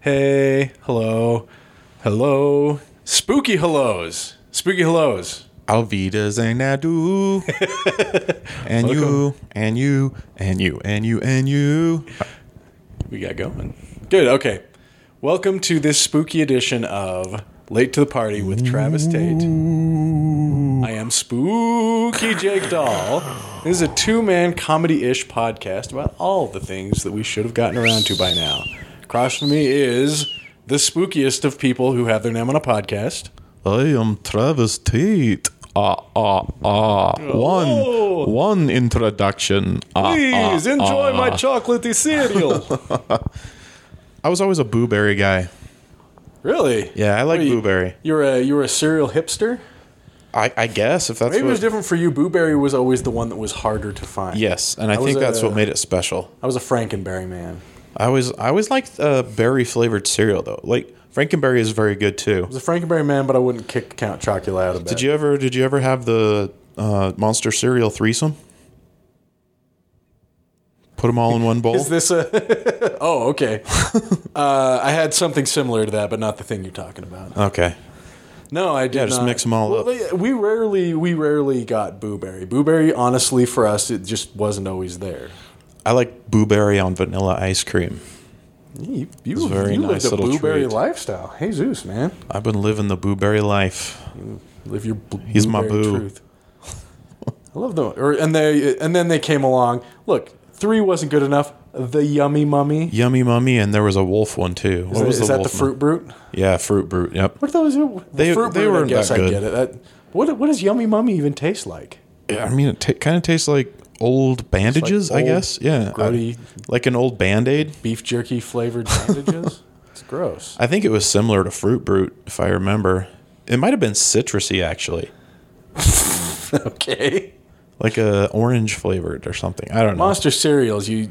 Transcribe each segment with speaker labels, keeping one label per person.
Speaker 1: hey, hello, hello, spooky hellos, spooky hellos.
Speaker 2: Alvida Zainadu. and you, and you, and you, and you, and you.
Speaker 1: We got going. Good. Okay. Welcome to this spooky edition of Late to the Party with Travis Tate. I am spooky Jake Dahl. This is a two man comedy ish podcast about all the things that we should have gotten around to by now. Across from me is the spookiest of people who have their name on a podcast.
Speaker 2: I am Travis Tate. Ah, ah, ah. One,
Speaker 1: Oh.
Speaker 2: one introduction. Ah, ah.
Speaker 1: Please enjoy my chocolatey cereal.
Speaker 2: I was always a blueberry guy.
Speaker 1: really?
Speaker 2: Yeah, I like
Speaker 1: Wait,
Speaker 2: blueberry.
Speaker 1: You're a you're a cereal hipster.
Speaker 2: I, I guess if that's
Speaker 1: Maybe it was
Speaker 2: what,
Speaker 1: different for you. Booberry was always the one that was harder to find.
Speaker 2: yes, and I,
Speaker 1: was
Speaker 2: think that's
Speaker 1: a-
Speaker 2: what made it special.
Speaker 1: I was a Frankenberry man.
Speaker 2: I was I always liked uh, berry flavored cereal though. Like Frankenberry is very good too.
Speaker 1: I was a Frankenberry man, but I wouldn't kick Count Chocula out of bed.
Speaker 2: Did you ever did you ever have the uh, monster cereal threesome? Put them all in one bowl.
Speaker 1: Is this a? oh, okay. uh, I had something similar to that, but not the thing you're talking about.
Speaker 2: okay.
Speaker 1: No, I did.
Speaker 2: Yeah, just
Speaker 1: not.
Speaker 2: mix 'em all
Speaker 1: Well,
Speaker 2: up.
Speaker 1: they- We rarely, we rarely got Booberry. Booberry, honestly, for us, it just wasn't always there.
Speaker 2: I like blueberry on vanilla ice cream.
Speaker 1: You, you,
Speaker 2: very
Speaker 1: you
Speaker 2: nice
Speaker 1: lived a
Speaker 2: little
Speaker 1: Booberry
Speaker 2: treat.
Speaker 1: lifestyle. Hey, Zeus, man,
Speaker 2: I've been living the blueberry life.
Speaker 1: live your. Bl-
Speaker 2: He's my
Speaker 1: Blueberry
Speaker 2: boo.
Speaker 1: Truth. I love them. Or, and they, and then they came along. Look, three wasn't good enough. The Yummy Mummy.
Speaker 2: Yummy mummy, and there was a wolf one too. What
Speaker 1: Is,
Speaker 2: was
Speaker 1: that- is that the
Speaker 2: wolf one?
Speaker 1: fruit brute?
Speaker 2: Yeah, fruit brute. Yep.
Speaker 1: What are those?
Speaker 2: They-
Speaker 1: fruit
Speaker 2: they
Speaker 1: Brute,
Speaker 2: weren't
Speaker 1: I guess
Speaker 2: that
Speaker 1: I
Speaker 2: good.
Speaker 1: get it. That, what what does Yummy Mummy even taste like?
Speaker 2: Yeah, I mean, it t- kind of tastes like old bandages.
Speaker 1: old,
Speaker 2: I guess. Yeah.
Speaker 1: grody-
Speaker 2: I- like an old band aid.
Speaker 1: Beef jerky flavored bandages. it's gross.
Speaker 2: I think it was similar to fruit brute, if I remember. It might have been citrusy actually,
Speaker 1: okay.
Speaker 2: like a orange flavored or something. I don't know.
Speaker 1: Monster cereals. You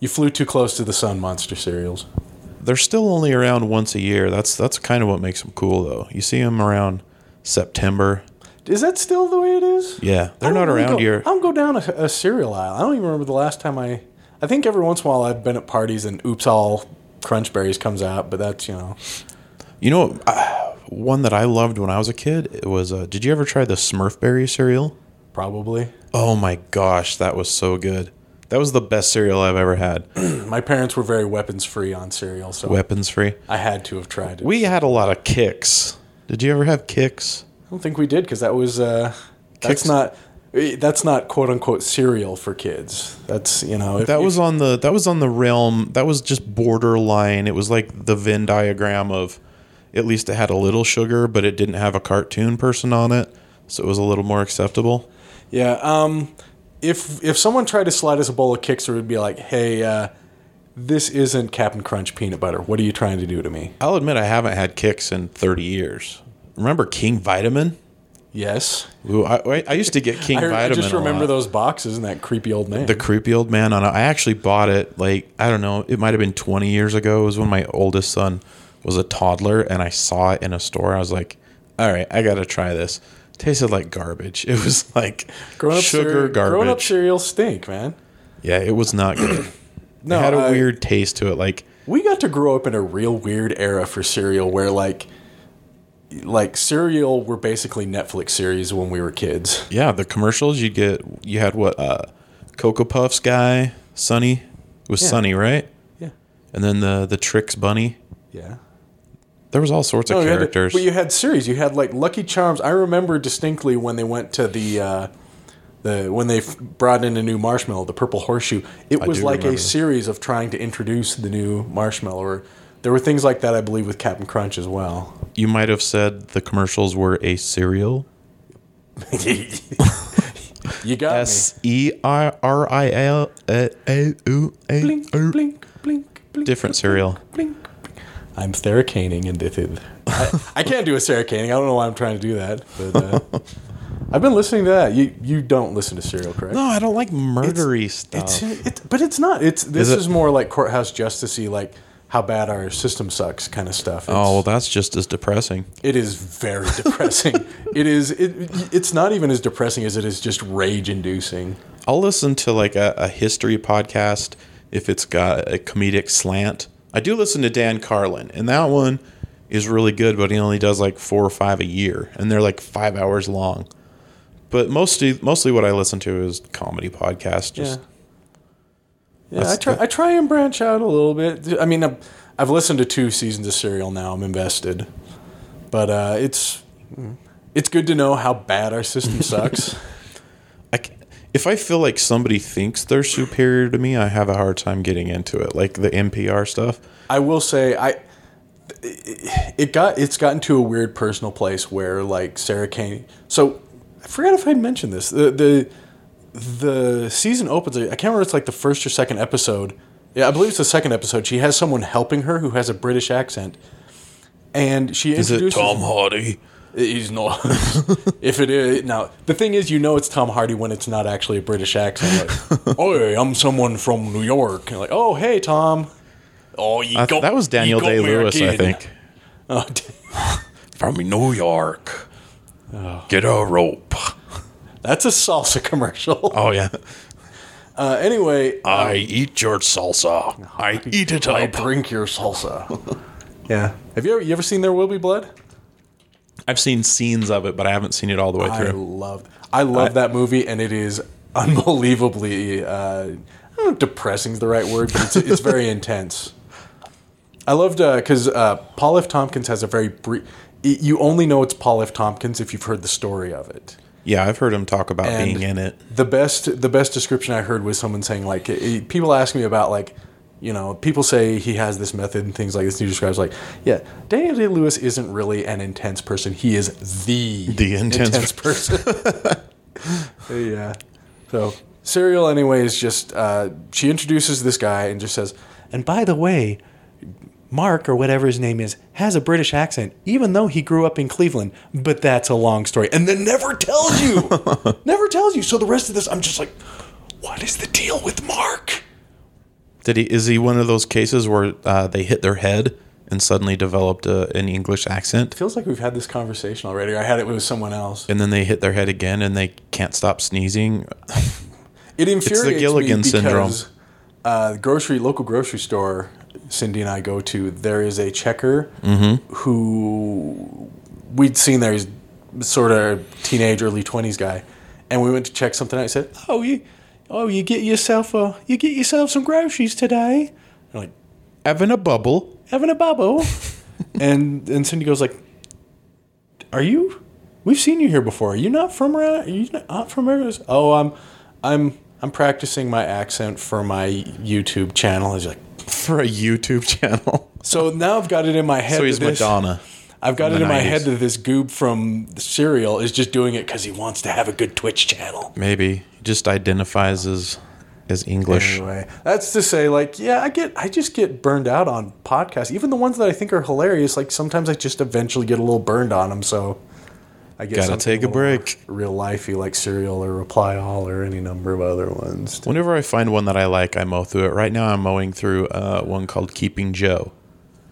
Speaker 1: you flew too close to the sun. Monster cereals.
Speaker 2: They're still only around once a year. That's that's kind of what makes them cool, though. You see them around September.
Speaker 1: Is that still the way it is?
Speaker 2: Yeah,
Speaker 1: I
Speaker 2: they're
Speaker 1: don't
Speaker 2: not
Speaker 1: really
Speaker 2: around
Speaker 1: go,
Speaker 2: here.
Speaker 1: I don't go down a, a cereal aisle. I don't even remember the last time I. I think every once in a while I've been at parties and Oops All Crunch Berries comes out, but that's you know.
Speaker 2: You know, uh, one that I loved when I was a kid it was. Uh, did you ever try the Smurfberry cereal?
Speaker 1: Probably.
Speaker 2: Oh my gosh, that was so good. That was the best cereal I've ever had.
Speaker 1: My parents were very weapons free on cereal, so
Speaker 2: Weapons free.
Speaker 1: I had to have tried it.
Speaker 2: We had a lot of kicks. Did you ever have kicks?
Speaker 1: I don't think we did because that was uh, that's
Speaker 2: Kicks-
Speaker 1: not eh, that's not quote unquote cereal for kids. That's you know if
Speaker 2: That
Speaker 1: you-
Speaker 2: was on the that was on the realm. That was just borderline. It was like the Venn diagram of at least it had a little sugar, but it didn't have a cartoon person on it, so it was a little more acceptable.
Speaker 1: yeah. Um, if if someone tried to slide us a bowl of kicks, it would be like, hey, uh, this isn't Captain Crunch peanut butter. What are you trying to do to me?
Speaker 2: I'll admit I haven't had kicks in 30 years. Remember King Vitamin?
Speaker 1: Yes,
Speaker 2: Ooh, I, I- I used to get King
Speaker 1: I, re- I
Speaker 2: Vitamin.
Speaker 1: just
Speaker 2: a
Speaker 1: remember
Speaker 2: lot.
Speaker 1: those boxes and that creepy old man.
Speaker 2: the creepy old man on. A, I actually bought it like I don't know. It might have been 20 years ago. It was when my oldest son was a toddler, and I saw it in a store. I was like, "All right, I got to try this." Tasted like garbage. It was like
Speaker 1: grown up
Speaker 2: sugar
Speaker 1: cereal,
Speaker 2: garbage.
Speaker 1: Grown up cereal stink, man.
Speaker 2: yeah, it was not good.
Speaker 1: No,
Speaker 2: it had a
Speaker 1: I-
Speaker 2: weird taste to it. Like
Speaker 1: we got to grow up in a real weird era for cereal where like like cereal were basically Netflix series when we were kids.
Speaker 2: yeah, the commercials you get. You had what? Uh, Cocoa Puffs guy, Sunny. It was
Speaker 1: Yeah.
Speaker 2: Sunny, right?
Speaker 1: Yeah.
Speaker 2: And then the the Tricks Bunny.
Speaker 1: Yeah.
Speaker 2: There was all sorts
Speaker 1: No,
Speaker 2: of
Speaker 1: you had,
Speaker 2: characters.
Speaker 1: but you had series. You had like Lucky Charms. I remember distinctly when they went to the uh, the when they f- brought in a new marshmallow, the Purple Horseshoe. It was
Speaker 2: do
Speaker 1: like a
Speaker 2: remember.
Speaker 1: series of trying to introduce the new marshmallow. Or there were things like that, I believe, with Captain Crunch as well.
Speaker 2: you might have said the commercials were a cereal.
Speaker 1: you got
Speaker 2: S E R R I L A U
Speaker 1: me.
Speaker 2: A
Speaker 1: Blink, blink, blink, blink.
Speaker 2: Oh. different cereal.
Speaker 1: Blink. I'm Sarah Caning and this is. I, I can't do a Sarah Caning. I don't know why I'm trying to do that. But uh, I've been listening to that. You you don't listen to Serial, correct?
Speaker 2: No, I don't like murdery stuff.
Speaker 1: It's, it's but it's not. It's this
Speaker 2: Is
Speaker 1: is
Speaker 2: it-
Speaker 1: more like courthouse justicey, like how bad our system sucks kind of stuff. It's,
Speaker 2: oh, well, that's just as depressing.
Speaker 1: it is very depressing. it is. It, it's not even as depressing as it is just rage inducing.
Speaker 2: I'll listen to like a, a history podcast if it's got a comedic slant. I do listen to Dan Carlin, and that one is really good, but he only does like four or five a year, and they're like five hours long. But mostly, mostly what I listen to is comedy podcasts. Just
Speaker 1: yeah. Yeah, I
Speaker 2: That's-
Speaker 1: try. I try and branch out a little bit. I mean, I've, I've listened to two seasons of Serial now. I'm invested, but uh, it's it's good to know how bad our system sucks.
Speaker 2: I c if I feel like somebody thinks they're superior to me, I have a hard time getting into it, like the NPR stuff.
Speaker 1: I will say I it got it's gotten to a weird personal place where like Sarah Kane. So I forgot if I would mentioned this. The the the season opens. I can't remember. if It's like the first or second episode. Yeah, I believe it's the second episode. She has someone helping her who has a British accent, and she
Speaker 2: Is it
Speaker 1: introduces
Speaker 2: Tom Hardy?
Speaker 1: He's not. if it is now, the thing is, you know, it's Tom Hardy when it's not actually a British accent. Like, oh, I'm someone from New York. And like, oh, hey, Tom. Oh, you
Speaker 2: I th- that was Daniel Day Lewis, I think.
Speaker 1: Oh, d-
Speaker 2: From New York. Get a rope.
Speaker 1: that's a salsa commercial.
Speaker 2: Oh yeah.
Speaker 1: Uh, anyway,
Speaker 2: I eat your salsa. I eat it
Speaker 1: I drink your salsa. yeah. Have you ever, you ever seen There Will Be Blood?
Speaker 2: I've seen scenes of it, but I haven't seen it all the way
Speaker 1: I
Speaker 2: through.
Speaker 1: love I love that movie, and it is unbelievably uh, I don't know if depressing is the right word, but it's, it's very intense. I loved because uh, Paul F. Tompkins has a very brief. You only know it's Paul F. Tompkins if you've heard the story of it.
Speaker 2: yeah, I've heard him talk about
Speaker 1: And-
Speaker 2: being in it.
Speaker 1: The best the best description I heard was someone saying like it- it- people ask me about like you know people say he has this method and things like this. And he describes like yeah, Daniel Day Lewis isn't really an intense person. He is the
Speaker 2: The intense-
Speaker 1: person. yeah. So serial anyway is just uh, she introduces this guy and just says and by the way. Mark or whatever his name is has a British accent, even though he grew up in Cleveland. But that's a long story, and then never tells you, never tells you. So the rest of this, I'm just like, what is the deal with Mark?
Speaker 2: Did he? Is he one of those cases where uh, they hit their head and suddenly developed a, an English accent,
Speaker 1: Feels like we've had this conversation already. or I had it with someone else.
Speaker 2: and then they hit their head again and they can't stop sneezing?
Speaker 1: It infuriates
Speaker 2: Gilligan
Speaker 1: me
Speaker 2: syndrome.
Speaker 1: because uh, the grocery local grocery store Cindy and I go to. There is a checker
Speaker 2: Mm-hmm.
Speaker 1: who we'd seen there. He's sort of teenage, early twenties guy, and we went to check something. out. I said, "Oh, you, oh, you get yourself a, you get yourself some groceries today." I'm like
Speaker 2: Having a bubble.
Speaker 1: having a bubble, and and Cindy goes like, "Are you? We've seen you here before. Are you not from around? Are you not from around?" this?" Oh, I'm, I'm, I'm practicing my accent for my YouTube channel. He's like,
Speaker 2: for a YouTube channel.
Speaker 1: so now I've got it in my head.
Speaker 2: So he's
Speaker 1: that this,
Speaker 2: Madonna.
Speaker 1: I've got it
Speaker 2: from
Speaker 1: in
Speaker 2: the
Speaker 1: my
Speaker 2: 90s.
Speaker 1: head that this goob from the cereal is just doing it because he wants to have a good Twitch channel.
Speaker 2: Maybe he just identifies as as English.
Speaker 1: Anyway, that's to say, like, yeah, I get, I just get burned out on podcasts. Even the ones that I think are hilarious, like sometimes I just eventually get a little burned on them. So I get
Speaker 2: Gotta
Speaker 1: something
Speaker 2: take a
Speaker 1: little more
Speaker 2: break.
Speaker 1: Real lifey, like Serial or Reply All or any number of other ones.
Speaker 2: Whenever I find one that I like, I mow through it. Right now, I'm mowing through uh, one called Keeping Joe.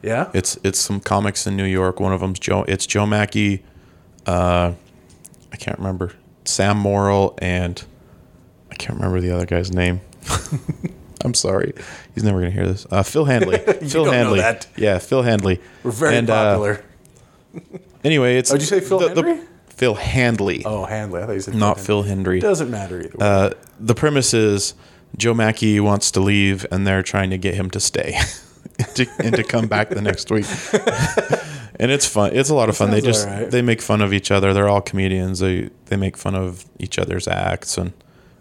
Speaker 1: Yeah,
Speaker 2: It's it's some comics in New York. One of them's Joe. It's Joe Mackey. Uh, I can't remember Sam Morrill and I can't remember the other guy's name. I'm sorry, he's never gonna hear this. Uh, Phil Handley. Phil
Speaker 1: don't know
Speaker 2: Handley.
Speaker 1: that.
Speaker 2: Yeah, Phil Handley.
Speaker 1: we're very
Speaker 2: And, uh,
Speaker 1: popular.
Speaker 2: anyway, it's.
Speaker 1: Oh, did you say Phil Hendry?
Speaker 2: Phil Handley,
Speaker 1: oh, Handley, I thought you said
Speaker 2: not
Speaker 1: Phil.
Speaker 2: Phil Hendry.
Speaker 1: Doesn't matter either. Way.
Speaker 2: Uh, the premise is Joe Mackey wants to leave, and they're trying to get him to stay and, to, and to come back the next week. and it's fun. It's a lot of fun. They
Speaker 1: sounds
Speaker 2: just
Speaker 1: alright.
Speaker 2: they make fun of each other. They're all comedians. They they make fun of each other's acts, and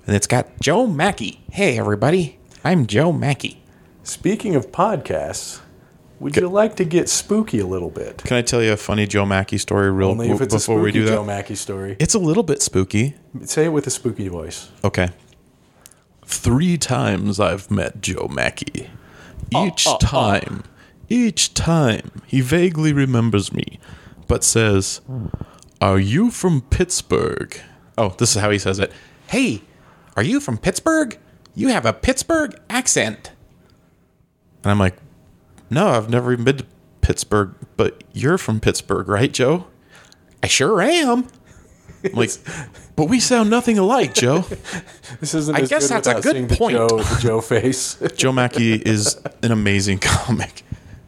Speaker 2: and it's got Joe Mackey. Hey everybody, I'm Joe Mackey.
Speaker 1: Speaking of podcasts, would you like to get spooky a little bit?
Speaker 2: Can I tell you a funny Joe Mackey story real
Speaker 1: Only if it's a
Speaker 2: before
Speaker 1: spooky
Speaker 2: we do that?
Speaker 1: Joe Mackey story.
Speaker 2: It's a little bit spooky.
Speaker 1: Say it with a spooky voice.
Speaker 2: Okay. Three times I've met Joe Mackey. Each time, each time, he vaguely remembers me, but says, Are you from Pittsburgh? Oh, this is how he says it. Hey, are you from Pittsburgh? You have a Pittsburgh accent. And I'm like, No, I've never even been to Pittsburgh, but you're from Pittsburgh, right, Joe? I sure am. I'm like, but we sound nothing alike, Joe.
Speaker 1: This isn't.
Speaker 2: I
Speaker 1: as
Speaker 2: guess
Speaker 1: good
Speaker 2: that's a
Speaker 1: without
Speaker 2: good
Speaker 1: seeing
Speaker 2: point.
Speaker 1: The Joe, the Joe face.
Speaker 2: Joe Mackey is an amazing comic.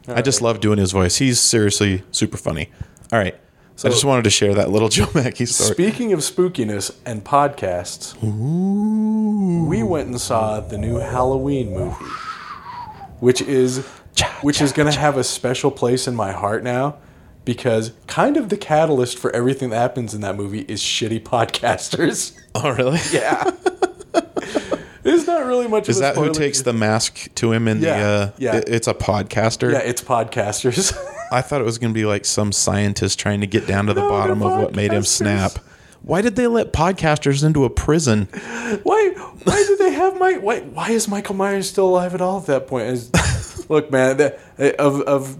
Speaker 2: I just love doing his voice. He's seriously super funny. All right. So I just wanted to share that little Joe Mackey story.
Speaker 1: Speaking of spookiness and podcasts, we went and saw the new Halloween movie, which is which is going to have a special place in my heart now because kind of the catalyst for everything that happens in that movie is shitty podcasters.
Speaker 2: Oh, really?
Speaker 1: Yeah. It's not really much.
Speaker 2: Is that who takes the mask to him in
Speaker 1: Yeah,
Speaker 2: the? Uh,
Speaker 1: yeah.
Speaker 2: yeah. it's a podcaster.
Speaker 1: Yeah, it's podcasters.
Speaker 2: I thought it was going to be like some scientist trying to get down to the
Speaker 1: No,
Speaker 2: bottom
Speaker 1: they're
Speaker 2: of what made him
Speaker 1: podcasters.
Speaker 2: snap. Why did they let podcasters into a prison?
Speaker 1: why? Why do they have Mike? Why? Why is Michael Myers still alive at all at that point? Is- look, man, that, of of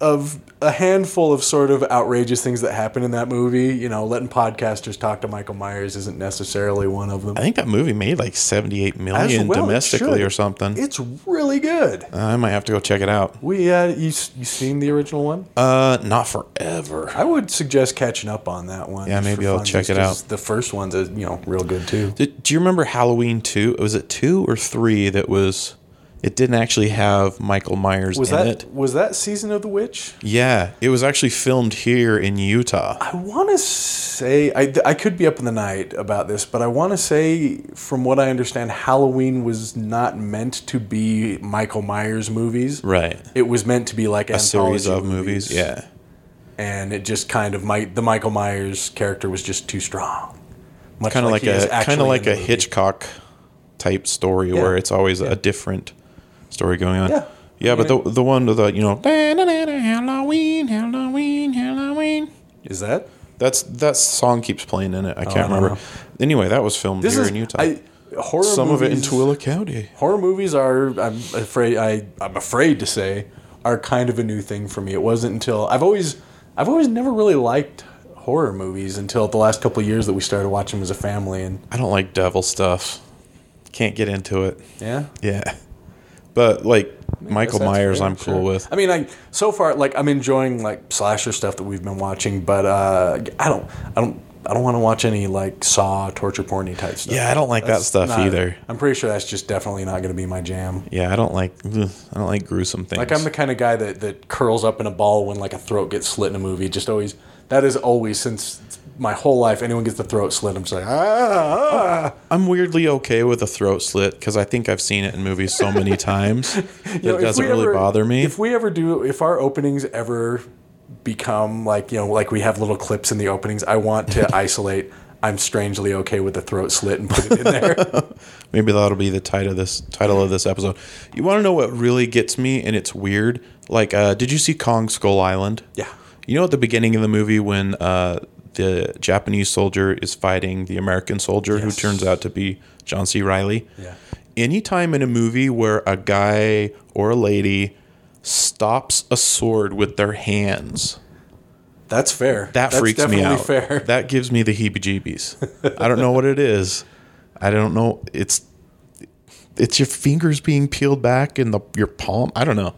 Speaker 1: of a handful of sort of outrageous things that happen in that movie, you know, letting podcasters talk to Michael Myers isn't necessarily one of them.
Speaker 2: I think that movie made like 78
Speaker 1: As
Speaker 2: million
Speaker 1: well it
Speaker 2: domestically
Speaker 1: should.
Speaker 2: or something.
Speaker 1: It's really good.
Speaker 2: I might have to go check it out.
Speaker 1: We uh, you s- you seen the original one?
Speaker 2: Uh, not forever.
Speaker 1: I would suggest catching up on that one.
Speaker 2: Yeah,
Speaker 1: just
Speaker 2: maybe
Speaker 1: for
Speaker 2: I'll
Speaker 1: funsies,
Speaker 2: check it
Speaker 1: 'cause The first one's uh, you know real good too.
Speaker 2: Did, do you remember Halloween 2? Was it 2 or 3 that was it didn't actually have Michael Myers
Speaker 1: Was
Speaker 2: in
Speaker 1: that
Speaker 2: it?
Speaker 1: was that season of the witch?
Speaker 2: Yeah, it was actually filmed here in Utah.
Speaker 1: I want to say I, I could be up in the night about this, but I want to say from what I understand, Halloween was not meant to be Michael Myers movies.
Speaker 2: Right.
Speaker 1: It was meant to be like a
Speaker 2: A series of movies. Yeah.
Speaker 1: and it just kind of my the Michael Myers character was just too strong. Much
Speaker 2: Kind of like,
Speaker 1: he is
Speaker 2: a kind
Speaker 1: actually
Speaker 2: of like
Speaker 1: in
Speaker 2: a
Speaker 1: the movie.
Speaker 2: Hitchcock type story where it's always a different story going on.
Speaker 1: Yeah.
Speaker 2: Yeah, but
Speaker 1: Yeah.
Speaker 2: the the one with the, you know, Halloween, Halloween, Halloween.
Speaker 1: Is that
Speaker 2: That's that song keeps playing in it. I can't
Speaker 1: Oh, don't
Speaker 2: remember.
Speaker 1: know.
Speaker 2: Anyway, that was filmed
Speaker 1: this
Speaker 2: here
Speaker 1: is
Speaker 2: in Utah.
Speaker 1: I, horror?
Speaker 2: Some of it in
Speaker 1: movies-
Speaker 2: Tooele County.
Speaker 1: horror movies are I'm afraid I I'm afraid to say are kind of a new thing for me. It wasn't until I've always I've always never really liked horror movies until the last couple of years that we started watching them as a family and
Speaker 2: I don't like devil stuff. Can't get into it.
Speaker 1: yeah.
Speaker 2: Yeah. But like Michael
Speaker 1: That's
Speaker 2: Myers,
Speaker 1: fair,
Speaker 2: I'm cool
Speaker 1: sure.
Speaker 2: with.
Speaker 1: I mean, like so far, like I'm enjoying like slasher stuff that we've been watching, but uh, I don't, I don't, I don't want to watch any like Saw, torture porny type stuff.
Speaker 2: Yeah, I don't like that
Speaker 1: That's
Speaker 2: stuff
Speaker 1: not-
Speaker 2: either.
Speaker 1: I'm pretty sure that's just definitely not going to be my jam.
Speaker 2: Yeah, I don't like. ugh, I don't like gruesome things.
Speaker 1: Like I'm the kind of guy that that curls up in a ball when like a throat gets slit in a movie. Just always that is always since my whole life anyone gets the throat slit. I'm just like ah. ah."
Speaker 2: I'm weirdly okay with a throat slit because I think I've seen it in movies so many times. that
Speaker 1: You know,
Speaker 2: it
Speaker 1: if
Speaker 2: doesn't
Speaker 1: we
Speaker 2: really
Speaker 1: ever-
Speaker 2: bother me.
Speaker 1: If we ever do, if our openings ever become like you know like we have little clips in the openings, I want to isolate. I'm strangely okay with the throat slit and put it in there.
Speaker 2: Maybe that'll be the title of this title of this episode. You want to know what really gets me, and it's weird. Like, uh, did you see Kong Skull Island?
Speaker 1: Yeah.
Speaker 2: You know, at the beginning of the movie, when uh, the Japanese soldier is fighting the American soldier, who
Speaker 1: Yes.
Speaker 2: turns out to be John C. Riley.
Speaker 1: Yeah.
Speaker 2: Anytime in a movie where a guy or a lady stops a sword with their hands
Speaker 1: That's fair.
Speaker 2: that
Speaker 1: That's
Speaker 2: freaks me out.
Speaker 1: Definitely fair.
Speaker 2: That gives me the heebie-jeebies. I don't know what it is. I don't know. It's it's your fingers being peeled back in the your palm. I don't know.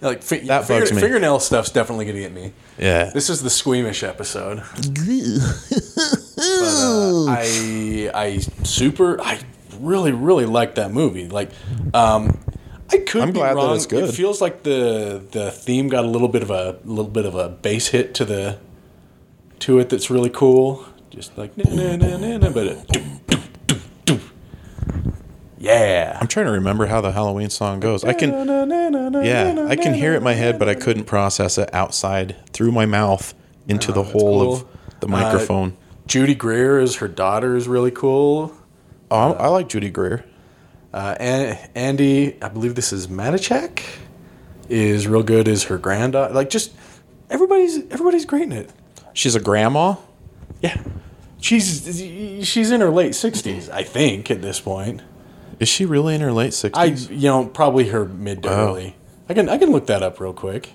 Speaker 1: Like fi-
Speaker 2: that
Speaker 1: finger-
Speaker 2: bugs me.
Speaker 1: fingernail stuff's definitely gonna get me.
Speaker 2: Yeah.
Speaker 1: This is the squeamish episode. But, uh, I I super I really really like that movie. Like, um, I could
Speaker 2: I'm
Speaker 1: be
Speaker 2: glad that
Speaker 1: wrong.
Speaker 2: it's good.
Speaker 1: It feels like the the theme got a little bit of a little bit of a bass hit to the to it that's really cool. Just like na na na na na, but it, doo, doo, doo, doo. yeah.
Speaker 2: I'm trying to remember how the Halloween song goes. I can
Speaker 1: Na, na, na, na,
Speaker 2: yeah,
Speaker 1: na,
Speaker 2: I can
Speaker 1: na,
Speaker 2: hear it
Speaker 1: na,
Speaker 2: in my head,
Speaker 1: na,
Speaker 2: but I
Speaker 1: na.
Speaker 2: couldn't process it outside through my mouth into the hole of
Speaker 1: cool.
Speaker 2: the microphone.
Speaker 1: Judy Greer as her daughter is really cool.
Speaker 2: oh, I'm- I like Judy Greer.
Speaker 1: Uh, An- Andy, I believe this is Manichak, is real good as her granddaughter. Like just everybody's everybody's great in it.
Speaker 2: She's a grandma.
Speaker 1: Yeah, she's she's in her late sixties, I think, at this point.
Speaker 2: Is she really in her late 60s?
Speaker 1: I you know probably her mid to early. I can I can look that up real quick.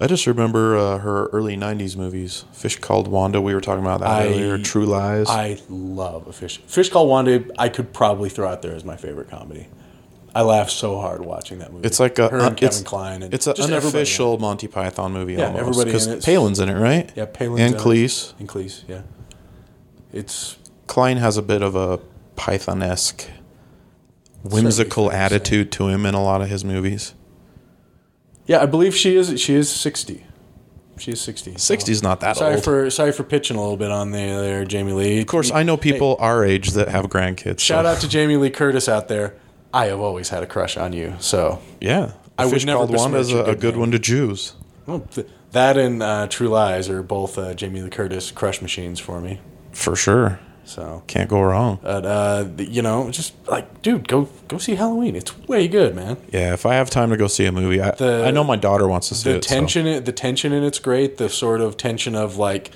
Speaker 2: I just remember uh, her early '90s movies. Fish Called Wanda. We were talking about that
Speaker 1: I-
Speaker 2: earlier. True Lies.
Speaker 1: I love a fish fish called Wanda. I could probably throw out there as my favorite comedy. I laughed so hard watching that movie.
Speaker 2: it's like a uh,
Speaker 1: her and Kevin
Speaker 2: it's,
Speaker 1: Klein. And
Speaker 2: it's an
Speaker 1: just everybody in it.
Speaker 2: unofficial Monty Python movie.
Speaker 1: Yeah,
Speaker 2: almost,
Speaker 1: everybody in
Speaker 2: 'cause
Speaker 1: it's-
Speaker 2: Palin's in it, right?
Speaker 1: Yeah, Palin's
Speaker 2: and
Speaker 1: in it.
Speaker 2: Cleese.
Speaker 1: and Cleese. Yeah, it's
Speaker 2: Klein has a bit of a Python-esque,
Speaker 1: Oh.
Speaker 2: whimsical attitude to him in a lot of his movies.
Speaker 1: Yeah, I believe she is. She is sixty. She is sixty. so-
Speaker 2: 60 is not that
Speaker 1: Sorry
Speaker 2: old.
Speaker 1: for sorry for pitching a little bit on the there, Jamie Lee.
Speaker 2: of course, I know people our age that have grandkids.
Speaker 1: Shout out to Jamie Lee Curtis out there. I have always had a crush on you. So
Speaker 2: Yeah. I
Speaker 1: would
Speaker 2: Fish
Speaker 1: never
Speaker 2: Called Wanda is a,
Speaker 1: besmirch a
Speaker 2: a
Speaker 1: good
Speaker 2: good
Speaker 1: name.
Speaker 2: one to Jews.
Speaker 1: well, th- that and uh, True Lies are both uh, Jamie Lee Curtis crush machines for me.
Speaker 2: For sure.
Speaker 1: So,
Speaker 2: Can't go wrong.
Speaker 1: but uh, th- you know, just like, dude, go go see Halloween. It's way good, man.
Speaker 2: Yeah, if I have time to go see a movie, I,
Speaker 1: The-
Speaker 2: I know my daughter wants to see
Speaker 1: the
Speaker 2: it. so-
Speaker 1: tension in the tension in it's great the sort of tension of like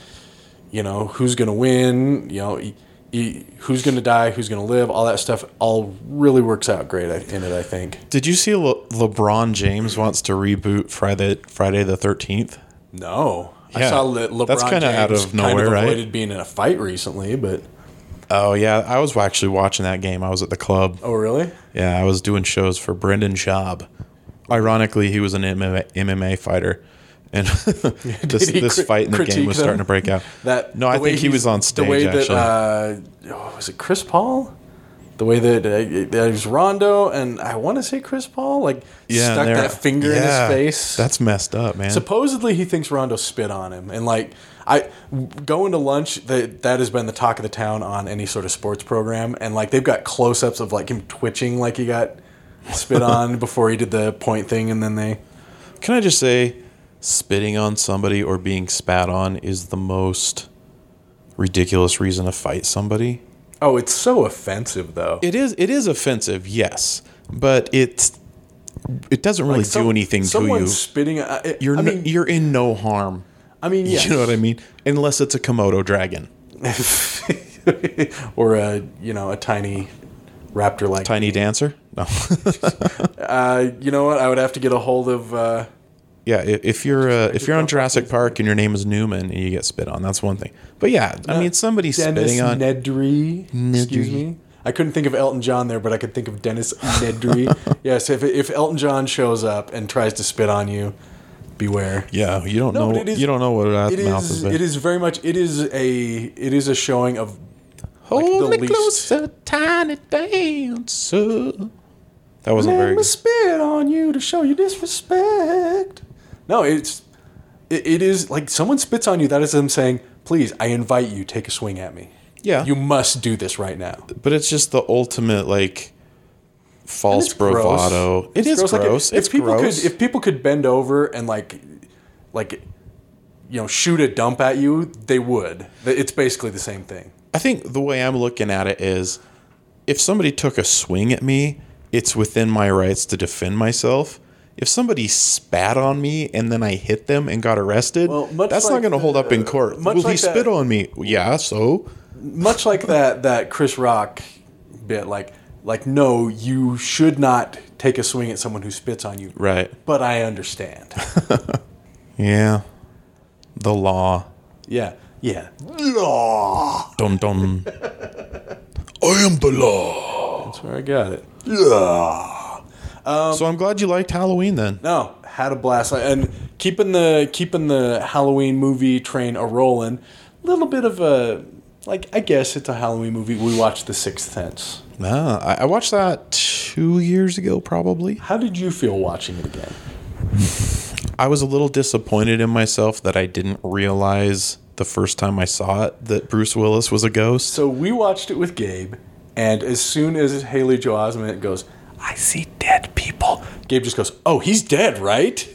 Speaker 1: you know who's gonna win you know e- e- who's gonna die who's gonna live all that stuff all really works out great I- in it i think
Speaker 2: Did you see Le- LeBron James wants to reboot Friday Friday the Thirteenth?
Speaker 1: no i
Speaker 2: Yeah,
Speaker 1: saw Le- lebron
Speaker 2: that's kinda
Speaker 1: James
Speaker 2: out of
Speaker 1: kind
Speaker 2: nowhere,
Speaker 1: of
Speaker 2: right?
Speaker 1: avoided being in a fight recently but
Speaker 2: Oh yeah, I was actually watching that game. I was at the club.
Speaker 1: oh really
Speaker 2: Yeah, I was doing shows for Brendan Schaub. Ironically, he was an MMA, MMA fighter, and this,
Speaker 1: he
Speaker 2: this
Speaker 1: cri-
Speaker 2: fight in the game
Speaker 1: critique
Speaker 2: was
Speaker 1: them?
Speaker 2: starting to break out.
Speaker 1: that
Speaker 2: no, I
Speaker 1: the way
Speaker 2: think he
Speaker 1: he's-
Speaker 2: was on stage
Speaker 1: the way that
Speaker 2: actually.
Speaker 1: uh oh, was it chris paul the way that uh, there's Rondo and I want to say Chris Paul, like
Speaker 2: and
Speaker 1: stuck
Speaker 2: they're-
Speaker 1: that finger
Speaker 2: yeah,
Speaker 1: in his face.
Speaker 2: That's messed up, man.
Speaker 1: Supposedly, he thinks Rondo spit on him, and like I going to lunch, that that has been the talk of the town on any sort of sports program, and like they've got close-ups of like him twitching, like he got spit on before he did the point thing, and then they
Speaker 2: Can I just say, spitting on somebody or being spat on is the most ridiculous reason to fight somebody.
Speaker 1: oh, it's so offensive though.
Speaker 2: It is. It is offensive, yes, but it's it doesn't really
Speaker 1: Some-
Speaker 2: do anything to
Speaker 1: someone
Speaker 2: you.
Speaker 1: spitting. I, I-
Speaker 2: You're
Speaker 1: I
Speaker 2: no-
Speaker 1: mean,
Speaker 2: you're in no harm.
Speaker 1: I mean, yes.
Speaker 2: You know what I mean? Unless it's a Komodo dragon,
Speaker 1: or a you know a tiny raptor like.
Speaker 2: tiny dancer. No,
Speaker 1: Uh, you know what? I would have to get a hold of. Uh,
Speaker 2: yeah. i- If you're uh, if you're on Jurassic Park and your name is Newman and you get spit on, that's one thing. But yeah, I mean, somebody
Speaker 1: Dennis
Speaker 2: spitting on.
Speaker 1: Nedry. Excuse
Speaker 2: Nedry.
Speaker 1: me. I couldn't think of Elton John there, but I could think of Dennis Nedry. yes, if, if Elton John shows up and tries to spit on you, beware.
Speaker 2: yeah, you don't
Speaker 1: No,
Speaker 2: know.
Speaker 1: but it is-
Speaker 2: you don't know what that
Speaker 1: It
Speaker 2: mouth
Speaker 1: is.
Speaker 2: is.
Speaker 1: It is very much. It is a. It is a showing of. Like
Speaker 2: Hold
Speaker 1: the
Speaker 2: me
Speaker 1: least.
Speaker 2: closer, tiny dancer. That wasn't very
Speaker 1: Let me
Speaker 2: good.
Speaker 1: spit on you to show you disrespect. No, it's. It, it is like someone spits on you. That is them saying, "Please, I invite you. Take a swing at me.
Speaker 2: Yeah.
Speaker 1: You must do this right now."
Speaker 2: But it's just the ultimate like false
Speaker 1: It's gross.
Speaker 2: bravado. It is gross.
Speaker 1: Like,
Speaker 2: It's,
Speaker 1: if, if people
Speaker 2: gross.
Speaker 1: could if people could bend over and like like you know shoot a dump at you, they would. Th- It's basically the same thing.
Speaker 2: I think the way I'm looking at it is if somebody took a swing at me, it's within my rights to defend myself. If somebody spat on me and then I hit them and got arrested,
Speaker 1: Well, much
Speaker 2: that's
Speaker 1: like
Speaker 2: not going to
Speaker 1: the-
Speaker 2: hold up in
Speaker 1: uh,
Speaker 2: court.
Speaker 1: much
Speaker 2: Will he
Speaker 1: like that-
Speaker 2: spit on me? Yeah, so
Speaker 1: Much like that that Chris Rock bit like like no, you should not take a swing at someone who spits on you.
Speaker 2: right.
Speaker 1: But I understand.
Speaker 2: Yeah, the law.
Speaker 1: yeah. Yeah. Law.
Speaker 2: Dun dun. I am the law.
Speaker 1: That's where I got it.
Speaker 2: so I'm glad you liked Halloween then.
Speaker 1: No, had a blast, and keeping the keeping the Halloween movie train a rolling. Little bit of a like I guess it's a Halloween movie. We watched The Sixth Sense.
Speaker 2: Ah, I, I watched that two years ago, probably.
Speaker 1: How did you feel watching it again?
Speaker 2: I was a little disappointed in myself that I didn't realize the first time I saw it that Bruce Willis was a ghost.
Speaker 1: So we watched it with Gabe, and as soon as Haley Joel Osment goes, I see dead people. Gabe just goes, Oh, he's dead, right?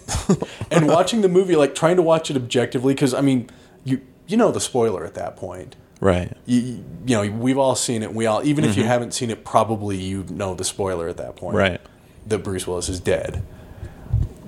Speaker 1: and watching the movie, like trying to watch it objectively, because I mean, you you know the spoiler at that point.
Speaker 2: Right.
Speaker 1: you, you know, we've all seen it. We all, even if you haven't seen it, probably you know the spoiler at that point.
Speaker 2: Mm-hmm. Right.
Speaker 1: That Bruce Willis is dead.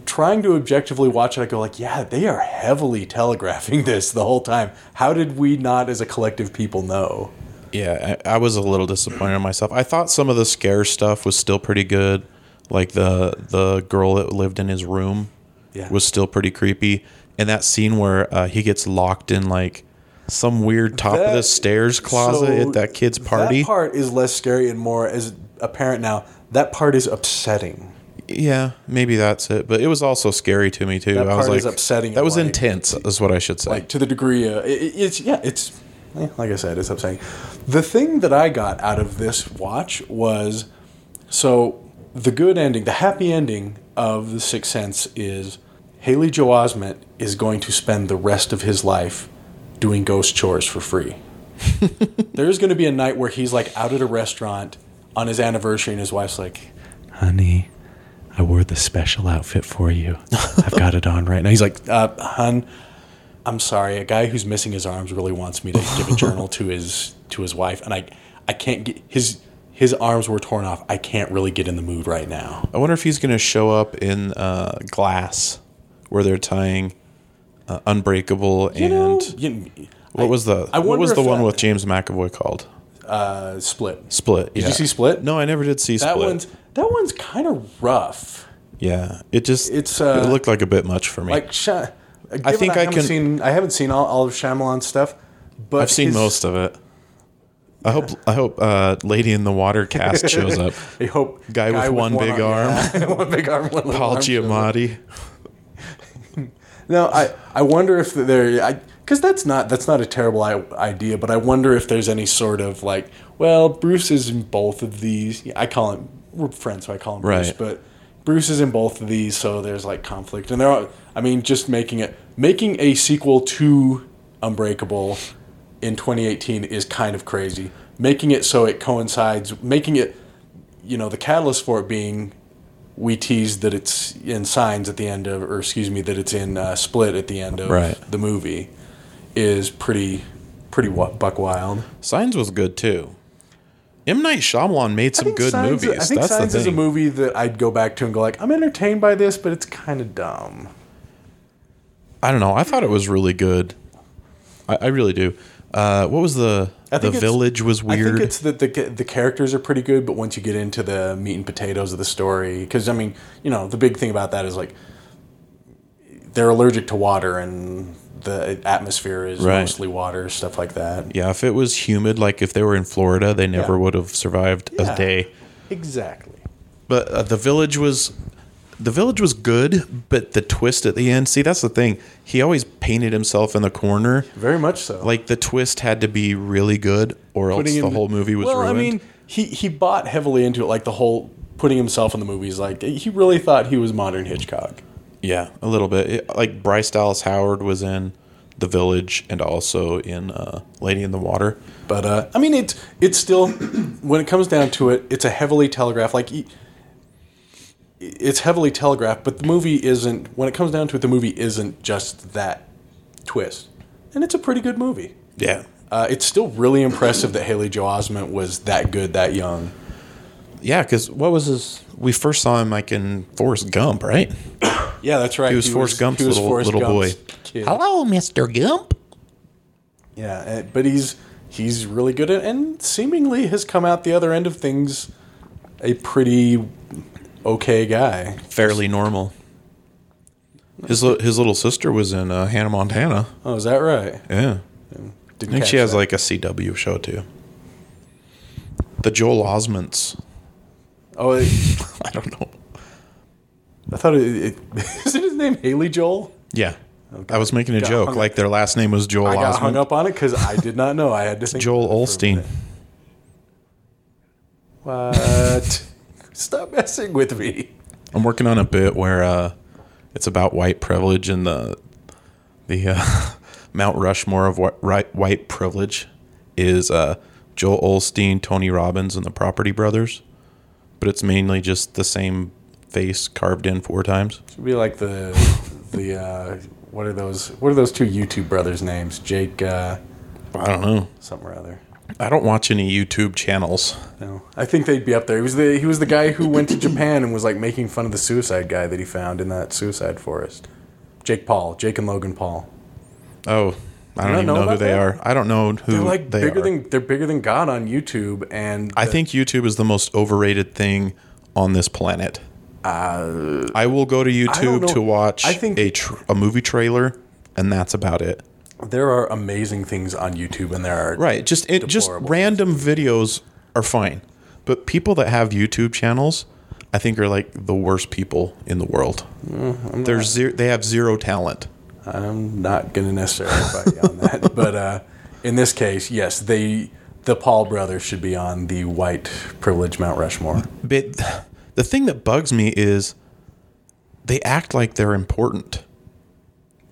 Speaker 1: Trying to objectively watch it, I go like, yeah, they are heavily telegraphing this the whole time. How did we not, as a collective people, know?
Speaker 2: Yeah, I, I was a little disappointed in myself. I thought some of the scare stuff was still pretty good. Like the the girl that lived in his room
Speaker 1: Yeah.
Speaker 2: was still pretty creepy. And that scene where uh, he gets locked in like some weird top of the
Speaker 1: That-
Speaker 2: stairs closet
Speaker 1: So
Speaker 2: at that kid's party.
Speaker 1: That part is less scary and more as apparent now. That part is upsetting.
Speaker 2: yeah, maybe that's it. But it was also scary to me too.
Speaker 1: That
Speaker 2: I was
Speaker 1: part
Speaker 2: like
Speaker 1: is upsetting
Speaker 2: That
Speaker 1: and,
Speaker 2: was
Speaker 1: like-
Speaker 2: intense, is what I should say.
Speaker 1: like to the degree uh, it, it- it's yeah it's eh, like i said it's upsetting the thing that i got out of this watch was so the good ending, the happy ending of The Sixth Sense is Haley Joel Osment is going to spend the rest of his life doing ghost chores for free. There's going to be a night where he's like out at a restaurant on his anniversary, and his wife's like, "Honey, I wore the special outfit for you. I've got it on right now." He's like, uh, "Hun, I'm sorry. A guy who's missing his arms really wants me to give a journal to his to his wife, and I I can't get his." His arms were torn off. I can't really get in the mood right now.
Speaker 2: I wonder if he's going to show up in uh, glass where they're tying uh, Unbreakable and
Speaker 1: You-
Speaker 2: what was the
Speaker 1: I
Speaker 2: what was
Speaker 1: wonder
Speaker 2: the
Speaker 1: if
Speaker 2: one
Speaker 1: that-
Speaker 2: with James McAvoy called
Speaker 1: uh, split.
Speaker 2: Split?
Speaker 1: Did you see Split?
Speaker 2: No, I never did see
Speaker 1: That
Speaker 2: Split.
Speaker 1: one's that one's kind of rough.
Speaker 2: yeah, it just
Speaker 1: It's, uh,
Speaker 2: it looked like a bit much for me.
Speaker 1: Like Sha-
Speaker 2: I think I
Speaker 1: haven't
Speaker 2: can-
Speaker 1: Seen, I haven't seen all, all of Shyamalan's stuff, but
Speaker 2: I've seen
Speaker 1: his-
Speaker 2: most of it. I hope I hope uh, Lady in the Water cast shows up.
Speaker 1: I hope
Speaker 2: Guy with one big
Speaker 1: arm, one big arm, one little
Speaker 2: Paul
Speaker 1: arm.
Speaker 2: Giamatti.
Speaker 1: No, I I wonder if there because that's not that's not a terrible I- idea, but I wonder if there's any sort of like, well, Bruce is in both of these. I call him we're friends, so I call him Bruce,
Speaker 2: Right.
Speaker 1: but Bruce is in both of these, so there's like conflict, and there are. I mean, just making it making a sequel to Unbreakable in 2018 is kind of crazy. Making it so it coincides, making it you know the catalyst for it being we teased that it's in signs at the end of or excuse me that it's in uh, split at the end of
Speaker 2: Right.
Speaker 1: the movie is pretty pretty wa- buck wild
Speaker 2: Signs was good too. M Night Shyamalan made some good
Speaker 1: signs,
Speaker 2: movies.
Speaker 1: i think
Speaker 2: That's
Speaker 1: signs
Speaker 2: the
Speaker 1: is a
Speaker 2: thing.
Speaker 1: movie that i'd go back to and go like i'm entertained by this but it's kind of dumb
Speaker 2: I don't know. I thought it was really good. I, I really do. Uh, what was the the
Speaker 1: think it's-
Speaker 2: village was
Speaker 1: I think
Speaker 2: weird.
Speaker 1: it's that the the characters are pretty good, but once you get into the meat and potatoes of the story, because I mean, you know, the big thing about that is like they're allergic to water, and the atmosphere is
Speaker 2: Right.
Speaker 1: mostly water, stuff like that.
Speaker 2: yeah, if it was humid, like if they were in Florida, they never
Speaker 1: Yeah.
Speaker 2: would have survived
Speaker 1: Yeah.
Speaker 2: a day.
Speaker 1: Exactly.
Speaker 2: But uh, the village was the village was good, but the twist at the end. See, that's the thing. He always painted himself in the corner.
Speaker 1: Very much so.
Speaker 2: Like the twist had to be really good, or else
Speaker 1: Putting
Speaker 2: the
Speaker 1: him-
Speaker 2: whole movie was
Speaker 1: well,
Speaker 2: ruined.
Speaker 1: I mean, he he bought heavily into it, like the whole putting himself in the movies. Like he really thought he was modern Hitchcock.
Speaker 2: yeah, a little bit. It- like Bryce Dallas Howard was in the village and also in uh, Lady in the Water.
Speaker 1: But uh, I mean, it's it's still when it comes down to it, it's a heavily telegraphed like. e- It's heavily telegraphed, but the movie isn't. When it comes down to it, the movie isn't just that twist, and it's a pretty good movie.
Speaker 2: Yeah,
Speaker 1: Uh, it's still really impressive that Haley Joel Osment was that good that young.
Speaker 2: yeah. Because what was his? We first saw him like in Forrest Gump, right?
Speaker 1: Yeah, that's right.
Speaker 2: He was Forrest Gump's little little boy.
Speaker 1: kid.
Speaker 2: Hello, Mister Gump.
Speaker 1: Yeah, eh, but he's he's really good at, and seemingly has come out the other end of things a pretty okay guy.
Speaker 2: Fairly normal. His li- his little sister was in uh, Hannah Montana.
Speaker 1: Oh, is that right?
Speaker 2: Yeah,
Speaker 1: Didn't
Speaker 2: I think she
Speaker 1: catch
Speaker 2: has
Speaker 1: that.
Speaker 2: like a CW show too. The Joel Osmonds.
Speaker 1: Oh, I
Speaker 2: I don't know.
Speaker 1: I thought it, it isn't his name Haley Joel.
Speaker 2: Yeah. I was making a
Speaker 1: Got
Speaker 2: joke.
Speaker 1: hung-
Speaker 2: Like their last name was Joel
Speaker 1: I got hung
Speaker 2: Osmond.
Speaker 1: up on it because I did not know. I had to think
Speaker 2: Joel
Speaker 1: about it for a
Speaker 2: Olstein.
Speaker 1: minute. What? Stop messing with me.
Speaker 2: I'm working on a bit where uh, it's about white privilege and the the uh, Mount Rushmore of whi- right, white privilege is uh, Joel Olstein, Tony Robbins, and the Property Brothers. But it's mainly just the same face carved in four times.
Speaker 1: Should be like the the uh, what are those? What are those two YouTube brothers' names? Jake uh,
Speaker 2: I don't know.
Speaker 1: something or other.
Speaker 2: I don't watch any YouTube channels.
Speaker 1: No, I think they'd be up there. He was the he was the guy who went to Japan and was like making fun of the suicide guy that he found in that suicide forest. Jake Paul, Jake and Logan Paul.
Speaker 2: Oh, I don't
Speaker 1: don't
Speaker 2: even
Speaker 1: know
Speaker 2: know, who
Speaker 1: about
Speaker 2: they
Speaker 1: that?
Speaker 2: are. I don't know who
Speaker 1: They're like
Speaker 2: they
Speaker 1: bigger
Speaker 2: are.
Speaker 1: than they're bigger than God on YouTube, and
Speaker 2: I think YouTube is the most overrated thing on this planet. I will go to
Speaker 1: Uh, don't know.
Speaker 2: YouTube to watch
Speaker 1: I think-
Speaker 2: a, tr- a movie trailer, and that's about it.
Speaker 1: there are amazing things on YouTube, and there are
Speaker 2: Right? Just it, just
Speaker 1: Deplorable.
Speaker 2: random videos are fine, but people that have YouTube channels, I think, are like the worst people in the world.
Speaker 1: Mm,
Speaker 2: They're zero, they have zero talent.
Speaker 1: I'm not gonna necessarily fight you on that, but uh, in this case, yes, they the Paul brothers should be on the white privilege Mount Rushmore.
Speaker 2: But The thing that bugs me is they act like they're important.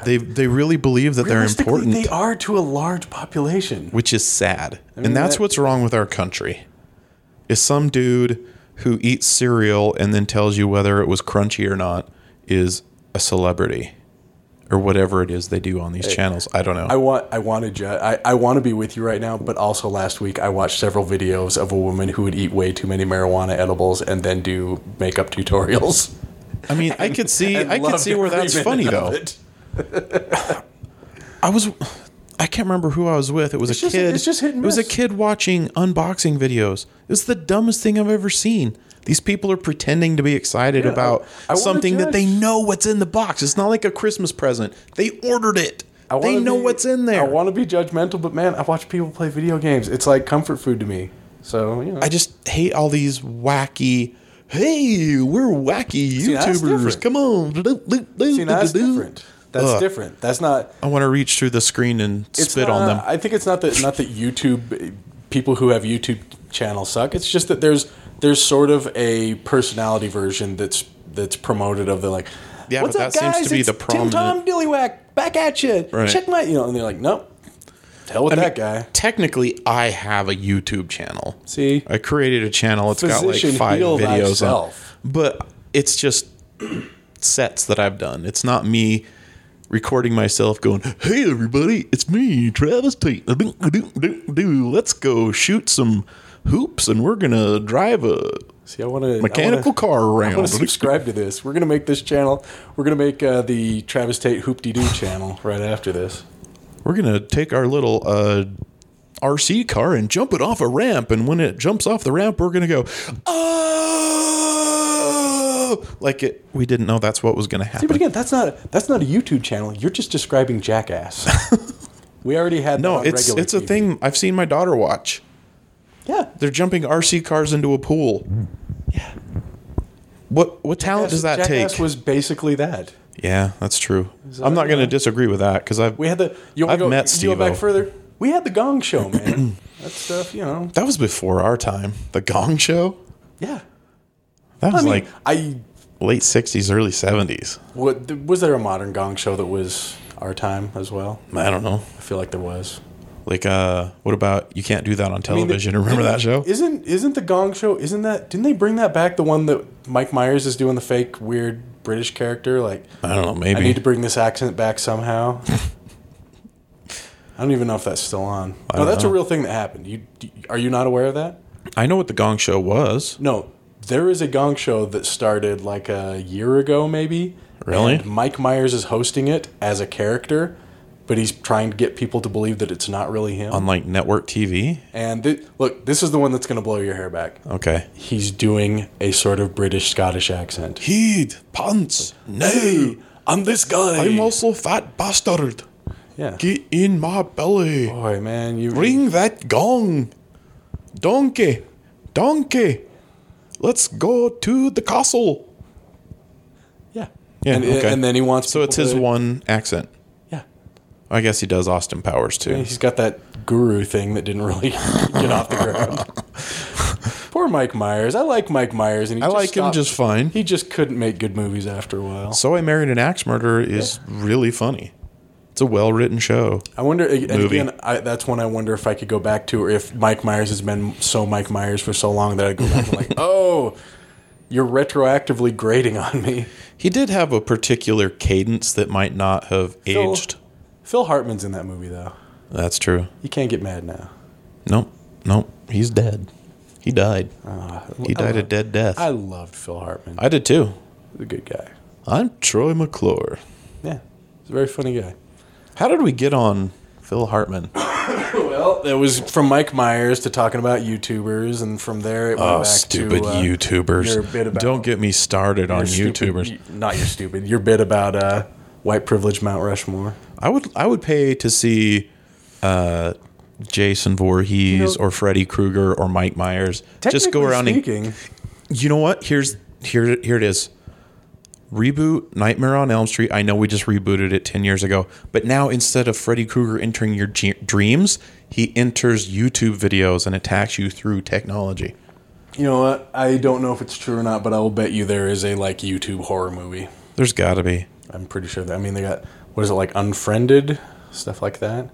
Speaker 2: They they really believe that they're
Speaker 1: Realistically,
Speaker 2: important,
Speaker 1: They are to a large population.
Speaker 2: which is sad.
Speaker 1: mean,
Speaker 2: and that's
Speaker 1: that-
Speaker 2: what's wrong with our country. Is some dude who eats cereal and then tells you whether it was crunchy or not is a celebrity or whatever it is they do on these channels. I don't know.
Speaker 1: I want I want to ju- I, I want to be with you right now, but also last week I watched several videos of a woman who would eat way too many marijuana edibles and then do makeup tutorials.
Speaker 2: I mean, I could see
Speaker 1: And
Speaker 2: I could
Speaker 1: loved
Speaker 2: see where
Speaker 1: every
Speaker 2: that's funny
Speaker 1: minute
Speaker 2: though.
Speaker 1: of it.
Speaker 2: I was I can't remember who I was with. It was a
Speaker 1: just-
Speaker 2: kid.
Speaker 1: it's just hit and
Speaker 2: It was a
Speaker 1: miss.
Speaker 2: kid watching unboxing videos. It's the dumbest thing I've ever seen. These people are pretending to be excited about
Speaker 1: I wanna
Speaker 2: something that they
Speaker 1: judge.
Speaker 2: know what's in the box. It's not like a Christmas present. They ordered it.
Speaker 1: I
Speaker 2: They
Speaker 1: wanna
Speaker 2: know
Speaker 1: be-
Speaker 2: what's in there.
Speaker 1: I want to be judgmental, but man, I watch people play video games. It's like comfort food to me. So you know,
Speaker 2: I just hate all these wacky. Hey, we're wacky
Speaker 1: that's
Speaker 2: YouTubers.
Speaker 1: different.
Speaker 2: Come on.
Speaker 1: See, now that's different. That's
Speaker 2: Ugh.
Speaker 1: different. That's not
Speaker 2: I want to reach through the screen and
Speaker 1: it's
Speaker 2: spit
Speaker 1: not-
Speaker 2: on them.
Speaker 1: I think it's not that not that YouTube people who have YouTube channels suck. It's just that there's there's sort of a personality version that's that's promoted of the like.
Speaker 2: Yeah,
Speaker 1: What's
Speaker 2: but
Speaker 1: up,
Speaker 2: that seems
Speaker 1: guys?
Speaker 2: to be
Speaker 1: it's
Speaker 2: the
Speaker 1: Tim Tom
Speaker 2: prominent-
Speaker 1: Dillywhack back at you.
Speaker 2: Right.
Speaker 1: Check my you know, and they're like, nope. to Hell with
Speaker 2: I mean,
Speaker 1: that guy.
Speaker 2: Technically, I have a YouTube channel.
Speaker 1: See?
Speaker 2: I created a channel. It's got
Speaker 1: Physician,
Speaker 2: like five
Speaker 1: heal
Speaker 2: videos on,
Speaker 1: thyself.
Speaker 2: but it's just sets that I've done. It's not me recording myself going, "Hey everybody, it's me, Travis Tate. Let's go shoot some hoops, and we're gonna drive a
Speaker 1: See, I want to
Speaker 2: mechanical car
Speaker 1: I want to
Speaker 2: around."
Speaker 1: subscribe to this. We're gonna make this channel. We're gonna make uh, the Travis Tate Hoop Dee Doo channel right after this.
Speaker 2: We're gonna take our little uh, RC car and jump it off a ramp, and when it jumps off the ramp, we're gonna go, oh, like it. We didn't know that's what was gonna
Speaker 1: See, but
Speaker 2: happen.
Speaker 1: again, that's not that's not a YouTube channel. You're just describing Jackass. we already had that
Speaker 2: No,
Speaker 1: on
Speaker 2: it's
Speaker 1: regular
Speaker 2: it's a
Speaker 1: TV.
Speaker 2: thing I've seen my daughter watch.
Speaker 1: Yeah,
Speaker 2: They're jumping RC cars into a pool. Yeah. What what talent does that
Speaker 1: Jackass
Speaker 2: take?
Speaker 1: was basically that.
Speaker 2: yeah, that's true. I'm not gonna disagree with that because I've
Speaker 1: We had the. You wanna
Speaker 2: I've
Speaker 1: go,
Speaker 2: met
Speaker 1: you go back
Speaker 2: Steve-O.
Speaker 1: further. We had the Gong Show, man. that stuff, you know.
Speaker 2: that was before our time. The Gong Show.
Speaker 1: Yeah,
Speaker 2: That
Speaker 1: I
Speaker 2: was
Speaker 1: mean,
Speaker 2: like
Speaker 1: I
Speaker 2: late '60s, early '70s.
Speaker 1: what was there a modern Gong Show that was our time as well?
Speaker 2: I don't know.
Speaker 1: I feel like there was.
Speaker 2: Like, uh, what about you can't do that on
Speaker 1: I mean, the-
Speaker 2: television? Remember that show?
Speaker 1: Isn't isn't the Gong Show? Isn't that? Didn't they bring that back? The one that Mike Myers is doing the fake weird British character, like.
Speaker 2: I don't know.
Speaker 1: I need to
Speaker 2: Uh, Maybe
Speaker 1: bring this accent back somehow. I don't even know if that's still on. No,
Speaker 2: don't
Speaker 1: that's
Speaker 2: know.
Speaker 1: a real thing that happened. You do- are you not aware of that?
Speaker 2: I know what the Gong Show was.
Speaker 1: No, there is a Gong Show that started like a year ago, maybe.
Speaker 2: Really?
Speaker 1: And Mike Myers is hosting it as a character, but he's trying to get people to believe that it's not really him.
Speaker 2: on like network TV.
Speaker 1: and th- look, this is the one that's going to blow your hair back.
Speaker 2: Okay.
Speaker 1: He's doing a sort of British Scottish accent.
Speaker 2: Heed pants. No,
Speaker 1: Hey, I'm this guy.
Speaker 2: also fat bastard.
Speaker 1: yeah.
Speaker 2: Get in my belly.
Speaker 1: Boy, man, you
Speaker 2: Ring that gong. Donkey, donkey. Let's go to the castle.
Speaker 1: Yeah.
Speaker 2: Yeah,
Speaker 1: And,
Speaker 2: okay.
Speaker 1: and then he wants.
Speaker 2: So
Speaker 1: people
Speaker 2: it's his
Speaker 1: to-
Speaker 2: one accent.
Speaker 1: Yeah.
Speaker 2: I guess he does Austin Powers too.
Speaker 1: He's got that guru thing that didn't really get off the ground. Poor Mike Myers. I like Mike Myers, and he
Speaker 2: I
Speaker 1: just
Speaker 2: like him
Speaker 1: stopped-
Speaker 2: just fine.
Speaker 1: He just couldn't make good movies after a while.
Speaker 2: So I Married an Axe Murderer is really funny. It's a well written show.
Speaker 1: I wonder. And
Speaker 2: Movie.
Speaker 1: again, I, that's one I wonder if I could go back to, or if Mike Myers has been so Mike Myers for so long that I would go back and like, oh, you're retroactively grading on me.
Speaker 2: He did have a particular cadence that might not have
Speaker 1: Phil-
Speaker 2: aged.
Speaker 1: Phil Hartman's in that movie though.
Speaker 2: That's true.
Speaker 1: You can't get mad now.
Speaker 2: Nope. Nope. He's dead. He died. he died a dead death.
Speaker 1: Uh, I
Speaker 2: I,
Speaker 1: loved Phil Hartman.
Speaker 2: did too.
Speaker 1: He's a good guy.
Speaker 2: I'm Troy McClure.
Speaker 1: Yeah, he's a very funny guy.
Speaker 2: How did we get on Phil Hartman?
Speaker 1: Well, it was from Mike Myers to talking about YouTubers, and from there it went
Speaker 2: Oh,
Speaker 1: back
Speaker 2: stupid
Speaker 1: to uh, your bit
Speaker 2: YouTubers.
Speaker 1: about-
Speaker 2: Don't get me started on
Speaker 1: your stupid-
Speaker 2: YouTubers.
Speaker 1: y- Not your stupid. Your bit about uh, white privilege Mount Rushmore.
Speaker 2: I would I would pay to see uh, Jason Voorhees
Speaker 1: You know-
Speaker 2: or Freddy Krueger or Mike Myers just go
Speaker 1: Technically
Speaker 2: around and
Speaker 1: speaking,
Speaker 2: you know what? Here's here here it is. Reboot Nightmare on Elm Street. I know we just rebooted it ten years ago, but now instead of Freddy Krueger entering your ge- dreams, he enters YouTube videos and attacks you through technology.
Speaker 1: You know what? I don't know if it's true or not, but I will bet you there is a like YouTube horror movie.
Speaker 2: There's got to be.
Speaker 1: I'm pretty sure that. I mean, they got what is it like Unfriended stuff like that.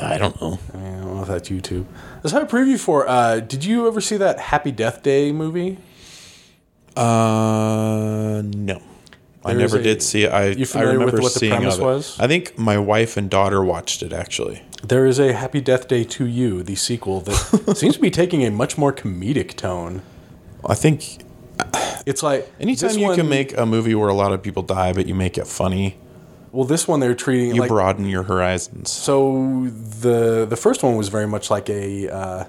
Speaker 2: I don't know.
Speaker 1: I, mean, I don't know if that's YouTube. Let's have a preview for. Uh, did you ever see that Happy Death Day movie?
Speaker 2: Uh, no. I
Speaker 1: There's
Speaker 2: never
Speaker 1: a-
Speaker 2: did see it. I,
Speaker 1: You
Speaker 2: I
Speaker 1: familiar with
Speaker 2: remember
Speaker 1: what the
Speaker 2: seeing
Speaker 1: premise
Speaker 2: of it.
Speaker 1: was?
Speaker 2: I think my wife and daughter watched it actually.
Speaker 1: There is a Happy Death Day to You, the sequel that seems to be taking a much more comedic tone.
Speaker 2: I think
Speaker 1: It's like
Speaker 2: anytime
Speaker 1: this
Speaker 2: you
Speaker 1: one-
Speaker 2: can make a movie where a lot of people die, but you make it funny,
Speaker 1: well, this one they're treating
Speaker 2: you
Speaker 1: like
Speaker 2: broaden your horizons.
Speaker 1: so the the first one was very much like a uh,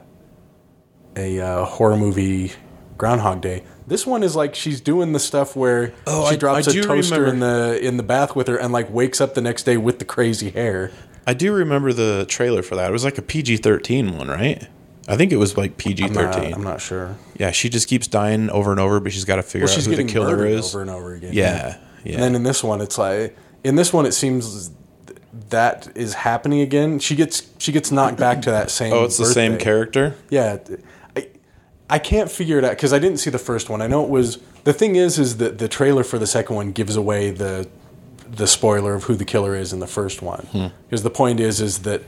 Speaker 1: a uh, horror movie Groundhog Day. This one is like she's doing the stuff where
Speaker 2: Oh,
Speaker 1: she
Speaker 2: I-
Speaker 1: drops
Speaker 2: I
Speaker 1: a
Speaker 2: do
Speaker 1: toaster
Speaker 2: remember.
Speaker 1: in the in the bath with her and like wakes up the next day with the crazy hair.
Speaker 2: I do remember the trailer for that. It was like a PG thirteen one, right? I think it was like PG
Speaker 1: Uh,
Speaker 2: thirteen.
Speaker 1: I'm not sure.
Speaker 2: Yeah, she just keeps dying over and over, but she's got to figure
Speaker 1: Well,
Speaker 2: out
Speaker 1: she's
Speaker 2: who the
Speaker 1: getting
Speaker 2: killer
Speaker 1: murdered
Speaker 2: is.
Speaker 1: over and over again.
Speaker 2: Yeah, yeah.
Speaker 1: And then in this one, it's like in this one, it seems th- that is happening again. She gets she gets knocked back to that same.
Speaker 2: oh, it's the same
Speaker 1: birthday.
Speaker 2: character.
Speaker 1: Yeah, th- I I can't figure it out because I didn't see the first one. I know it was the thing is is that the trailer for the second one gives away the the spoiler of who the killer is in the first one. Because the point is is that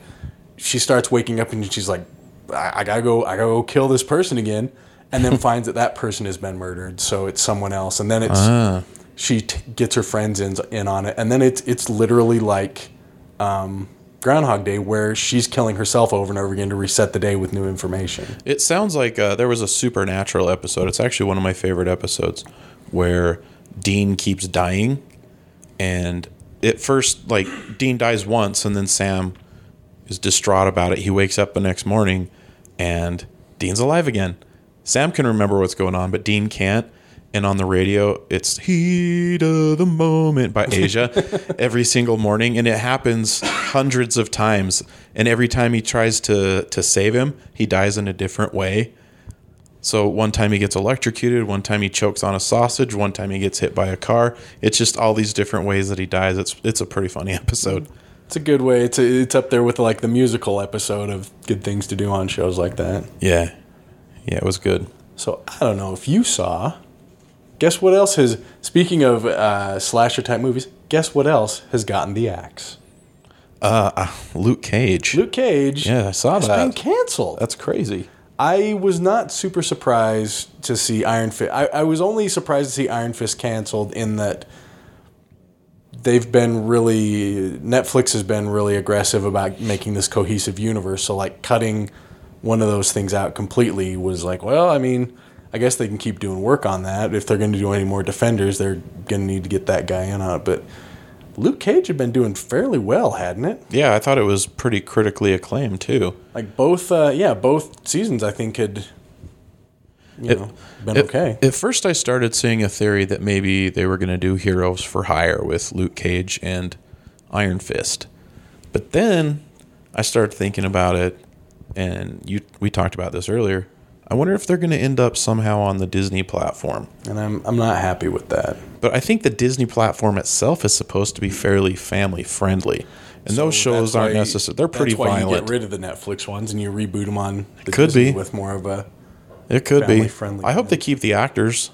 Speaker 1: she starts waking up and she's like, I, I gotta go, I gotta go kill this person again, and then finds that that person has been murdered, so it's someone else, and then it's she t- gets her friends in in on it, and then it's it's literally like. Um, Groundhog Day, where she's killing herself over and over again to reset the day with new information.
Speaker 2: It sounds like uh, there was a supernatural episode. It's actually one of my favorite episodes where Dean keeps dying, and at first, like Dean dies once, and then Sam is distraught about it. He wakes up the next morning, and Dean's alive again. Sam can remember what's going on, but Dean can't. And on the radio, it's "Heat of the Moment" by Asia every single morning, and it happens hundreds of times. And every time he tries to to save him, he dies in a different way. So one time he gets electrocuted, one time he chokes on a sausage, one time he gets hit by a car. It's just all these different ways that he dies. It's it's a pretty funny episode.
Speaker 1: It's a good way. It's it's up there with like the musical episode of good things to do on shows like that.
Speaker 2: Yeah, yeah, it was good.
Speaker 1: So I don't know if you saw. Guess what else has? Speaking of uh, slasher type movies, guess what else has gotten the axe?
Speaker 2: Luke Cage.
Speaker 1: Luke Cage.
Speaker 2: Yeah, I saw
Speaker 1: has been
Speaker 2: that.
Speaker 1: canceled.
Speaker 2: That's crazy.
Speaker 1: I was not super surprised to see Iron Fist. I, I was only surprised to see Iron Fist canceled in that they've been really Netflix has been really aggressive about making this cohesive universe. So like cutting one of those things out completely was like, well, I mean, I guess they can keep doing work on that. If they're going to do any more Defenders, they're going to need to get that guy in on it. But Luke Cage had been doing fairly well, hadn't it?
Speaker 2: Yeah, I thought it was pretty critically acclaimed too.
Speaker 1: Like both, uh, yeah, both seasons I think had, you
Speaker 2: It-
Speaker 1: know, been
Speaker 2: At-
Speaker 1: okay.
Speaker 2: At, first, I started seeing a theory that maybe they were going to do Heroes for Hire with Luke Cage and Iron Fist, but then I started thinking about it, and you we talked about this earlier. I wonder if they're going to end up somehow on the Disney platform.
Speaker 1: and I'm I'm not happy with that.
Speaker 2: But I think the Disney platform itself is supposed to be fairly family friendly, and those shows aren't necessary. They're pretty
Speaker 1: that's why You
Speaker 2: violent.
Speaker 1: get rid of the Netflix ones and you reboot them on. The
Speaker 2: Could
Speaker 1: Disney
Speaker 2: be.
Speaker 1: with more of a.
Speaker 2: It could be.
Speaker 1: family-friendly
Speaker 2: I hope they keep the actors.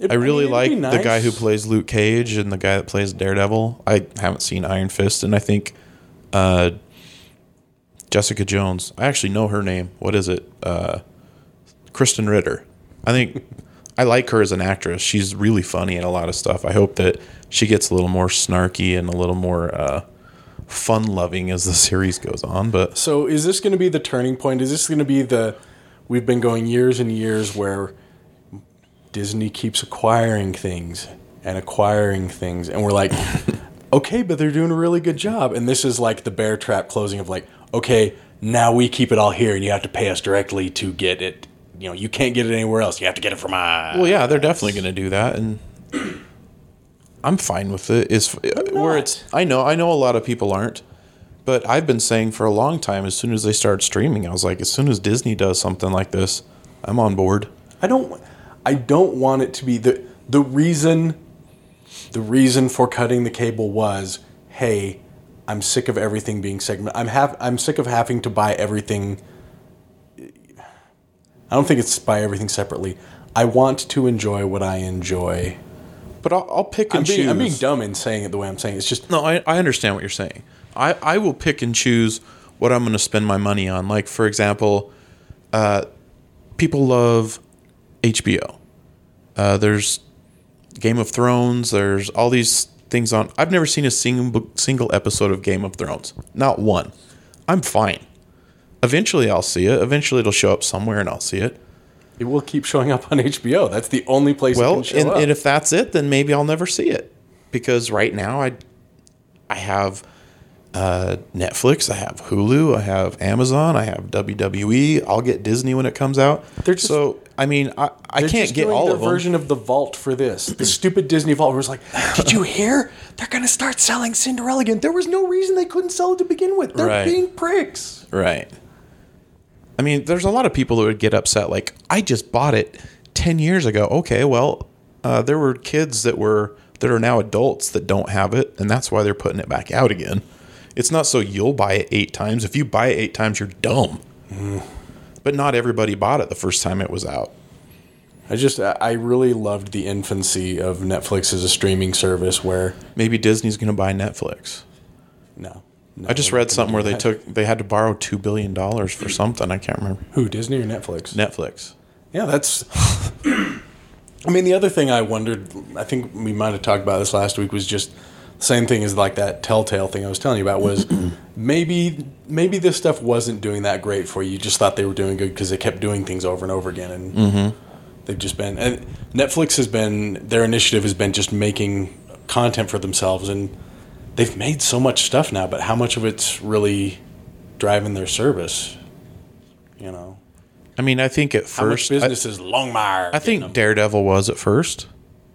Speaker 1: It-
Speaker 2: I really
Speaker 1: mean, it'd
Speaker 2: like
Speaker 1: be
Speaker 2: the guy
Speaker 1: nice.
Speaker 2: who plays Luke Cage and the guy that plays Daredevil. I haven't seen Iron Fist, and I think uh, Jessica Jones. I actually know her name. What is it? Uh, Kristen Ritter. I think I like her as an actress. She's really funny in a lot of stuff. I hope that she gets a little more snarky and a little more uh, fun loving as the series goes on. But
Speaker 1: So is this going to be the turning point? Is this going to be the? We've been going years and years where Disney keeps acquiring things and acquiring things, and we're like, okay, but they're doing a really good job. And this is like the bear trap closing of like, okay, now we keep it all here, and you have to pay us directly to get it. You know, you can't get it anywhere else. You have to get it from us.
Speaker 2: Well, yeah, they're definitely going to do that, and I'm fine with it. Is where it's. I know, I know, a lot of people aren't, but I've been saying for a long time. As soon as they started streaming, I was like, as soon as Disney does something like this, I'm on board.
Speaker 1: I don't I don't want it to be the the reason the reason for cutting the cable was hey I'm sick of everything being segment I'm half I'm sick of having to buy everything I I don't think it's buy everything separately. I want to enjoy what I enjoy.
Speaker 2: But I'll, I'll pick and
Speaker 1: I'm being,
Speaker 2: choose.
Speaker 1: I'm being dumb in saying it the way I'm saying it. It's just
Speaker 2: No, I, I understand what you're saying. I, I will pick and choose what I'm going to spend my money on. Like, for example, uh, people love HBO. Uh, there's Game of Thrones. There's all these things on. I've never seen a single, single episode of Game of Thrones. Not one. I'm fine. Eventually, I'll see it. Eventually, it'll show up somewhere and I'll see it.
Speaker 1: it will keep showing up on HBO. That's the only place it
Speaker 2: Well,
Speaker 1: can show
Speaker 2: and,
Speaker 1: up.
Speaker 2: and if that's it, then maybe I'll never see it because right now I, I have uh, Netflix, I have Hulu, I have Amazon, I have WWE. I'll get Disney when it comes out.
Speaker 1: They're just-
Speaker 2: so I mean, I, I
Speaker 1: They're
Speaker 2: can't
Speaker 1: just
Speaker 2: get
Speaker 1: doing
Speaker 2: all
Speaker 1: their
Speaker 2: of them.
Speaker 1: version of the vault for this. The stupid Disney vault where it's like, did you hear? They're going to start selling Cinderella again. There was no reason they couldn't sell it to begin with. They're
Speaker 2: Right.
Speaker 1: being pricks.
Speaker 2: Right. I mean, there's a lot of people that would get upset. Like, I just bought it ten years ago. Okay, well, uh, there were kids that were that are now adults that don't have it, and that's why they're putting it back out again. It's not so you'll buy it eight times. If you buy it eight times, you're dumb.
Speaker 1: Mm.
Speaker 2: But not everybody bought it the first time it was out.
Speaker 1: I just, I I really loved the infancy of Netflix as a streaming service where,
Speaker 2: Maybe Disney's going to buy Netflix.
Speaker 1: no. no
Speaker 2: I just read something where they took they had to borrow two billion dollars for something. I can't remember.
Speaker 1: Who, Disney or Netflix?
Speaker 2: Netflix.
Speaker 1: Yeah, that's. I mean, the other thing I wondered, I think we might have talked about this last week, was just same thing as like that telltale thing I was telling you about was maybe maybe this stuff wasn't doing that great for you. You just thought they were doing good because they kept doing things over and over again, and they've just been. And Netflix has been their initiative has been just making content for themselves, and they've made so much stuff now. But how much of it's really driving their service? You know,
Speaker 2: I mean, I think at
Speaker 1: how
Speaker 2: first
Speaker 1: much business is Longmire?
Speaker 2: I think Daredevil was at first.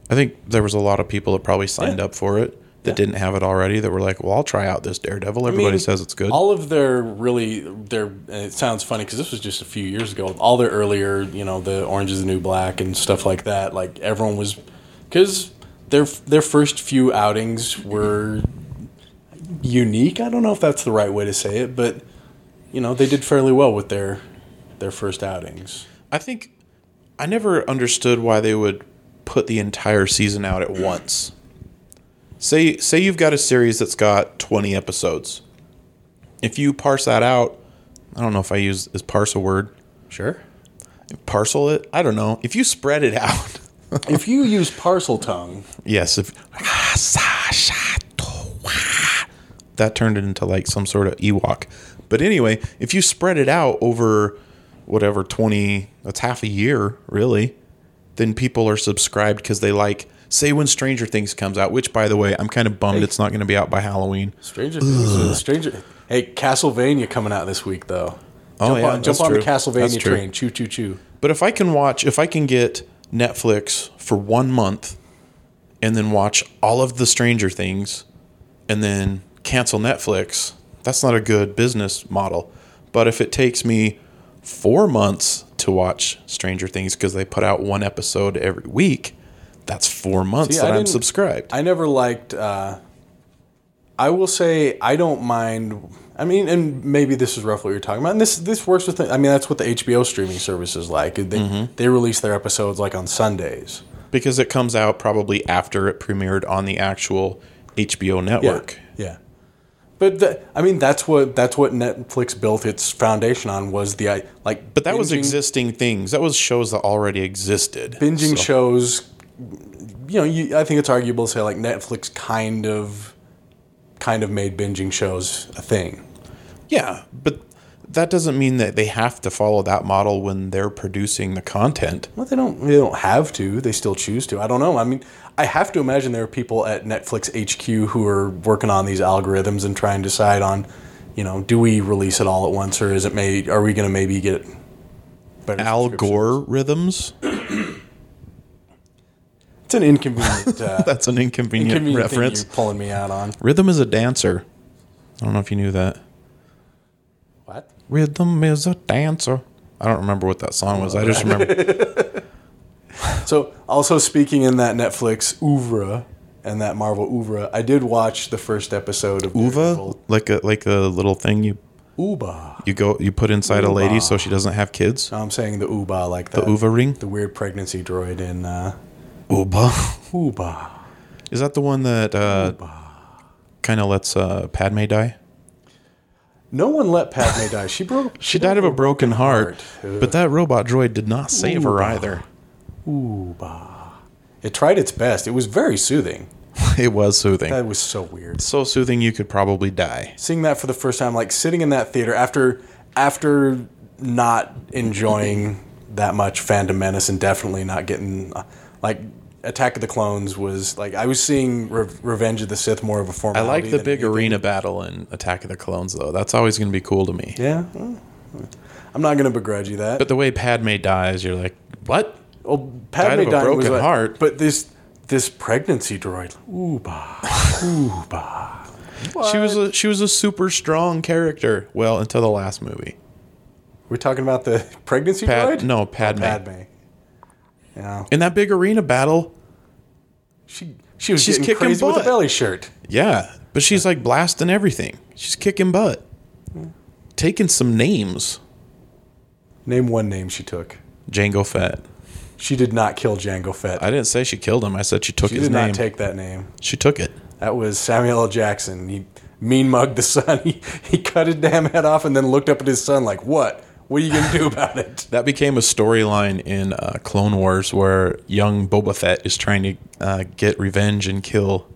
Speaker 2: I think there was a lot of people that probably signed
Speaker 1: Yeah.
Speaker 2: up for it that didn't have it already that were like, "Well, I'll try out this Daredevil. Everybody
Speaker 1: mean,
Speaker 2: says it's good."
Speaker 1: All of their really their and it sounds funny because this was just a few years ago. All their earlier, you know, the Orange is the New Black and stuff like that. Like everyone was because their their first few outings were unique. I don't know if that's the right way to say it, but you know, they did fairly well with their their first outings.
Speaker 2: I think I never understood why they would put the entire season out at once. Say say you've got a series that's got 20 episodes. If you parse that out, I don't know if I use is parse a word,
Speaker 1: Sure.
Speaker 2: parcel it. I don't know. If you spread it out,
Speaker 1: if you use parcel tongue,
Speaker 2: Yes. If, that turned it into like some sort of Ewok. But anyway, if you spread it out over whatever 20, that's half a year, really, then people are subscribed because they like, say, when Stranger Things comes out, which, by the way, I'm kind of bummed it's not going to be out by Halloween.
Speaker 1: Stranger Things, Stranger. Hey, Castlevania coming out this week though.
Speaker 2: Oh,
Speaker 1: jump
Speaker 2: yeah,
Speaker 1: on,
Speaker 2: that's
Speaker 1: jump on the
Speaker 2: true. That's
Speaker 1: Castlevania
Speaker 2: true.
Speaker 1: train. Choo choo choo.
Speaker 2: But if I can watch, if I can get Netflix for one month and then watch all of the Stranger Things and then cancel Netflix, that's not a good business model. But if it takes me four months to watch Stranger Things because they put out one episode every week, that's four months
Speaker 1: See, I
Speaker 2: that I'm
Speaker 1: didn't-
Speaker 2: subscribed.
Speaker 1: I never liked. Uh, I will say I don't mind. I mean, and maybe this is roughly what you're talking about. And this this works with. I mean, that's what the HBO streaming service is like. They
Speaker 2: Mm-hmm.
Speaker 1: they release their episodes like on Sundays.
Speaker 2: because it comes out probably after it premiered on the actual HBO network.
Speaker 1: Yeah. yeah. But the, I mean, that's what that's what Netflix built its foundation on was the I like.
Speaker 2: But that was
Speaker 1: binging-
Speaker 2: existing things. That was shows that already existed.
Speaker 1: binging
Speaker 2: So-
Speaker 1: shows you know you, i think it's arguable to say like netflix kind of kind of made binging shows a thing
Speaker 2: Yeah, but that doesn't mean that they have to follow that model when they're producing the content.
Speaker 1: well they don't they don't have to they still choose to i don't know i mean i have to imagine there are people at netflix hq who are working on these algorithms and trying to decide on you know do we release it all at once or is it may are we going to maybe get better
Speaker 2: Al
Speaker 1: subscription?
Speaker 2: Gore rhythms?
Speaker 1: it's an inconvenient uh,
Speaker 2: That's an inconvenient,
Speaker 1: inconvenient thing
Speaker 2: reference.
Speaker 1: you're pulling me out on
Speaker 2: Rhythm is a dancer. I don't know if you knew that.
Speaker 1: what
Speaker 2: Rhythm is a dancer. I don't remember what that song was. I just remember.
Speaker 1: So, also speaking in that Netflix oeuvre and that Marvel oeuvre, I did watch the first episode of
Speaker 2: Uva?
Speaker 1: Daredevil.
Speaker 2: Like a like a little thing you
Speaker 1: Uba.
Speaker 2: You go, you put inside a lady so she doesn't have kids.
Speaker 1: I'm saying the Uba like that.
Speaker 2: The Uva ring.
Speaker 1: The weird pregnancy droid in uh,
Speaker 2: Uba.
Speaker 1: Uba.
Speaker 2: Is that the one that uh, kind of lets uh, Padme die?
Speaker 1: No one let Padme die. She broke.
Speaker 2: She died of a broken heart,
Speaker 1: Ugh.
Speaker 2: but that robot droid did not save her
Speaker 1: Uba.
Speaker 2: either.
Speaker 1: It tried its best. It was very soothing.
Speaker 2: It was soothing.
Speaker 1: That was so weird.
Speaker 2: so soothing you could probably die.
Speaker 1: Seeing that for the first time, like sitting in that theater after after not enjoying that much Phantom Menace and definitely not getting uh, like Attack of the Clones was like I was seeing Re- Revenge of the Sith more of a
Speaker 2: I
Speaker 1: formality.
Speaker 2: like the
Speaker 1: than
Speaker 2: big
Speaker 1: anything.
Speaker 2: arena battle in Attack of the Clones, though. That's always going to be cool to me.
Speaker 1: Yeah, well, I'm not gonna begrudge you that.
Speaker 2: But the way Padme dies, you're like, what?
Speaker 1: Well,
Speaker 2: Died
Speaker 1: Padme
Speaker 2: of a
Speaker 1: dying was
Speaker 2: broken
Speaker 1: like-
Speaker 2: heart.
Speaker 1: But this this pregnancy droid, ooba, ooba.
Speaker 2: She was a she was a super strong character. Well, until the last movie.
Speaker 1: We're talking about the pregnancy
Speaker 2: Pad,
Speaker 1: droid.
Speaker 2: no, Padme.
Speaker 1: Oh, Padme. Yeah,
Speaker 2: In that big arena battle,
Speaker 1: she she was
Speaker 2: She's
Speaker 1: getting
Speaker 2: kicking
Speaker 1: crazy with
Speaker 2: butt.
Speaker 1: a belly shirt.
Speaker 2: yeah, but she's like blasting everything. She's kicking butt,
Speaker 1: Hmm.
Speaker 2: taking some names.
Speaker 1: Name one name she took.
Speaker 2: Jango Fett.
Speaker 1: She did not kill Django Fett.
Speaker 2: I didn't say she killed him. I said she took
Speaker 1: she
Speaker 2: his
Speaker 1: did
Speaker 2: name.
Speaker 1: not take that name.
Speaker 2: she took it.
Speaker 1: That was Samuel L. Jackson. He mean mugged the son. He he cut his damn head off and then looked up at his son like, "What? What are you gonna do about it?"
Speaker 2: That became a storyline in uh, Clone Wars where young Boba Fett is trying to uh, get revenge and kill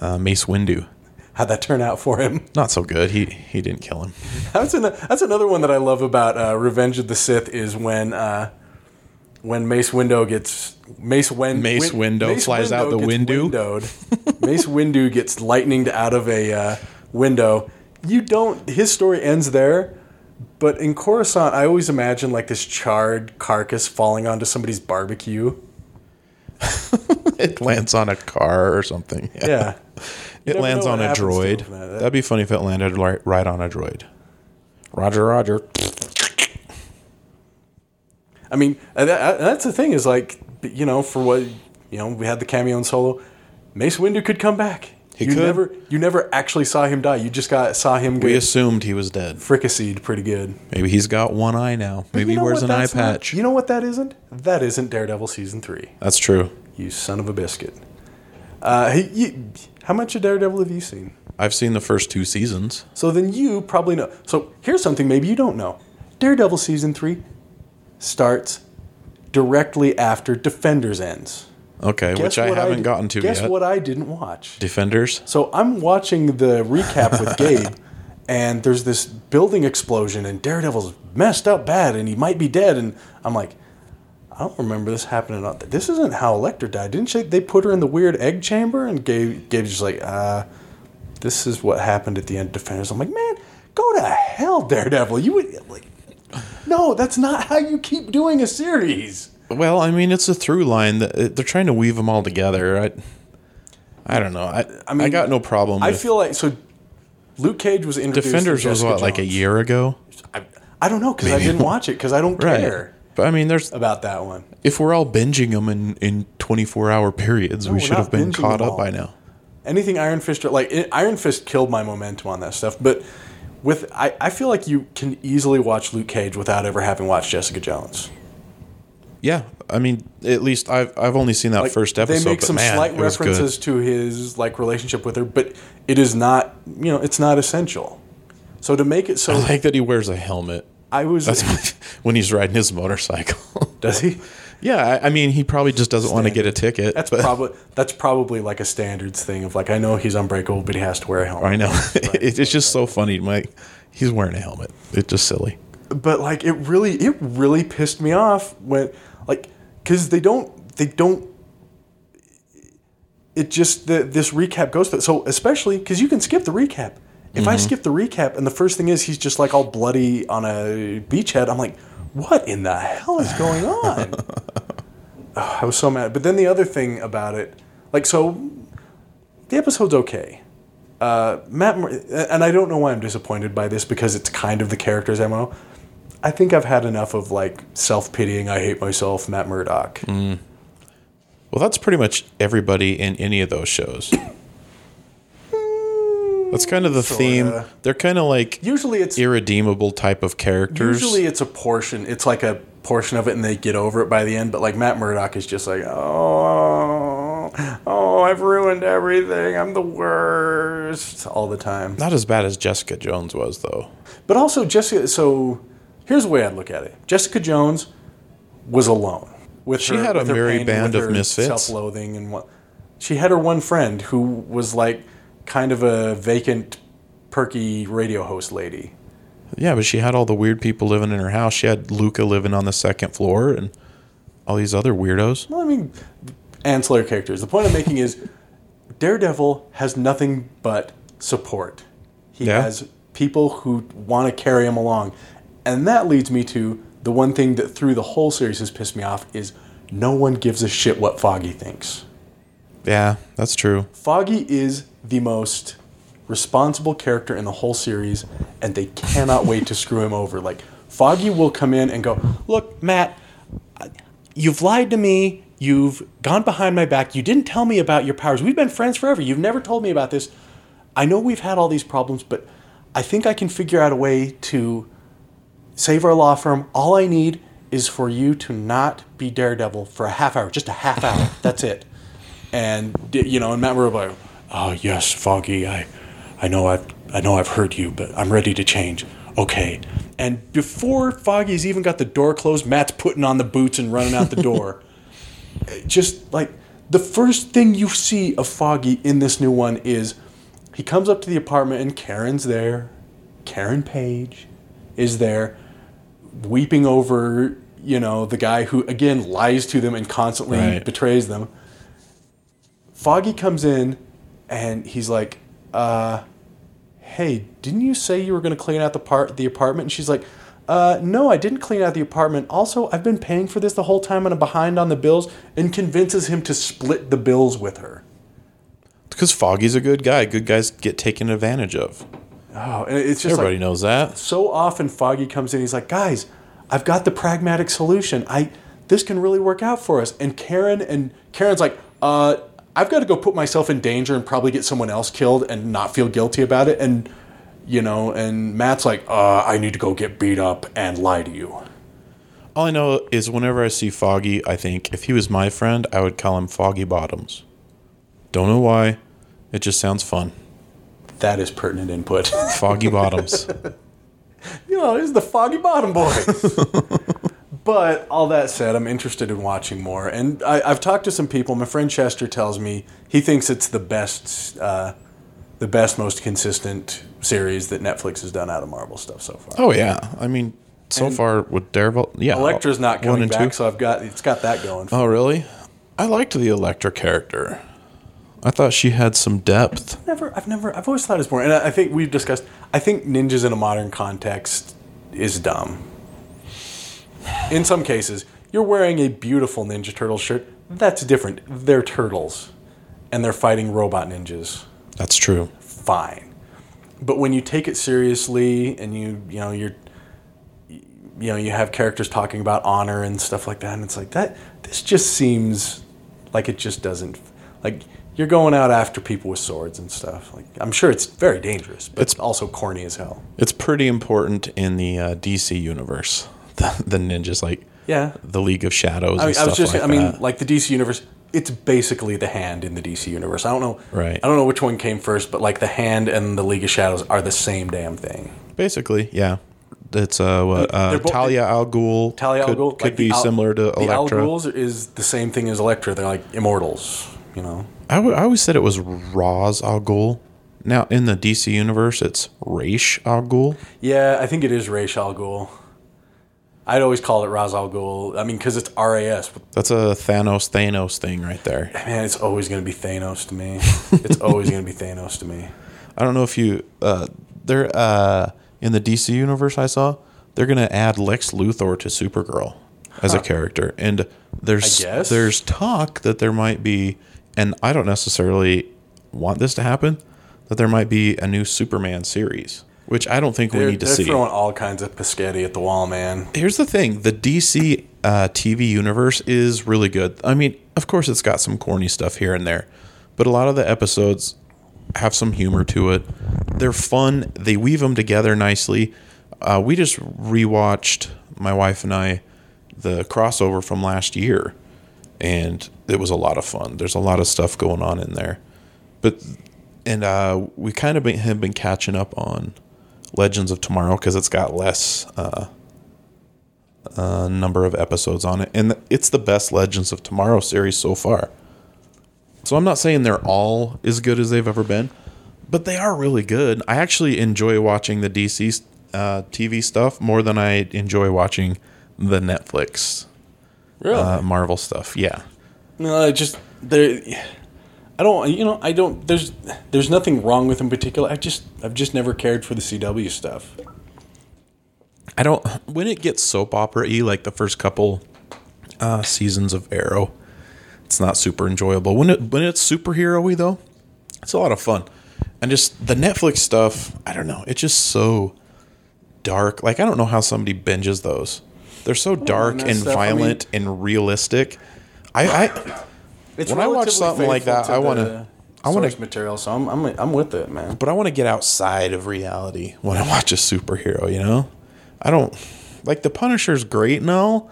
Speaker 2: uh, Mace Windu.
Speaker 1: How'd that turn out for him?
Speaker 2: Not so good. He he didn't kill him.
Speaker 1: That's an, that's another one that I love about uh, Revenge of the Sith is when uh, when Mace Windu gets Mace Wen
Speaker 2: Mace
Speaker 1: Win-
Speaker 2: Windu flies out the
Speaker 1: gets
Speaker 2: window.
Speaker 1: windowed. Mace Windu gets lightninged out of a uh, window. You don't. His story ends there. But in Coruscant, I always imagine like this charred carcass falling onto somebody's barbecue.
Speaker 2: it lands on a car or something.
Speaker 1: Yeah,
Speaker 2: It
Speaker 1: never
Speaker 2: lands
Speaker 1: know
Speaker 2: on
Speaker 1: what
Speaker 2: a
Speaker 1: happens to
Speaker 2: droid.
Speaker 1: them. That-
Speaker 2: That'd be funny if it landed right, right on a droid. Roger, Roger.
Speaker 1: I mean, and that- and that's the thing is like you know for what you know we had the cameo in Solo, Mace Windu could come back.
Speaker 2: He
Speaker 1: you
Speaker 2: could.
Speaker 1: never you never actually saw him die. You just got saw him
Speaker 2: We
Speaker 1: get
Speaker 2: assumed he was dead.
Speaker 1: fricasseed pretty good.
Speaker 2: Maybe he's got one eye now. Maybe
Speaker 1: You know
Speaker 2: he wears
Speaker 1: what
Speaker 2: an eye
Speaker 1: that's not-
Speaker 2: patch.
Speaker 1: you know what that isn't? That isn't Daredevil season three.
Speaker 2: That's true.
Speaker 1: You son of a biscuit. Uh, he, you, how much of Daredevil have you seen?
Speaker 2: I've seen the first two seasons.
Speaker 1: So then you probably know. So here's something maybe you don't know. Daredevil season three starts directly after Defenders ends.
Speaker 2: Okay, which I
Speaker 1: what
Speaker 2: haven't
Speaker 1: di-
Speaker 2: gotten to
Speaker 1: guess
Speaker 2: yet.
Speaker 1: what I didn't watch.
Speaker 2: Defenders.
Speaker 1: So I'm watching the recap with Gabe, and there's this building explosion, and Daredevil's messed up bad, and he might be dead. And I'm like, I don't remember this happening. on- This isn't how Electra died. Didn't she, they put her in the weird egg chamber? And Gabe, Gabe's just like, uh, this is what happened at the end of Defenders. I'm like, man, go to hell, Daredevil. You would, like, no, that's not how you keep doing a series.
Speaker 2: Well, I mean, it's a through line. that- uh, They're trying to weave them all together. I, I don't know. I, I,
Speaker 1: mean,
Speaker 2: got no problem.
Speaker 1: I
Speaker 2: with
Speaker 1: feel like, so Luke Cage was introduced.
Speaker 2: Defenders
Speaker 1: to
Speaker 2: was
Speaker 1: Jessica
Speaker 2: what like a
Speaker 1: Jones.
Speaker 2: year ago,
Speaker 1: I, I don't know because I didn't watch it because I don't
Speaker 2: right?
Speaker 1: care
Speaker 2: But I mean, there's
Speaker 1: about that one.
Speaker 2: if we're all binging them in in 24 hour periods, we
Speaker 1: we're
Speaker 2: should
Speaker 1: not
Speaker 2: have been
Speaker 1: binging
Speaker 2: caught
Speaker 1: them
Speaker 2: up by
Speaker 1: all.
Speaker 2: now.
Speaker 1: Anything Iron Fist like it, Iron Fist killed my momentum on that stuff. But with I, I feel like you can easily watch Luke Cage without ever having watched Jessica Jones.
Speaker 2: Yeah, I mean, at least I've I've only seen that
Speaker 1: Like,
Speaker 2: first episode.
Speaker 1: They make
Speaker 2: but
Speaker 1: some
Speaker 2: man,
Speaker 1: slight
Speaker 2: it was good.
Speaker 1: references to his like relationship with her, but it is not you know it's not essential. So to make it
Speaker 2: I
Speaker 1: so,
Speaker 2: like that he wears a helmet
Speaker 1: I was
Speaker 2: when he's riding his motorcycle.
Speaker 1: does he?
Speaker 2: yeah, I, I mean, he probably just doesn't want to get a ticket.
Speaker 1: That's
Speaker 2: but-
Speaker 1: probably that's probably like a standards thing of like I know he's unbreakable, but he has to wear a helmet.
Speaker 2: I know. it, it's just so funny. Mike, he's wearing a helmet. It's just silly.
Speaker 1: but like it really it really pissed me off when like because they don't they don't it just the, this recap goes to so especially because you can skip the recap if i skip the recap and the first thing is he's just like all bloody on a beachhead i'm like what in the hell is going on Ugh, i was so mad but then the other thing about it like so the episode's okay Uh, Matt, Mur- and I don't know why I'm disappointed by this because it's kind of the character's MO. I think I've had enough of like self pitying, I hate myself, Matt Murdock.
Speaker 2: Well, that's pretty much everybody in any of those shows. That's kind of the theme.
Speaker 1: Sorta.
Speaker 2: They're kind of like
Speaker 1: Usually it's
Speaker 2: irredeemable type of characters.
Speaker 1: usually it's a portion. It's like a portion of it, and they get over it by the end. But like Matt Murdock is just like, oh, oh, I've ruined everything. I'm the worst all the time.
Speaker 2: not as bad as Jessica Jones was though.
Speaker 1: But also Jessica. So here's the way I'd look at it. Jessica Jones was alone. With she
Speaker 2: had a merry band of misfits.
Speaker 1: self-loathing, and what she had her one friend who was like kind of a vacant, perky radio host lady.
Speaker 2: Yeah, but she had all the weird people living in her house. She had Luca living on the second floor and all these other weirdos.
Speaker 1: Well, I mean, ancillary characters. The point I'm making is Daredevil has nothing but support. He
Speaker 2: Yeah.
Speaker 1: has people who want to carry him along. And that leads me to the one thing that through the whole series has pissed me off is no one gives a shit what Foggy thinks.
Speaker 2: Yeah, that's true.
Speaker 1: Foggy is the most responsible character in the whole series, and they cannot wait to screw him over. Like, Foggy will come in and go, Look, Matt, I- you've lied to me. You've gone behind my back. You didn't tell me about your powers. We've been friends forever. You've never told me about this. I know we've had all these problems, but I think I can figure out a way to save our law firm. All I need is for you to not be Daredevil for a half hour, just a half hour. That's it. And d- you know, and Matt Murdock, like, oh yes, Foggy, I, I know I've, I know I've hurt you, but I'm ready to change. Okay. And before Foggy's even got the door closed, Matt's putting on the boots and running out the door. just like the first thing you see of Foggy in this new one is he comes up to the apartment and Karen's there. Karen Page is there weeping over, you know, the guy who again lies to them and constantly
Speaker 2: Right.
Speaker 1: betrays them. Foggy comes in and he's like, uh, hey, didn't you say you were going to clean out the part the apartment? And she's like, uh, no, I didn't clean out the apartment. Also, I've been paying for this the whole time and I'm behind on the bills. And convinces him to split the bills with her.
Speaker 2: Because Foggy's a good guy. Good guys get taken advantage of.
Speaker 1: Oh, and it's just like,
Speaker 2: Everybody knows that.
Speaker 1: so often Foggy comes in. He's like, guys, I've got the pragmatic solution. I this can really work out for us. And Karen and Karen's like, uh, I've got to go put myself in danger and probably get someone else killed and not feel guilty about it. And you know, and Matt's like, uh, I need to go get beat up and lie to you.
Speaker 2: All I know is whenever I see Foggy, I think if he was my friend, I would call him Foggy Bottoms. Don't know why. It just sounds fun.
Speaker 1: That is pertinent input.
Speaker 2: Foggy Bottoms.
Speaker 1: you know, he's the Foggy Bottom Boys. but all that said, I'm interested in watching more. And I, I've talked to some people. My friend Chester tells me he thinks it's the best, uh, the best, most consistent series that Netflix has done out of Marvel stuff so far.
Speaker 2: Oh yeah. I mean, so far with Daredevil, yeah.
Speaker 1: Electra's not
Speaker 2: Oh, one
Speaker 1: coming
Speaker 2: and
Speaker 1: back,
Speaker 2: two.
Speaker 1: so I've got it's got that going.
Speaker 2: Oh really? I liked the Electra character. I thought she had some depth.
Speaker 1: never, I've never, I've always thought it's boring. And I, I think we've discussed. I think ninjas in a modern context is dumb. In some cases, you're wearing a beautiful Ninja Turtle shirt. That's different. They're turtles, and they're fighting robot ninjas.
Speaker 2: That's true.
Speaker 1: Fine, but when you take it seriously and you, you know, you're, you know, you have characters talking about honor and stuff like that, and it's like that. This just seems like it just doesn't like. You're going out after people with swords and stuff. Like I'm sure it's very dangerous, but it's also corny as hell.
Speaker 2: It's pretty important in the uh, DC universe. The, the ninjas, like
Speaker 1: Yeah,
Speaker 2: the League of Shadows.
Speaker 1: I
Speaker 2: and
Speaker 1: mean, I
Speaker 2: stuff
Speaker 1: was just,
Speaker 2: like
Speaker 1: I mean,
Speaker 2: that.
Speaker 1: like the DC universe, it's basically the hand in the DC universe. I don't know,
Speaker 2: Right.
Speaker 1: I don't know which one came first, but like the hand and the League of Shadows are the same damn thing.
Speaker 2: Basically, yeah. It's uh, what, uh
Speaker 1: They're both-
Speaker 2: Talia al Ghul.
Speaker 1: Talia
Speaker 2: could,
Speaker 1: al Ghul,
Speaker 2: could
Speaker 1: like the
Speaker 2: be
Speaker 1: Al-
Speaker 2: similar to
Speaker 1: The Al
Speaker 2: Elektra.
Speaker 1: Ghuls is the same thing as Electra. They're like immortals, you know.
Speaker 2: I, w- I always said it was Raz al Ghul. Now in the DC universe, it's Raish al Ghul.
Speaker 1: Yeah, I think it is Ra's al Ghul. I'd always call it Ra's al Ghul. I mean, because it's R A S, but
Speaker 2: That's a Thanos Thanos thing right there.
Speaker 1: man, it's always going to be Thanos to me. it's always going to be Thanos to me.
Speaker 2: I don't know if you uh, they're uh, in the DC universe. I saw they're gonna add Lex Luthor to Supergirl as a character, and there's
Speaker 1: I guess.
Speaker 2: there's talk that there might be, and I don't necessarily want this to happen, that there might be a new Superman series, which I don't think we
Speaker 1: They're,
Speaker 2: need to
Speaker 1: they're
Speaker 2: see.
Speaker 1: throwing all kinds of Paschetti at the wall, man.
Speaker 2: Here's the thing: the DC uh, TV universe is really good. I mean, of course, it's got some corny stuff here and there, but a lot of the episodes have some humor to it. they're fun. They weave them together nicely. Uh, we just rewatched my wife and I the crossover from last year, and it was a lot of fun. There's a lot of stuff going on in there, but and uh, we kind of been, have been catching up on Legends of Tomorrow because it's got less uh, uh, number of episodes on it, and it's the best Legends of Tomorrow series so far. So I'm not saying they're all as good as they've ever been, but they are really good. I actually enjoy watching the DC uh, TV stuff more than I enjoy watching the Netflix
Speaker 1: Really?
Speaker 2: uh, Marvel stuff. Yeah.
Speaker 1: No, I just there. I don't. You know, I don't. There's there's nothing wrong with in particular. I just I've just never cared for the CW stuff.
Speaker 2: I don't when it gets soap opera y like the first couple uh, seasons of Arrow, it's not super enjoyable. When it when it's superhero y though, it's a lot of fun. And just the Netflix stuff, I don't know, it's just so dark. Like I don't know how somebody binges those. They're so dark
Speaker 1: that
Speaker 2: and
Speaker 1: stuff, I mean-
Speaker 2: violent and realistic. I, I
Speaker 1: It's
Speaker 2: When I watch
Speaker 1: relatively
Speaker 2: something like
Speaker 1: faithful
Speaker 2: that, I wanna-
Speaker 1: the
Speaker 2: I wanna-
Speaker 1: source material. So I'm I'm I'm with it, man.
Speaker 2: but I want to get outside of reality when I watch a superhero, you know? I don't like the Punisher's great and all,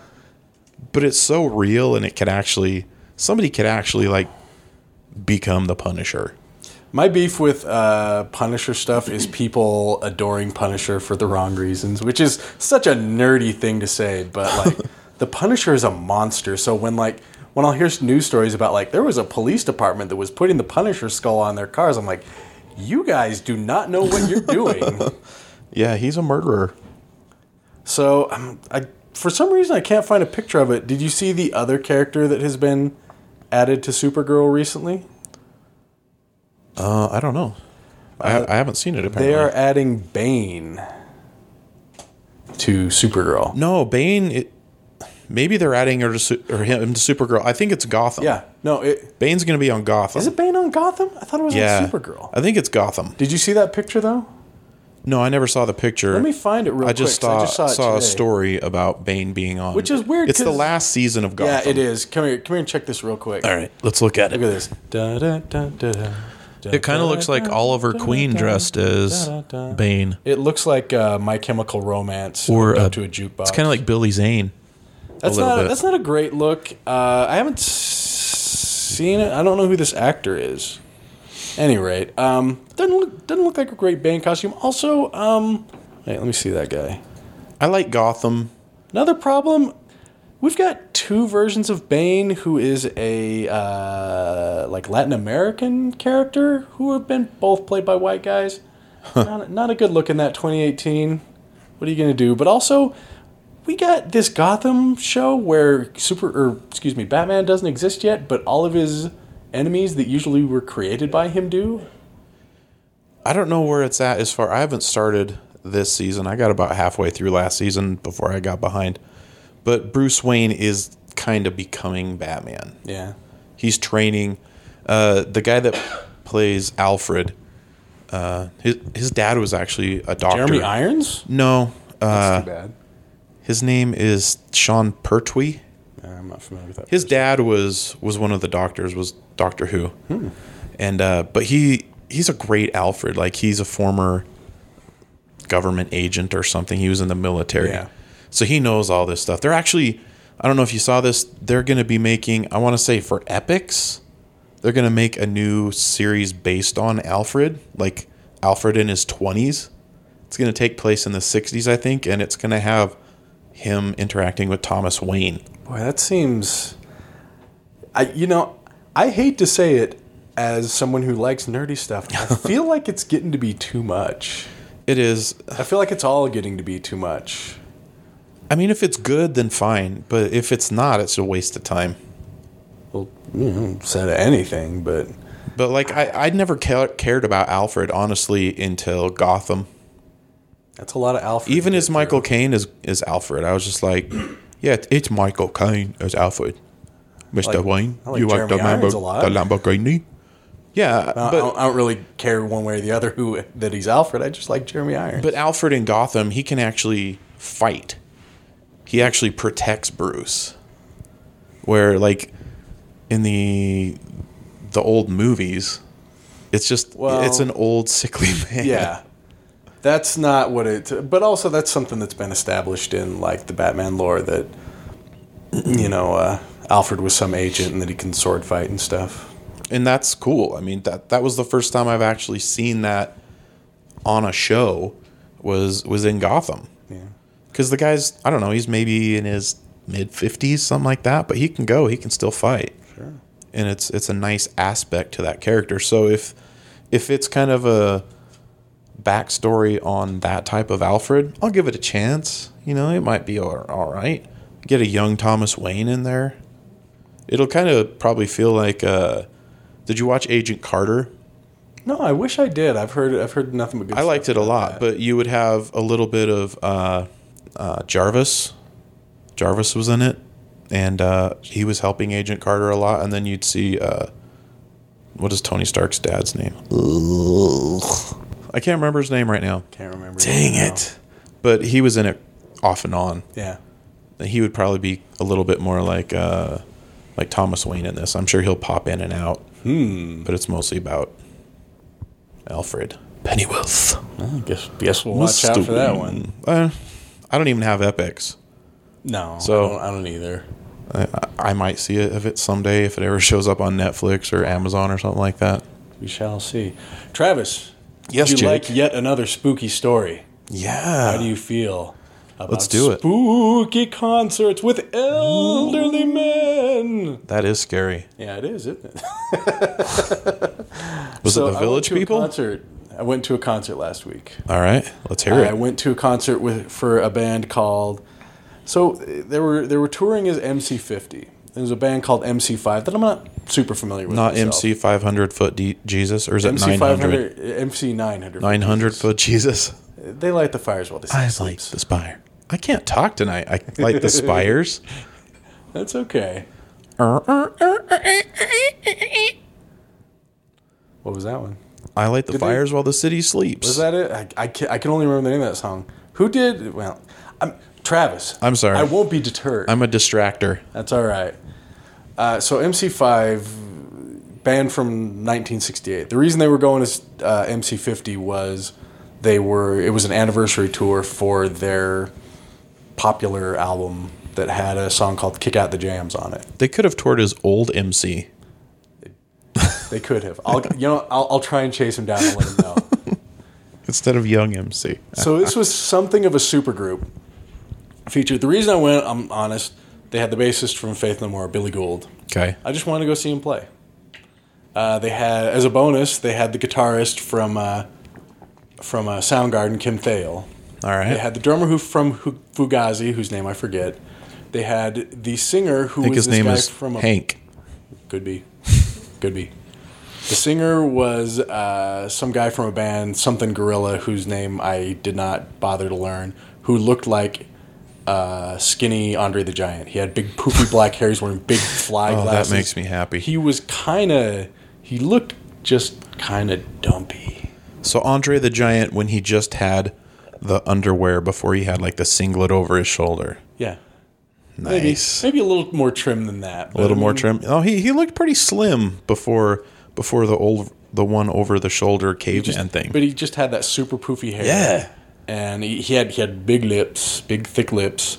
Speaker 2: but it's so real and it can actually somebody could actually like become the Punisher.
Speaker 1: My beef with uh, Punisher stuff is people adoring Punisher for the wrong reasons, which is such a nerdy thing to say. But like, the Punisher is a monster. So when like when I'll hear news stories about like there was a police department that was putting the Punisher skull on their cars, I'm like, you guys do not know what you're doing.
Speaker 2: Yeah, he's a murderer.
Speaker 1: so um, I, for some reason, I can't find a picture of it. Did you see the other character that has been added to Supergirl recently?
Speaker 2: Uh, I don't know. I, I haven't seen it apparently.
Speaker 1: They are adding Bane to Supergirl.
Speaker 2: no, Bane it, maybe they're adding her to Su- or him to Supergirl. I think it's Gotham.
Speaker 1: Yeah. No, it,
Speaker 2: Bane's going to be on Gotham.
Speaker 1: is it Bane on Gotham? I thought it was
Speaker 2: yeah.
Speaker 1: on Supergirl.
Speaker 2: I think it's Gotham.
Speaker 1: Did you see that picture though?
Speaker 2: No, I never saw the picture.
Speaker 1: Let me find it real
Speaker 2: I
Speaker 1: quick.
Speaker 2: just
Speaker 1: 'cause
Speaker 2: saw, saw,
Speaker 1: it
Speaker 2: a
Speaker 1: today.
Speaker 2: story about Bane being on,
Speaker 1: Which is weird
Speaker 2: It's the
Speaker 1: 'cause-
Speaker 2: last season of
Speaker 1: Yeah,
Speaker 2: Gotham.
Speaker 1: it is. Come here, come here and check this real quick.
Speaker 2: All right, let's look at it.
Speaker 1: Look at this. Da, da, da, da, da,
Speaker 2: It kind of looks like Oliver Queen dressed as Bane,
Speaker 1: It looks like uh, My Chemical Romance
Speaker 2: or
Speaker 1: hooked
Speaker 2: a,
Speaker 1: up to a jukebox.
Speaker 2: It's kind of like Billy Zane.
Speaker 1: that's
Speaker 2: a little
Speaker 1: not
Speaker 2: bit.
Speaker 1: that's not a great look. Uh, I haven't s- seen it. I don't know who this actor is. Any rate, um, doesn't look doesn't look like a great Bane costume. Also, um, wait, let me see that guy.
Speaker 2: I like Gotham.
Speaker 1: Another problem, we've got two versions of Bane who is a uh, like Latin American character who have been both played by white guys. Not, not a good look in that 2018. What are you going to do? But also, we got this Gotham show where super or excuse me, Batman doesn't exist yet, but all of his enemies that usually were created by him do.
Speaker 2: I don't know where it's at as far. I haven't started this season. I got about halfway through last season before I got behind. But Bruce Wayne is kind of becoming Batman.
Speaker 1: Yeah.
Speaker 2: He's training. Uh, the guy that plays Alfred, uh, his his dad was actually a doctor.
Speaker 1: Jeremy Irons?
Speaker 2: No, uh,
Speaker 1: That's too bad.
Speaker 2: his name is Sean Pertwee.
Speaker 1: Uh, I'm not familiar with that.
Speaker 2: His dad was was one of the doctors. Was Doctor Who, and uh, but he he's a great Alfred. Like he's a former government agent or something. He was in the military,
Speaker 1: Yeah.
Speaker 2: so he knows all this stuff. They're actually, I don't know if you saw this. They're going to be making. I want to say for Epics, they're going to make a new series based on Alfred, like Alfred in his twenties. It's going to take place in the '60s, I think, and it's going to have him interacting with Thomas Wayne.
Speaker 1: Boy, that seems. I you know, I hate to say it as someone who likes nerdy stuff. I feel like it's getting to be too much.
Speaker 2: It is
Speaker 1: I feel like it's all getting to be too much.
Speaker 2: I mean, if it's good, then fine. But if it's not, it's a waste of time.
Speaker 1: Well, you know, said anything, but
Speaker 2: But like, I I never ca- cared about Alfred honestly until Gotham.
Speaker 1: that's a lot of alpha.
Speaker 2: Even as Michael Caine is is Alfred, I was just like, yeah, it's Michael Caine as Alfred, Mister
Speaker 1: like-
Speaker 2: Wayne.
Speaker 1: I like
Speaker 2: you like the
Speaker 1: Jeremy
Speaker 2: Lambo,
Speaker 1: Irons a lot. Uh,
Speaker 2: the Lamborghini? Yeah,
Speaker 1: I,
Speaker 2: but
Speaker 1: don't, I don't really care one way or the other who that he's Alfred. I just like Jeremy Irons.
Speaker 2: but Alfred in Gotham, he can actually fight. He actually protects Bruce. Where like in the the old movies, It's just
Speaker 1: Well-
Speaker 2: it's an old sickly man.
Speaker 1: Yeah. That's not what it but also that's something that's been established in like the Batman lore that you know, uh, Alfred was some agent and that he can sword fight and stuff.
Speaker 2: and that's cool. I mean that that was the first time I've actually seen that on a show was was in Gotham.
Speaker 1: Yeah.
Speaker 2: Because the guy's I don't know he's maybe in his mid fifties something like that, but he can go. He can still fight.
Speaker 1: Sure.
Speaker 2: and it's it's a nice aspect to that character. So if if it's kind of a backstory on that type of Alfred, I'll give it a chance. You know, it might be all, all right. Get a young Thomas Wayne in there. It'll kind of probably feel like. Uh, did you watch Agent Carter?
Speaker 1: No, I wish I did. I've heard I've heard nothing but good
Speaker 2: I liked it a lot, but you would have a little bit of uh, uh, Jarvis. Jarvis was in it, and uh, he was helping Agent Carter a lot. And then you'd see uh, what is Tony Stark's dad's name? I can't remember his name right now.
Speaker 1: can't remember.
Speaker 2: Dang
Speaker 1: now.
Speaker 2: it! But he was in it off and on.
Speaker 1: Yeah.
Speaker 2: He would probably be a little bit more like uh, like Thomas Wayne in this. I'm sure he'll pop in and out. Hmm. But it's mostly about Alfred Pennyworth.
Speaker 1: I guess guess we'll watch out for that one.
Speaker 2: Uh, I don't even have Epics.
Speaker 1: No.
Speaker 2: So-
Speaker 1: I don't, I don't either.
Speaker 2: I, I might see it of it someday if it ever shows up on Netflix or Amazon or something like that.
Speaker 1: We shall see. Travis,
Speaker 2: Yes,
Speaker 1: would you
Speaker 2: Jake?
Speaker 1: like yet another spooky story?
Speaker 2: Yeah.
Speaker 1: How do you feel? About
Speaker 2: Let's do it.
Speaker 1: Spooky concerts with elderly men.
Speaker 2: that is scary.
Speaker 1: Yeah, it is, isn't it?
Speaker 2: Was
Speaker 1: So I
Speaker 2: it the
Speaker 1: went
Speaker 2: Village
Speaker 1: to a
Speaker 2: People?
Speaker 1: concert. I went to a concert last week.
Speaker 2: All right, let's hear
Speaker 1: I
Speaker 2: it.
Speaker 1: went to a concert with for a band called. So uh, they were they were touring as MC50. There was a band called MC5 that I'm not super familiar with.
Speaker 2: Not
Speaker 1: myself.
Speaker 2: MC 500 foot D- Jesus, or is it
Speaker 1: MC
Speaker 2: 900?
Speaker 1: 500, MC 900.
Speaker 2: 900 foot Jesus.
Speaker 1: They light the fires while they sleep.
Speaker 2: I like the spire. I can't talk tonight. I like the spires.
Speaker 1: That's okay.
Speaker 2: Er, er, er, er, er.
Speaker 1: What was that one?
Speaker 2: I light the
Speaker 1: they-
Speaker 2: fires while the city sleeps.
Speaker 1: Is that it? I, I, can, I can only remember the name of that song. Who did? Well, I'm, Travis.
Speaker 2: I'm sorry.
Speaker 1: I won't be deterred.
Speaker 2: I'm a distractor.
Speaker 1: That's all right. Uh, so MC5 banned from 1968. The reason they were going as uh, MC50 was they were it was an anniversary tour for their popular album that had a song called "Kick Out the Jams" on it.
Speaker 2: They could have toured as old MC.
Speaker 1: They could have. I'll you know I'll, I'll try and chase him down and let him know.
Speaker 2: instead of young MC.
Speaker 1: so this was something of a supergroup featured. The reason I went, I'm honest, they had the bassist from Faith No More, Billy Gould.
Speaker 2: Okay.
Speaker 1: I just wanted to go see him play. Uh, they had, as a bonus, they had the guitarist from uh, from uh, Soundgarden, Kim Thayil.
Speaker 2: All right.
Speaker 1: They had the drummer who from Hu- Fugazi, whose name I forget. They had the singer who
Speaker 2: I think
Speaker 1: was
Speaker 2: his
Speaker 1: this
Speaker 2: name
Speaker 1: guy
Speaker 2: is
Speaker 1: from a,
Speaker 2: Hank.
Speaker 1: Could be, could be. The singer was uh, some guy from a band, something Gorilla, whose name I did not bother to learn. Who looked like uh, skinny Andre the Giant. He had big poofy black hair. He's wearing big fly
Speaker 2: Oh,
Speaker 1: glasses.
Speaker 2: that makes me happy.
Speaker 1: He was kind of. He looked just kind of dumpy.
Speaker 2: so Andre the Giant, when he just had the underwear before he had like the singlet over his shoulder.
Speaker 1: Yeah. Maybe,
Speaker 2: Nice.
Speaker 1: maybe a little more trim than that.
Speaker 2: A little more trim. Oh, he, he looked pretty slim before before the old the one over the shoulder caveman thing.
Speaker 1: But he just had that super poofy hair.
Speaker 2: Yeah.
Speaker 1: And he, he had he had big lips, big thick lips,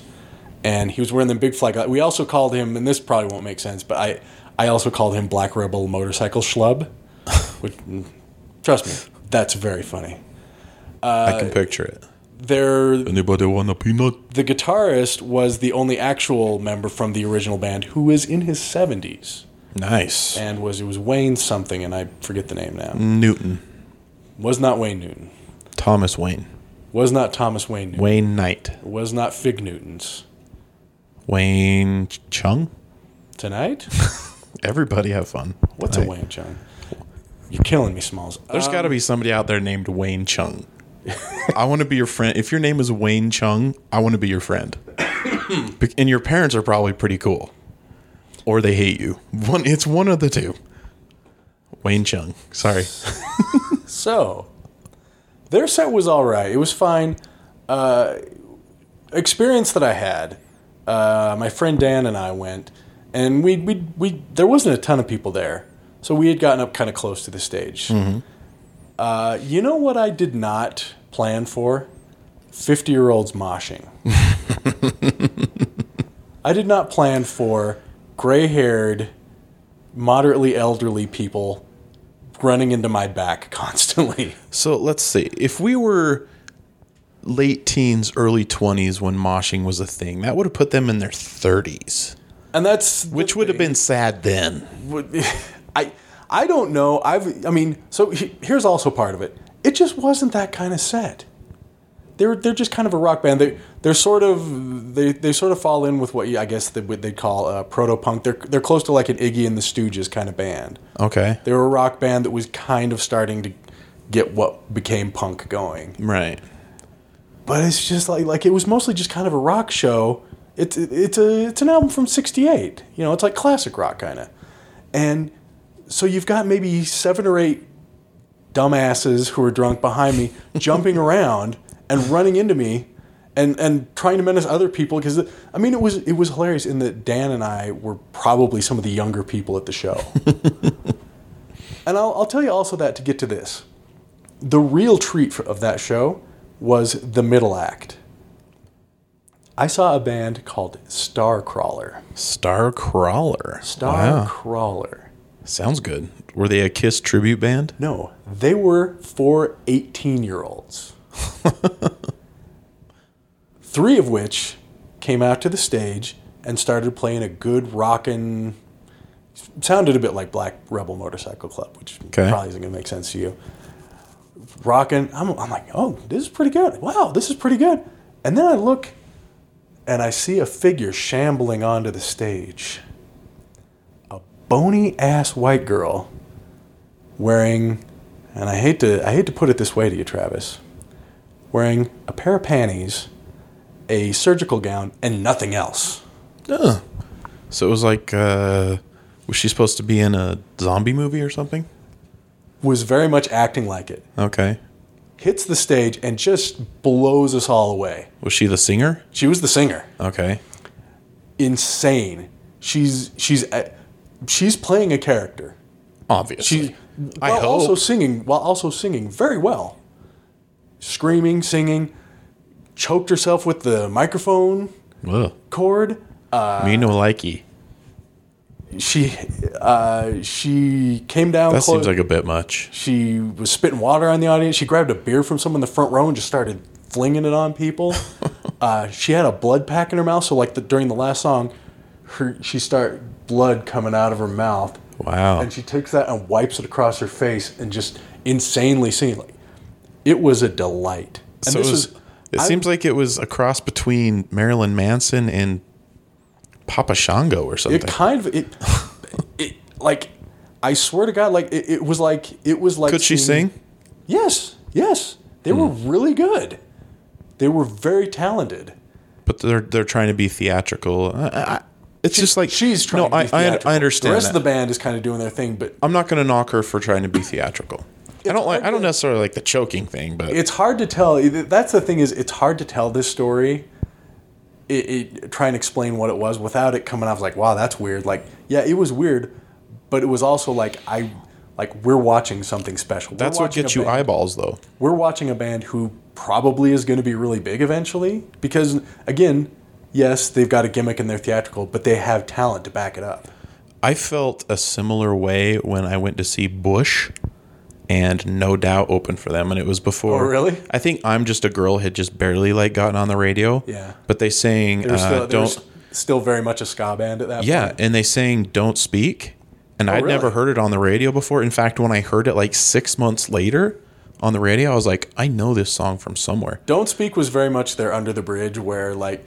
Speaker 1: and he was wearing them big flag. We also called him, and this probably won't make sense, but I I also called him Black Rebel Motorcycle Schlub, which mm, trust me, that's very funny.
Speaker 2: I
Speaker 1: uh,
Speaker 2: can picture it.
Speaker 1: They're
Speaker 2: Anybody want a peanut?
Speaker 1: the guitarist was the only actual member from the original band who was in his 70s
Speaker 2: Nice.
Speaker 1: and was it was Wayne something and I forget the name now.
Speaker 2: Newton.
Speaker 1: Was not Wayne Newton.
Speaker 2: Thomas Wayne.
Speaker 1: Was not Thomas Wayne Newton.
Speaker 2: Wayne Knight.
Speaker 1: Was not Fig Newtons.
Speaker 2: Wayne Chung?
Speaker 1: Tonight?
Speaker 2: Everybody have fun.
Speaker 1: What's
Speaker 2: Like,
Speaker 1: a Wayne Chung? You're killing me, Smalls.
Speaker 2: There's
Speaker 1: Uh,
Speaker 2: got to be somebody out there named Wayne Chung. I want to be your friend. If your name is Wayne Chung, I want to be your friend. Be- and your parents are probably pretty cool, or they hate you. One, it's one of the two. Wayne Chung. Sorry.
Speaker 1: so, their set was all right. It was fine. Uh, experience that I had, uh, my friend Dan and I went, and we, we, we there wasn't a ton of people there. So we had gotten up kind of close to the stage. Uh, you know what I did not plan for? 50 year olds moshing. I did not plan for gray haired, moderately elderly people running into my back constantly.
Speaker 2: So let's see. If we were late teens, early 20s when moshing was a thing, that would have put them in their 30s,
Speaker 1: And that's.
Speaker 2: which would have been sad then.
Speaker 1: would- I I don't know. I've I mean, so he- here's also part of it. It just wasn't that kind of set. They're they're just kind of a rock band. They they're sort of they, they sort of fall in with what you, I guess they would they call uh, proto punk. They're they're close to like an Iggy and the Stooges kind of band.
Speaker 2: Okay.
Speaker 1: They were a rock band that was kind of starting to get what became punk going
Speaker 2: Right.
Speaker 1: but it's just like like it was mostly just kind of a rock show. It's it's a it's an album from '68. You know, it's like classic rock kind of, and so you've got maybe seven or eight dumbasses who are drunk behind me jumping around and running into me. And, and trying to menace other people because I mean it was it was hilarious in that Dan and I were probably some of the younger people at the show, and I'll, I'll tell you also that to get to this, the real treat for, of that show was the middle act. I saw a band called Starcrawler.
Speaker 2: Star Crawler. Wow.
Speaker 1: Starcrawler.
Speaker 2: Sounds good. Were they a Kiss tribute band?
Speaker 1: No, they were for 18 year olds. Three of which came out to the stage and started playing a good rockin'. Sounded a bit like Black Rebel Motorcycle Club, which
Speaker 2: Okay.
Speaker 1: probably isn't going to make sense to you. Rockin', I'm, I'm like, oh, this is pretty good. Wow, this is pretty good. And then I look and I see a figure shambling onto the stage. A bony ass white girl wearing, and I hate to I hate to put it this way to you, Travis, wearing a pair of panties, a surgical gown, and nothing else.
Speaker 2: Oh. So it was like, uh, was she supposed to be in a zombie movie or something?
Speaker 1: Was very much acting like it.
Speaker 2: Okay.
Speaker 1: Hits the stage and just blows us all away.
Speaker 2: Was she the singer?
Speaker 1: She was the singer.
Speaker 2: Okay.
Speaker 1: Insane. She's she's a- she's playing a character.
Speaker 2: Obviously.
Speaker 1: She
Speaker 2: I
Speaker 1: while
Speaker 2: hope.
Speaker 1: also singing while also singing very well. Screaming, singing, choked herself with the microphone
Speaker 2: Ugh.
Speaker 1: cord.
Speaker 2: Me no likey.
Speaker 1: she uh, she came down
Speaker 2: That
Speaker 1: close.
Speaker 2: seems like a bit much.
Speaker 1: she was spitting water on the audience. She grabbed a beer from someone in the front row and just started flinging it on people. uh, she had a blood pack in her mouth, so like the, during the last song, her she start blood coming out of her mouth,
Speaker 2: Wow.
Speaker 1: and she takes that and wipes it across her face and just insanely singing. Like, it was a delight. And
Speaker 2: so it, was, it
Speaker 1: I-
Speaker 2: seems like it was a cross between Marilyn Manson and Papa Shango or something.
Speaker 1: it kind of it, it like I swear to God, like it, it was like it was like
Speaker 2: Could she
Speaker 1: seeing-
Speaker 2: sing?
Speaker 1: Yes, yes. They were
Speaker 2: Hmm.
Speaker 1: really good. They were very talented.
Speaker 2: But they're they're trying to be theatrical. I, I, I- it's just like
Speaker 1: She's trying
Speaker 2: No,
Speaker 1: to be
Speaker 2: I- I,
Speaker 1: theatrical.
Speaker 2: I understand.
Speaker 1: The rest
Speaker 2: that.
Speaker 1: of the band is kind of doing their thing, but
Speaker 2: I'm not going to knock her for trying to be theatrical. I don't
Speaker 1: hard
Speaker 2: like. I don't
Speaker 1: to-
Speaker 2: necessarily like the choking thing, but
Speaker 1: it's hard to tell. That's the thing is it's hard to tell this story. It, it try and explain what it was without it coming off like, wow, that's weird. Like, yeah, it was weird, but it was also like I like we're watching something special. We're
Speaker 2: that's what
Speaker 1: watching
Speaker 2: gets
Speaker 1: a
Speaker 2: you
Speaker 1: band-
Speaker 2: eyeballs, though.
Speaker 1: we're watching a band who probably is going to be really big eventually because again yes they've got a gimmick and they're theatrical but they have talent to back it up
Speaker 2: I felt a similar way when I went to see Bush and No Doubt opened for them and it was before
Speaker 1: Oh, really?
Speaker 2: I think I'm just a girl had just barely like gotten on the radio.
Speaker 1: Yeah.
Speaker 2: But they sang
Speaker 1: they're,
Speaker 2: uh,
Speaker 1: still, they're
Speaker 2: don't
Speaker 1: s- still very much a ska band at that
Speaker 2: Yeah,
Speaker 1: point
Speaker 2: and they sang Don't Speak and I'd never
Speaker 1: Oh, really?
Speaker 2: heard it on the radio before. In fact, when I heard it like 6 months later on the radio, I was like, I know this song from somewhere.
Speaker 1: don't speak was very much their under the bridge where like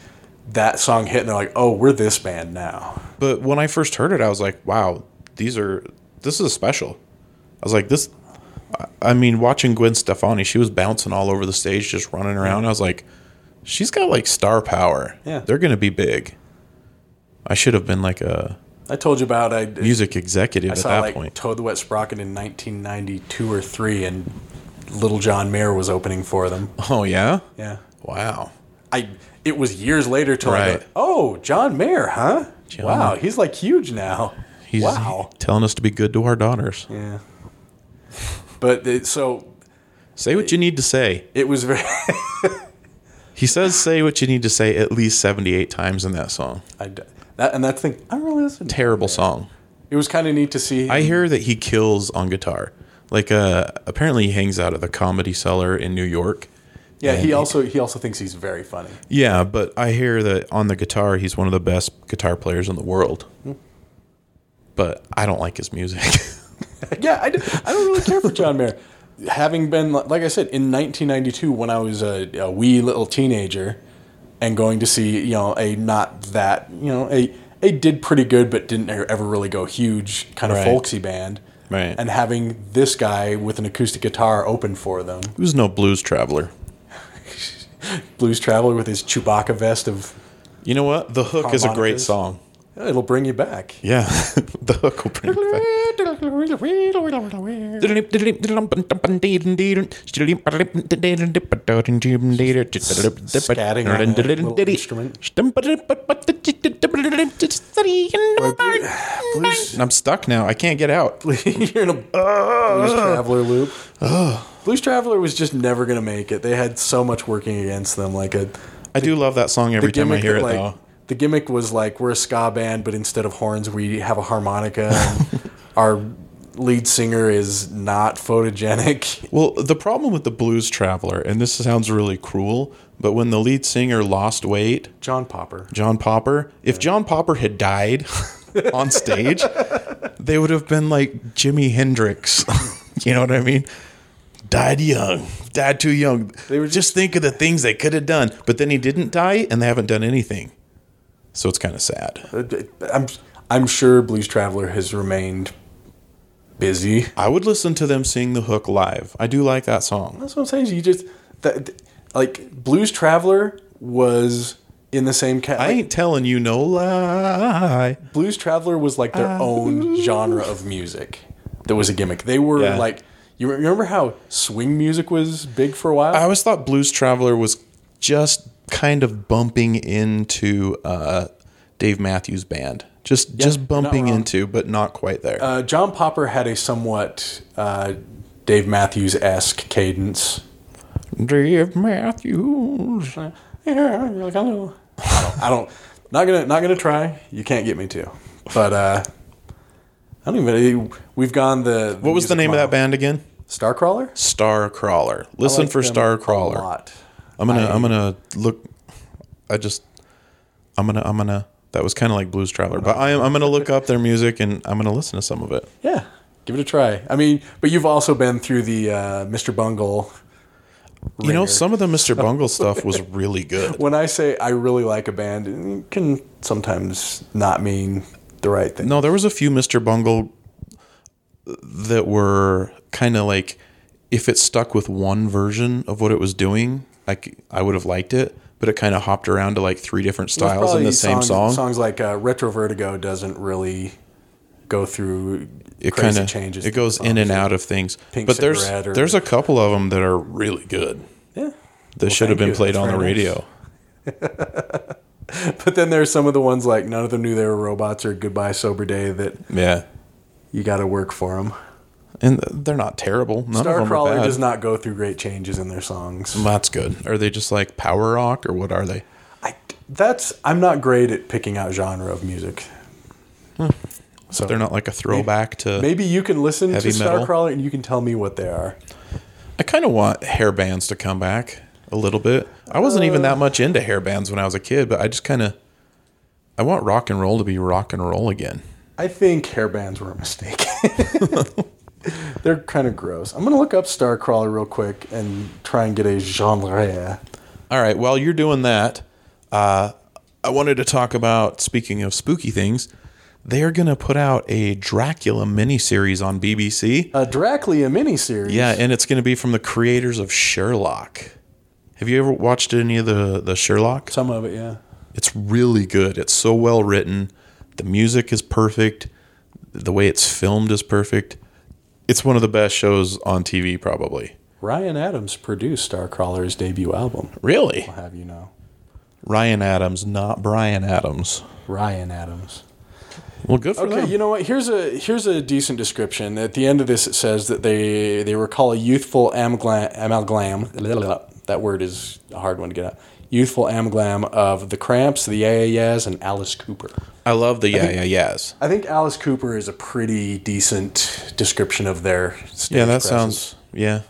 Speaker 1: that song hit and they're like oh we're this band now
Speaker 2: But when I first heard it, I was like, "Wow, these are this is a special." I was like, "This." I- I mean, watching Gwen Stefani, she was bouncing all over the stage, just running around. I was like, "She's got like star power.
Speaker 1: Yeah.
Speaker 2: they're gonna be big." I should have been like a
Speaker 1: i told you about i,
Speaker 2: music executive
Speaker 1: I
Speaker 2: at
Speaker 1: saw
Speaker 2: that
Speaker 1: like
Speaker 2: point.
Speaker 1: toad the wet sprocket in 1992 or 3 and little john mayer was opening for them
Speaker 2: Oh yeah,
Speaker 1: yeah
Speaker 2: wow.
Speaker 1: I it was years later till I
Speaker 2: Right.
Speaker 1: go, oh John Mayer, huh?
Speaker 2: John.
Speaker 1: Wow, he's like huge now.
Speaker 2: He's
Speaker 1: Wow.
Speaker 2: telling us to be good to our daughters.
Speaker 1: Yeah. But it, so
Speaker 2: Say what you need to say.
Speaker 1: it was very.
Speaker 2: He says, "Say what you need to say" at least seventy-eight times in that song.
Speaker 1: I d that and that thing. I don't really listen. To
Speaker 2: Terrible song.
Speaker 1: it was kind of neat to see.
Speaker 2: I hear that he kills on guitar. Like, uh, apparently he hangs out at the Comedy Cellar in New York.
Speaker 1: yeah, he
Speaker 2: and-
Speaker 1: also he also thinks he's very funny.
Speaker 2: Yeah, but I hear that on the guitar he's one of the best guitar players in the world. But I don't like his music.
Speaker 1: yeah, I, do, I don't really care for John Mayer. Having been, like I said, in 1992, when I was a, a wee little teenager, and going to see, you know, a not that, you know, a a did pretty good but didn't e- ever really go huge kind of
Speaker 2: Right.
Speaker 1: folksy band,
Speaker 2: Right.
Speaker 1: And having this guy with an acoustic guitar open for them,
Speaker 2: he was no blues traveler.
Speaker 1: Blues Traveler with his Chewbacca vest of,
Speaker 2: You know what? The hook is a great
Speaker 1: Harmonicas.
Speaker 2: song.
Speaker 1: it'll bring you back.
Speaker 2: Yeah, the hook will bring it back.
Speaker 1: Scatting on a little instrument. Blues-
Speaker 2: And I'm stuck now. I can't get out.
Speaker 1: You're in a Blues Traveler loop. Blues Traveler was just never gonna make it. They had so much working against them. Like a
Speaker 2: I do love that song every time I
Speaker 1: gimmick,
Speaker 2: hear
Speaker 1: that,
Speaker 2: it,
Speaker 1: like
Speaker 2: though.
Speaker 1: the gimmick was like we're a ska band, but instead of horns, we have a harmonica. And our lead singer is not photogenic.
Speaker 2: Well, the problem with the Blues Traveler, and this sounds really cruel, but when the lead singer lost weight,
Speaker 1: John Popper.
Speaker 2: John Popper. If John Popper had died on stage, they would have been like Jimi Hendrix. you know what I mean? Died young, died too young. They were just, think of the things they could have done, but then he didn't die, and they haven't done anything. So it's kind of sad.
Speaker 1: Uh, I'm I'm sure Blues Traveler has remained busy.
Speaker 2: I would listen to them sing the hook live. I do like that song.
Speaker 1: That's what I'm saying. You just that like Blues Traveler was in the same cat.
Speaker 2: I ain't telling you no lie.
Speaker 1: Blues Traveler was like their own genre of music that was a gimmick. They were
Speaker 2: Yeah.
Speaker 1: like, you remember how swing music was big for a while?
Speaker 2: I always thought Blues Traveler was just kind of bumping into uh, Dave Matthews Band, just just bumping
Speaker 1: wrong.
Speaker 2: into, but not quite there.
Speaker 1: uh, John Popper had a somewhat uh, Dave Matthews esque cadence.
Speaker 2: Dave Matthews.
Speaker 1: Yeah, you're like, I don't, I don't, not gonna, not gonna try. You can't get me to. But uh, I don't even. eh, We've gone the.
Speaker 2: What was the name of that band again?
Speaker 1: Starcrawler.
Speaker 2: Starcrawler. Listen for Starcrawler. I'm gonna I, am gonna look. I just I'm gonna I'm gonna. That was kind of like Blues Traveler, but I am, I'm gonna look up their music and I'm gonna listen to some of it.
Speaker 1: Yeah, give it a try. I mean, but you've also been through the uh, Mr. Bungle.
Speaker 2: You know,
Speaker 1: ringer.
Speaker 2: some of the Mr. Bungle stuff was really good.
Speaker 1: When I say I really like a band, it can sometimes not mean the right thing.
Speaker 2: No, there was a few Mr. Bungle that were kind of like if it stuck with one version of what it was doing, like I would have liked it, but it kind of hopped around to like three different
Speaker 1: There's
Speaker 2: styles in
Speaker 1: probably
Speaker 2: the same
Speaker 1: songs,
Speaker 2: song.
Speaker 1: Songs like uh, Retro Vertigo doesn't really go through
Speaker 2: It
Speaker 1: crazy
Speaker 2: kind of
Speaker 1: changes.
Speaker 2: It goes in and out of things.
Speaker 1: Pink
Speaker 2: but there's
Speaker 1: Cigarette or-
Speaker 2: there's a couple of them that are really good
Speaker 1: Yeah.
Speaker 2: that should have
Speaker 1: thank
Speaker 2: been
Speaker 1: you.
Speaker 2: played
Speaker 1: That's
Speaker 2: on the
Speaker 1: very nice.
Speaker 2: radio.
Speaker 1: But then there's some of the ones like None of Them Knew They Were Robots or Goodbye Sober Day that
Speaker 2: Yeah,
Speaker 1: you got to work for them.
Speaker 2: and they're not terrible. None of them are
Speaker 1: Starcrawler
Speaker 2: bad.
Speaker 1: does not go through great changes in their songs.
Speaker 2: That's good. Are they just like power rock or what are they?
Speaker 1: I, that's I'm not great at picking out genre of music. So
Speaker 2: They're not like a throwback to
Speaker 1: maybe you can listen to
Speaker 2: Heavy metal?
Speaker 1: Starcrawler and you can tell me what they are.
Speaker 2: I kind of want hair bands to come back a little bit. I wasn't even that much into hair bands when I was a kid, but I just kind of I want rock and roll to be rock and roll again.
Speaker 1: I think hair bands were a mistake. They're kind of gross. I'm gonna look up Starcrawler real quick and try and get a genre.
Speaker 2: All right, while you're doing that, uh, I wanted to talk about speaking of spooky things. They are going to put out a Dracula miniseries on BBC.
Speaker 1: A Dracula miniseries.
Speaker 2: Yeah, and it's going to be from the creators of Sherlock. Have you ever watched any of the the Sherlock?
Speaker 1: some of it. Yeah,
Speaker 2: It's really good. It's so well written. The music is perfect. The way it's filmed is perfect. It's one of the best shows on TV, probably.
Speaker 1: Ryan Adams produced Starcrawler's debut album.
Speaker 2: Really?
Speaker 1: I'll have you know,
Speaker 2: Ryan Adams, not Brian Adams.
Speaker 1: Ryan Adams.
Speaker 2: Well, good for
Speaker 1: Okay,
Speaker 2: them.
Speaker 1: you know what? Here's a here's a decent description. At the end of this, it says that they they recall a youthful amgla- amalgam. That word is a hard one to get out. Youthful amalgam of the Cramps, the Yeah Yeah Yeahs, and Alice Cooper.
Speaker 2: I love the yeah yeah yeahs.
Speaker 1: I think Alice Cooper is a pretty decent description of their. Stage
Speaker 2: Yeah, that
Speaker 1: presence.
Speaker 2: sounds yeah.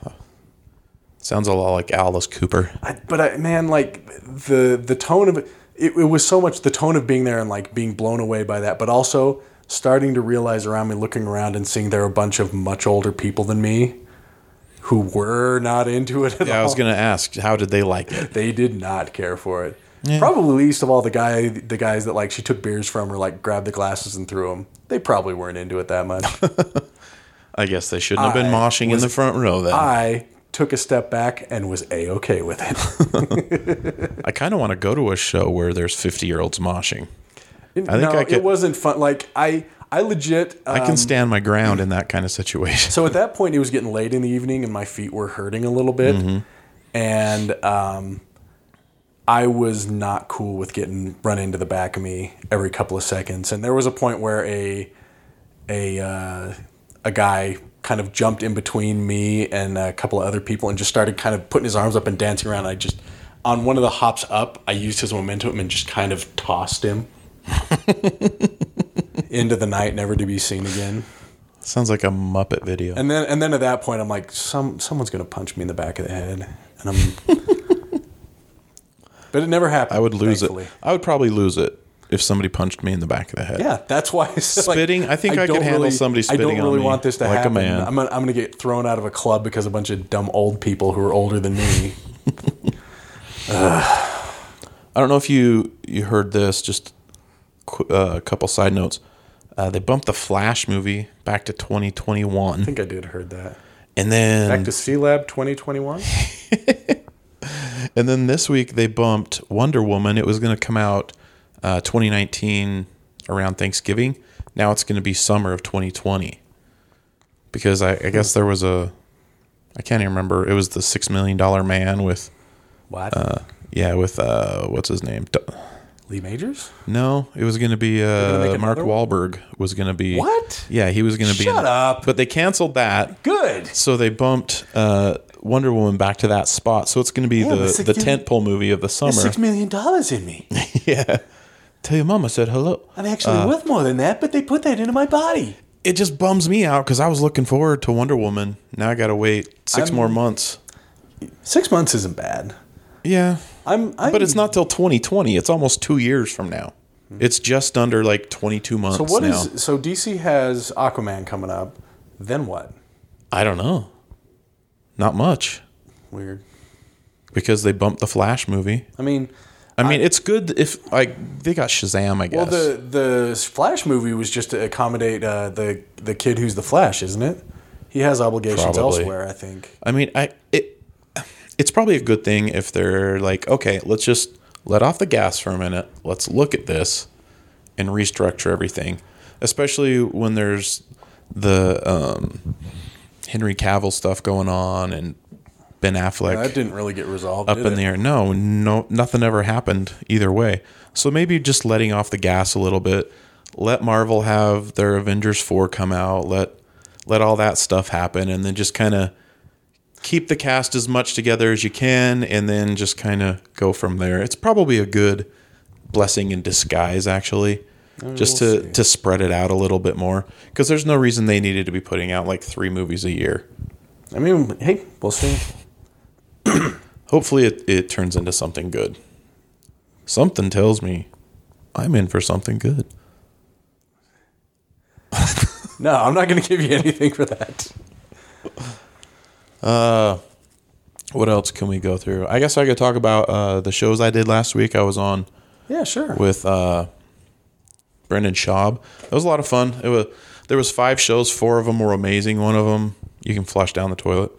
Speaker 2: Sounds a lot like Alice Cooper.
Speaker 1: I, but I, man, like the the tone of it, it, it was so much the tone of being there and like being blown away by that, but also starting to realize around me, looking around and seeing there are a bunch of much older people than me who were not into it at
Speaker 2: Yeah, I
Speaker 1: all.
Speaker 2: was gonna ask how did they like it?
Speaker 1: they did not care for it. Probably least of all the guy the guys that like she took beers from or like grabbed the glasses and threw them. They probably weren't into it that much.
Speaker 2: I guess they shouldn't have been
Speaker 1: I
Speaker 2: moshing in the front row then. I,
Speaker 1: I took a step back and was a okay with it.
Speaker 2: kind of want to go to a show where there's 50 year olds moshing.
Speaker 1: I
Speaker 2: think
Speaker 1: no,
Speaker 2: I could-
Speaker 1: it wasn't fun. Like I I legit uh,
Speaker 2: I can stand my ground in that kind of situation.
Speaker 1: So at that point, it was getting late in the evening, and my feet were hurting a little bit, and um, I was not cool with getting run into the back of me every couple of seconds. And there was a point where a a uh, a guy kind of jumped in between me and a couple of other people, and just started kind of putting his arms up and dancing around. I just on one of the hops up, I used his momentum and just kind of tossed him. into the night, never to be seen again.
Speaker 2: Sounds like a Muppet video.
Speaker 1: And then and then at that point, I'm like, some someone's gonna punch me in the back of the head, and I'm. but it never happened.
Speaker 2: I would lose
Speaker 1: thankfully.
Speaker 2: it. I would probably lose it if somebody punched me in the back of the head.
Speaker 1: Yeah, that's why. it's like,
Speaker 2: Spitting? I think I could
Speaker 1: don't
Speaker 2: handle somebody
Speaker 1: I don't
Speaker 2: spitting on
Speaker 1: really
Speaker 2: me
Speaker 1: want this to
Speaker 2: like a
Speaker 1: happen.
Speaker 2: man.
Speaker 1: I'm gonna, I'm gonna get thrown out of a club because a bunch of dumb old people who are older than me.
Speaker 2: I don't know if you you heard this. Just qu- uh, a couple side notes. Uh, they bumped the Flash movie back to 2021,
Speaker 1: I think I did heard that.
Speaker 2: and then
Speaker 1: Back to C Lab 2021.
Speaker 2: And then this week they bumped Wonder Woman. It was going to come out uh, 2019 around Thanksgiving. Now it's going to be summer of 2020 because I, I guess there was a I can't even remember. It was the six million dollar man with
Speaker 1: What?
Speaker 2: yeah with uh what's his name? D-
Speaker 1: Lee Majors?
Speaker 2: No, it was going to be
Speaker 1: gonna
Speaker 2: uh
Speaker 1: make
Speaker 2: Mark
Speaker 1: another one?
Speaker 2: Wahlberg was going to be
Speaker 1: What?
Speaker 2: Yeah, he was going to be in
Speaker 1: Shut
Speaker 2: it.
Speaker 1: up.
Speaker 2: But they canceled that.
Speaker 1: Good.
Speaker 2: So they bumped uh, Wonder Woman back to that spot. So it's going to be the
Speaker 1: that's like
Speaker 2: the
Speaker 1: you-
Speaker 2: tentpole movie of the summer.
Speaker 1: Six million dollars in me.
Speaker 2: Yeah. Tell your mom I said hello.
Speaker 1: I'm actually
Speaker 2: Uh,
Speaker 1: worth more than that, but they put that into my body.
Speaker 2: It just bums me out because I was looking forward to Wonder Woman. Now I got to wait 6
Speaker 1: I'm-
Speaker 2: more months.
Speaker 1: Six months isn't bad.
Speaker 2: Yeah.
Speaker 1: I'm, I'm
Speaker 2: But it's not till 2020. It's almost two years from now. It's just under like 22 months
Speaker 1: Hmm. So what
Speaker 2: now.
Speaker 1: is so DC has Aquaman coming up? Then what?
Speaker 2: I don't know. Not much
Speaker 1: Weird.
Speaker 2: because they bumped the Flash movie.
Speaker 1: I mean,
Speaker 2: I mean, it's good if like they got Shazam, I guess.
Speaker 1: well, the the Flash movie was just to accommodate uh, the the kid who's the Flash, isn't it? He has obligations
Speaker 2: Probably.
Speaker 1: elsewhere, I think.
Speaker 2: I mean, I it it's probably a good thing if they're like, okay, let's just let off the gas for a minute. Let's look at this and restructure everything, especially when there's the um, Henry Cavill stuff going on and Ben Affleck
Speaker 1: That didn't really get resolved.
Speaker 2: up
Speaker 1: did
Speaker 2: in
Speaker 1: it?
Speaker 2: the air. No, no, nothing ever happened either way. So maybe just letting off the gas a little bit. Let Marvel have their Avengers four come out. Let let all that stuff happen, and then just kind of keep the cast as much together as you can, and then just kind of go from there. It's probably a good blessing in disguise, actually, just
Speaker 1: we'll
Speaker 2: to to spread it out a little bit more. Because there's no reason they needed to be putting out like three movies a year.
Speaker 1: I mean, hey, we'll see.
Speaker 2: Hopefully, it, it turns into something good. Something tells me I'm in for something good.
Speaker 1: No, I'm not going to give you anything for that.
Speaker 2: What else can we go through? I guess I could talk about uh, the shows I did last week. I was on
Speaker 1: Yeah, sure.
Speaker 2: with uh, Brendan Schaub. It was a lot of fun. It was there was five shows. Four of them were amazing. One of them you can flush down the toilet.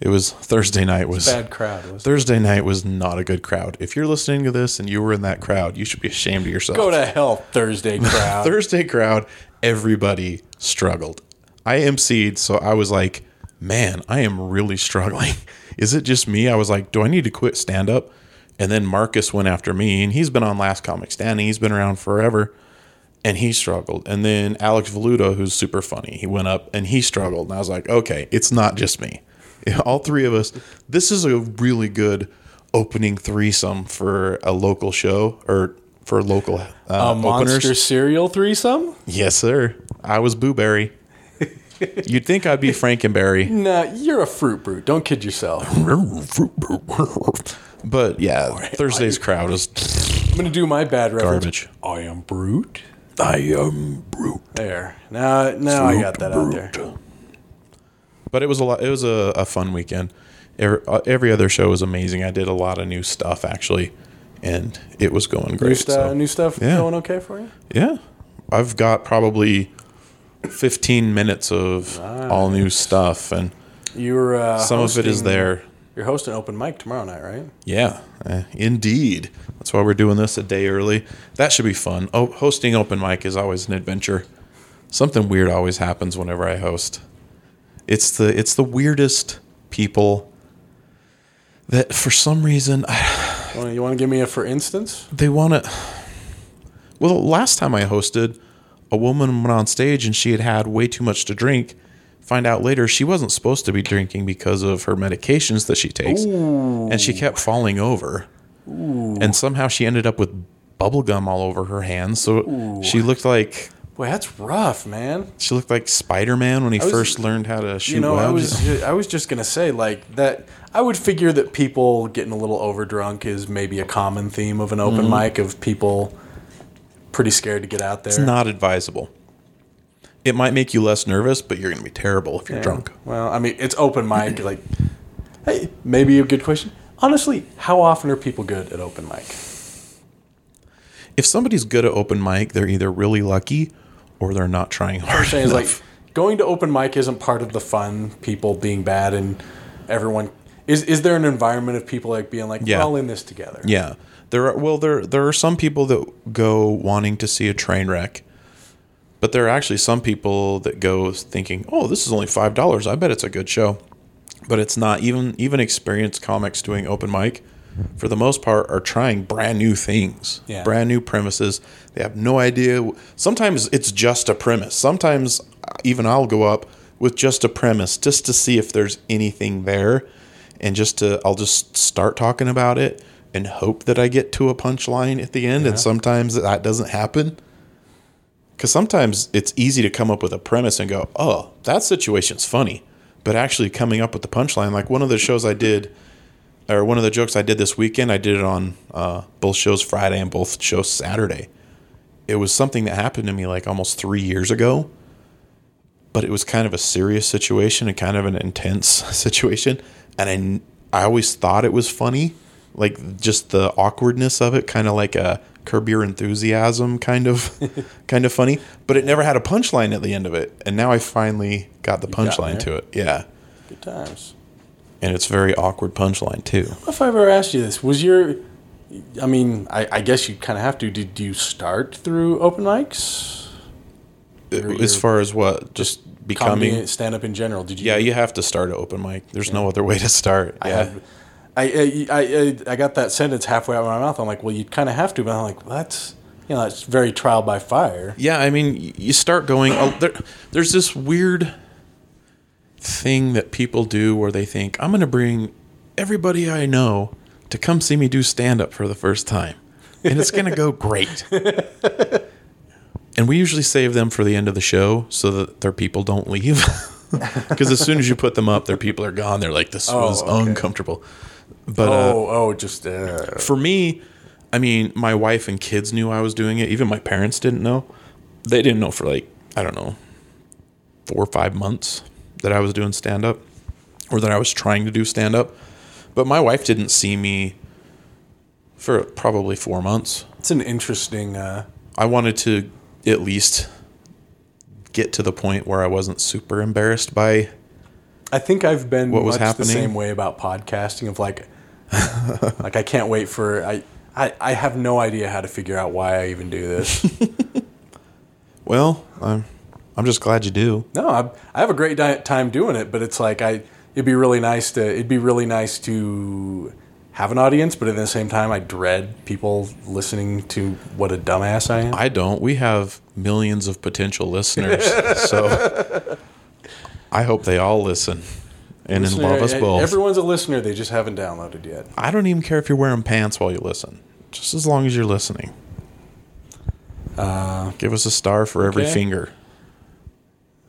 Speaker 2: It was Thursday night was
Speaker 1: Bad crowd. Was
Speaker 2: Thursday night was not a good crowd. If you're listening to this and you were in that crowd, you should be ashamed of yourself.
Speaker 1: Go to hell, Thursday crowd.
Speaker 2: Thursday crowd, everybody struggled. I emceed, so I was like, man, I am really struggling. Is it just me? I was like, do I need to quit stand up? And then Marcus went after me, and he's been on Last Comic Standing. He's been around forever. and he struggled. And then Alex Valuto, who's super funny, he went up and he struggled. And I was like, okay, it's not just me. All three of us. This is a really good opening threesome for a local show or for local uh,
Speaker 1: A monster
Speaker 2: openers.
Speaker 1: cereal threesome?
Speaker 2: Yes, sir. I was Boo Berry. You'd think I'd be Frankenberry.
Speaker 1: Nah, you're a fruit brute. Don't kid yourself. I'm
Speaker 2: But yeah, Thursday's crowd is
Speaker 1: gonna do my bad reference.
Speaker 2: Garbage.
Speaker 1: I am brute.
Speaker 2: I am brute.
Speaker 1: There. Now, now I got that out there.
Speaker 2: But it was a lot. It was a, a fun weekend. Every, uh, every other show was amazing. I did a lot of new stuff actually, and it was going great.
Speaker 1: New, stu-
Speaker 2: so-
Speaker 1: new stuff
Speaker 2: Yeah.
Speaker 1: going okay for you?
Speaker 2: yeah, I've got probably fifteen minutes of all new stuff, and
Speaker 1: You're uh,
Speaker 2: some of it is
Speaker 1: hosting-
Speaker 2: there.
Speaker 1: You're hosting open mic tomorrow night, right?
Speaker 2: Yeah, eh, indeed. That's why we're doing this a day early. That should be fun. Oh, hosting open mic is always an adventure. Something weird always happens whenever I host. It's the it's the weirdest people that for some reason
Speaker 1: Wanna- You want to give me a for instance?
Speaker 2: they want to. Well, last time I hosted, a woman went on stage and she had had way too much to drink. Find out later she wasn't supposed to be drinking because of her medications that she takes, and she kept falling over. And somehow she ended up with bubble gum all over her hands. So she looked like
Speaker 1: Boy, that's rough, man.
Speaker 2: she looked like Spider Man when he
Speaker 1: was-
Speaker 2: first learned how to shoot
Speaker 1: You know, I
Speaker 2: webs.
Speaker 1: was ju- I was just gonna say like that. I would figure that people getting a little overdrunk is maybe a common theme of an open
Speaker 2: Mm-hmm.
Speaker 1: mic of people pretty scared to get out there.
Speaker 2: Not advisable. It might make you less nervous, but you're going to be terrible if you're drunk.
Speaker 1: Well, I mean, it's open mic. Like, hey, maybe a good question. Honestly, how often are people good at open mic?
Speaker 2: if somebody's good at open mic, they're either really lucky or they're not trying hard
Speaker 1: Saying is
Speaker 2: enough.
Speaker 1: like going to open mic isn't part of the fun. People being bad and everyone is. Is there an environment of people like being like
Speaker 2: Yeah.
Speaker 1: we're all in this together?
Speaker 2: yeah, there are well there there are some people that go wanting to see a train wreck, but there are actually some people that go thinking, "Oh, this is only five dollars. I bet it's a good show," but it's not. Even even experienced comics doing open mic, for the most part, are trying brand new things,
Speaker 1: Yeah.
Speaker 2: brand new premises. They have no idea. Sometimes it's just a premise. Sometimes uh, even I'll go up with just a premise just to see if there's anything there and just to I'll just start talking about it and hope that I get to a punchline at the end and sometimes that doesn't happen. Cuz sometimes it's easy to come up with a premise and go, "Oh, that situation's funny." But actually coming up with the punchline like one of the shows I did or one of the jokes I did this weekend, I did it on uh, both shows Friday and both shows Saturday. It was something that happened to me like almost three years ago, but it was kind of a serious situation and kind of an intense situation. And I, kn- I always thought it was funny, like just the awkwardness of it, kind of like a curb your enthusiasm kind of kind of funny, but it never had a punchline at the end of it. And now I finally got the
Speaker 1: got
Speaker 2: punchline
Speaker 1: there.
Speaker 2: to it. Yeah.
Speaker 1: Good times.
Speaker 2: And it's very awkward punchline too.
Speaker 1: If I ever asked you this, was your I mean, I, I guess you kind of have to. Did you start through open mics?
Speaker 2: as far as what just becoming
Speaker 1: Comedy, stand up in general. Did you?
Speaker 2: yeah you have to start at open mic there's no other way to start
Speaker 1: I
Speaker 2: yeah
Speaker 1: had- I, I, I, I got that sentence halfway out of my mouth. I'm like, well, you kind of have to, but I'm like, well, that's you know, that's very trial by fire.
Speaker 2: yeah i mean y- you start going oh, there, there's this weird thing that people do where they think i'm going to bring everybody i know to come see me do stand up for the first time and it's going to go great and we usually save them for the end of the show so that their people don't leave because as soon as you put them up their people are gone they're like this was
Speaker 1: Oh, okay.
Speaker 2: uncomfortable but uh,
Speaker 1: Oh, oh, just uh,
Speaker 2: for me, I mean, my wife and kids knew I was doing it. Even my parents didn't know. They didn't know for like, I don't know, four or five months that I was doing stand up or that I was trying to do stand up. But my wife didn't see me for probably four months.
Speaker 1: it's an interesting. Uh,
Speaker 2: I wanted to at least get to the point where I wasn't super embarrassed by
Speaker 1: I think I've been
Speaker 2: What was
Speaker 1: much the
Speaker 2: happening?
Speaker 1: same way about podcasting of like, like I can't wait for I, I I have no idea how to figure out why I even do this.
Speaker 2: well, I'm I'm just glad you do.
Speaker 1: No, I, I have a great di- time doing it, but it's like I. It'd be really nice to. It'd be really nice to have an audience, but at the same time, I dread people listening to what a dumbass I am.
Speaker 2: I don't. We have millions of potential listeners, so I hope they all listen and
Speaker 1: Listener-
Speaker 2: love us
Speaker 1: e-
Speaker 2: both.
Speaker 1: Everyone's a listener; they just haven't downloaded yet.
Speaker 2: I don't even care if you're wearing pants while you listen, just as long as you're listening. Give us a star for every
Speaker 1: okay.
Speaker 2: finger.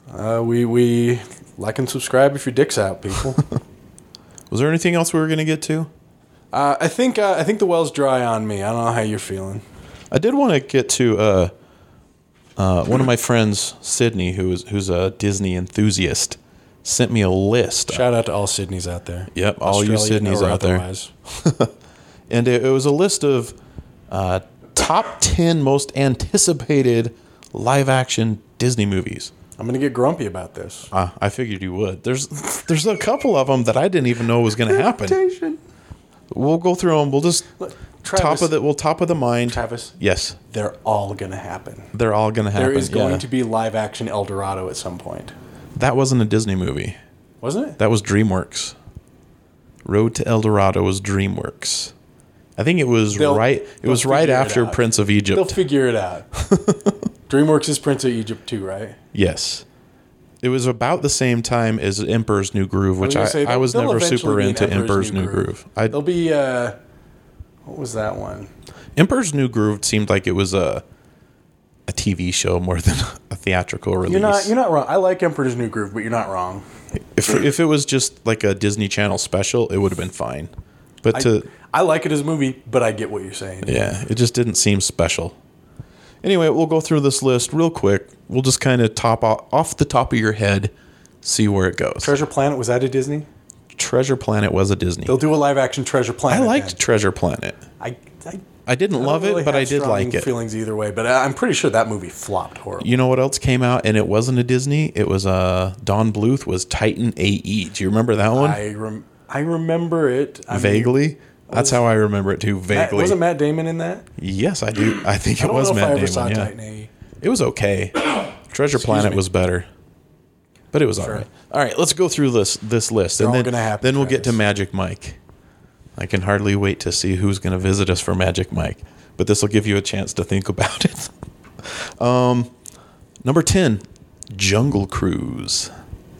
Speaker 1: Uh, we we like and subscribe if your dick's out, people.
Speaker 2: Was there anything else we were going to get to?
Speaker 1: uh, I think uh, I think the well's dry on me. I don't know how you're feeling.
Speaker 2: I did want to get to uh, uh, one of my friends, Sydney, who is who's a Disney enthusiast, sent me a list.
Speaker 1: Shout out to all Sydneys out there.
Speaker 2: Yep, all you
Speaker 1: Australian
Speaker 2: Sydneys
Speaker 1: or
Speaker 2: out there.
Speaker 1: otherwise.
Speaker 2: and it, it was a list of uh, top 10 most anticipated live action Disney movies.
Speaker 1: I'm gonna get grumpy about this.
Speaker 2: Uh, I figured you would. There's there's a couple of them that I didn't even know was going to happen. We'll go through them. We'll just
Speaker 1: Travis,
Speaker 2: top of the we'll top of the mind.
Speaker 1: Travis.
Speaker 2: Yes,
Speaker 1: They're all gonna happen.
Speaker 2: they're all going to happen.
Speaker 1: There is going
Speaker 2: yeah.
Speaker 1: to be live action El Dorado at some point,
Speaker 2: That wasn't a Disney movie.
Speaker 1: wasn't it?
Speaker 2: That was DreamWorks. Road to El Dorado was DreamWorks. I think it was
Speaker 1: They'll-
Speaker 2: right. It
Speaker 1: they'll
Speaker 2: was right
Speaker 1: figure it
Speaker 2: after
Speaker 1: out.
Speaker 2: Prince of
Speaker 1: They'll
Speaker 2: Egypt.
Speaker 1: figure it out. DreamWorks is Prince of Egypt too, right?
Speaker 2: Yes. It was about the same time as Emperor's New Groove, which I,
Speaker 1: gonna say,
Speaker 2: I
Speaker 1: they'll-
Speaker 2: was
Speaker 1: they'll
Speaker 2: never
Speaker 1: eventually
Speaker 2: super
Speaker 1: be an
Speaker 2: into Emperor's, New, Groove. I,
Speaker 1: There'll be uh, what was that one?
Speaker 2: Emperor's New Groove seemed like it was a a TV show more than a theatrical release.
Speaker 1: You're not you're not wrong. I like Emperor's New Groove, but you're not wrong.
Speaker 2: if, if it was just like a Disney Channel special, it would have been fine. But to
Speaker 1: I like it as a movie, but I get what you're saying.
Speaker 2: Yeah, it just didn't seem special. Anyway, we'll go through this list real quick. We'll just kind of top off, off the top of your head, see where it goes.
Speaker 1: Treasure Planet was that a Disney?
Speaker 2: Treasure Planet was a Disney.
Speaker 1: They'll do a live action Treasure
Speaker 2: I
Speaker 1: Planet.
Speaker 2: liked
Speaker 1: then.
Speaker 2: Treasure Planet.
Speaker 1: I, I
Speaker 2: I didn't love
Speaker 1: don't really
Speaker 2: it, but
Speaker 1: have
Speaker 2: I did
Speaker 1: strong
Speaker 2: like it.
Speaker 1: Feelings either way, but I- I'm pretty sure that movie flopped horribly.
Speaker 2: You know what else came out and it wasn't a Disney? It was uh Don Bluth was Titan AE. Do you remember that one?
Speaker 1: I rem- I remember it I mean,
Speaker 2: vaguely? That's how I remember it too,
Speaker 1: Matt-
Speaker 2: vaguely.
Speaker 1: wasn't Matt Damon in that?
Speaker 2: yes, I do. I think
Speaker 1: I
Speaker 2: it
Speaker 1: don't
Speaker 2: was
Speaker 1: know
Speaker 2: Matt
Speaker 1: if I ever
Speaker 2: Damon.
Speaker 1: saw
Speaker 2: yeah.
Speaker 1: Titan A.
Speaker 2: It was okay. Treasure Planet
Speaker 1: me.
Speaker 2: was better, but it was all right. All right, let's go through this this list, and
Speaker 1: all
Speaker 2: then
Speaker 1: gonna happen,
Speaker 2: then we'll get to
Speaker 1: Travis.
Speaker 2: Magic Mike. I can hardly wait to see who's going to visit us for Magic Mike, but this will give you a chance to think about it. um, number ten, Jungle Cruise.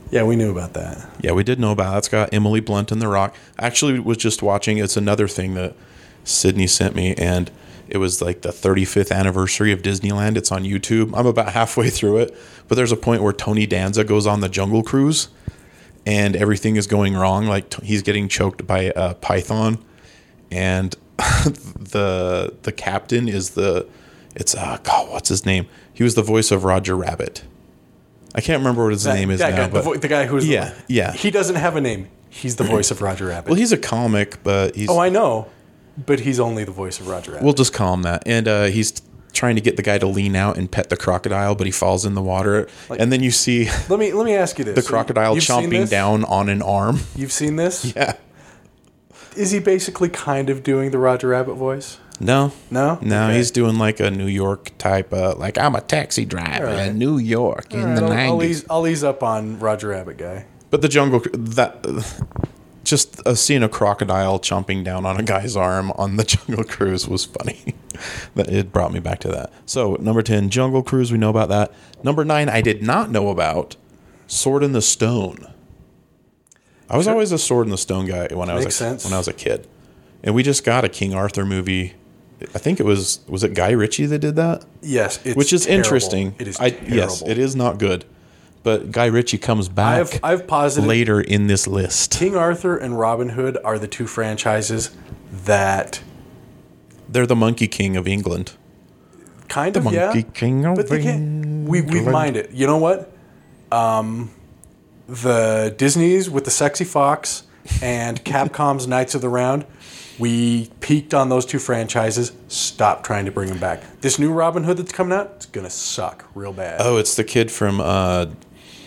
Speaker 1: Yeah, we knew about that.
Speaker 2: Yeah, we did know about that's got Emily Blunt in The Rock. Actually, was just watching. It's another thing that Sydney sent me, and it was like the 35th anniversary of Disneyland. It's on YouTube. I'm about halfway through it, but there's a point where Tony Danza goes on the Jungle Cruise, and everything is going wrong. Like t- he's getting choked by a python, and the the captain is the it's uh God, what's his name? He was the voice of Roger Rabbit. I can't remember what his name is
Speaker 1: that
Speaker 2: now,
Speaker 1: guy,
Speaker 2: but
Speaker 1: the, vo- the guy who's
Speaker 2: Yeah, yeah.
Speaker 1: He doesn't have a name. He's the voice of Roger Rabbit.
Speaker 2: Well, he's a comic, but he's.
Speaker 1: oh, I know, but he's only the voice of Roger Rabbit.
Speaker 2: we'll just call him that. And uh, he's trying to get the guy to lean out and pet the crocodile, but he falls in the water. and then you see the
Speaker 1: let me let me ask you this: the
Speaker 2: crocodile chomping down on an arm.
Speaker 1: You've seen this?
Speaker 2: Yeah.
Speaker 1: Is he basically kind of doing the Roger Rabbit voice?
Speaker 2: No.
Speaker 1: No?
Speaker 2: No,
Speaker 1: Okay.
Speaker 2: he's doing like a New York type, uh, like I'm a taxi driver in New York in the
Speaker 1: I'll, I'll
Speaker 2: 90s.
Speaker 1: ease, I'll ease up on Roger Rabbit guy.
Speaker 2: But the jungle, cr- that. just uh, seeing a crocodile chomping down on a guy's arm on the Jungle Cruise was funny. That- it brought me back to that. So number ten, Jungle Cruise, we know about that. Number nine, I did not know about Sword in the Stone. I was always a Sword in the Stone guy when I was
Speaker 1: Makes
Speaker 2: a,
Speaker 1: sense.
Speaker 2: when I was a kid, and we just got a King Arthur movie. I think it was was it Guy Ritchie that did that,
Speaker 1: Yes, it's
Speaker 2: which is
Speaker 1: terrible.
Speaker 2: interesting.
Speaker 1: It is
Speaker 2: I,
Speaker 1: terrible.
Speaker 2: yes, it is not good, but Guy Ritchie comes back
Speaker 1: I've I've posited
Speaker 2: later in this list.
Speaker 1: King Arthur and Robin Hood are the two franchises that
Speaker 2: They're the Monkey King of England.
Speaker 1: kind of yeah,
Speaker 2: King of
Speaker 1: but they can't. We we mined it. You know what? Um, the Disney's with the sexy fox and Capcom's Knights of the Round. We peaked on those two franchises. Stop trying to bring them back. This new Robin Hood that's coming out, it's gonna suck real bad.
Speaker 2: Oh, it's the kid from uh,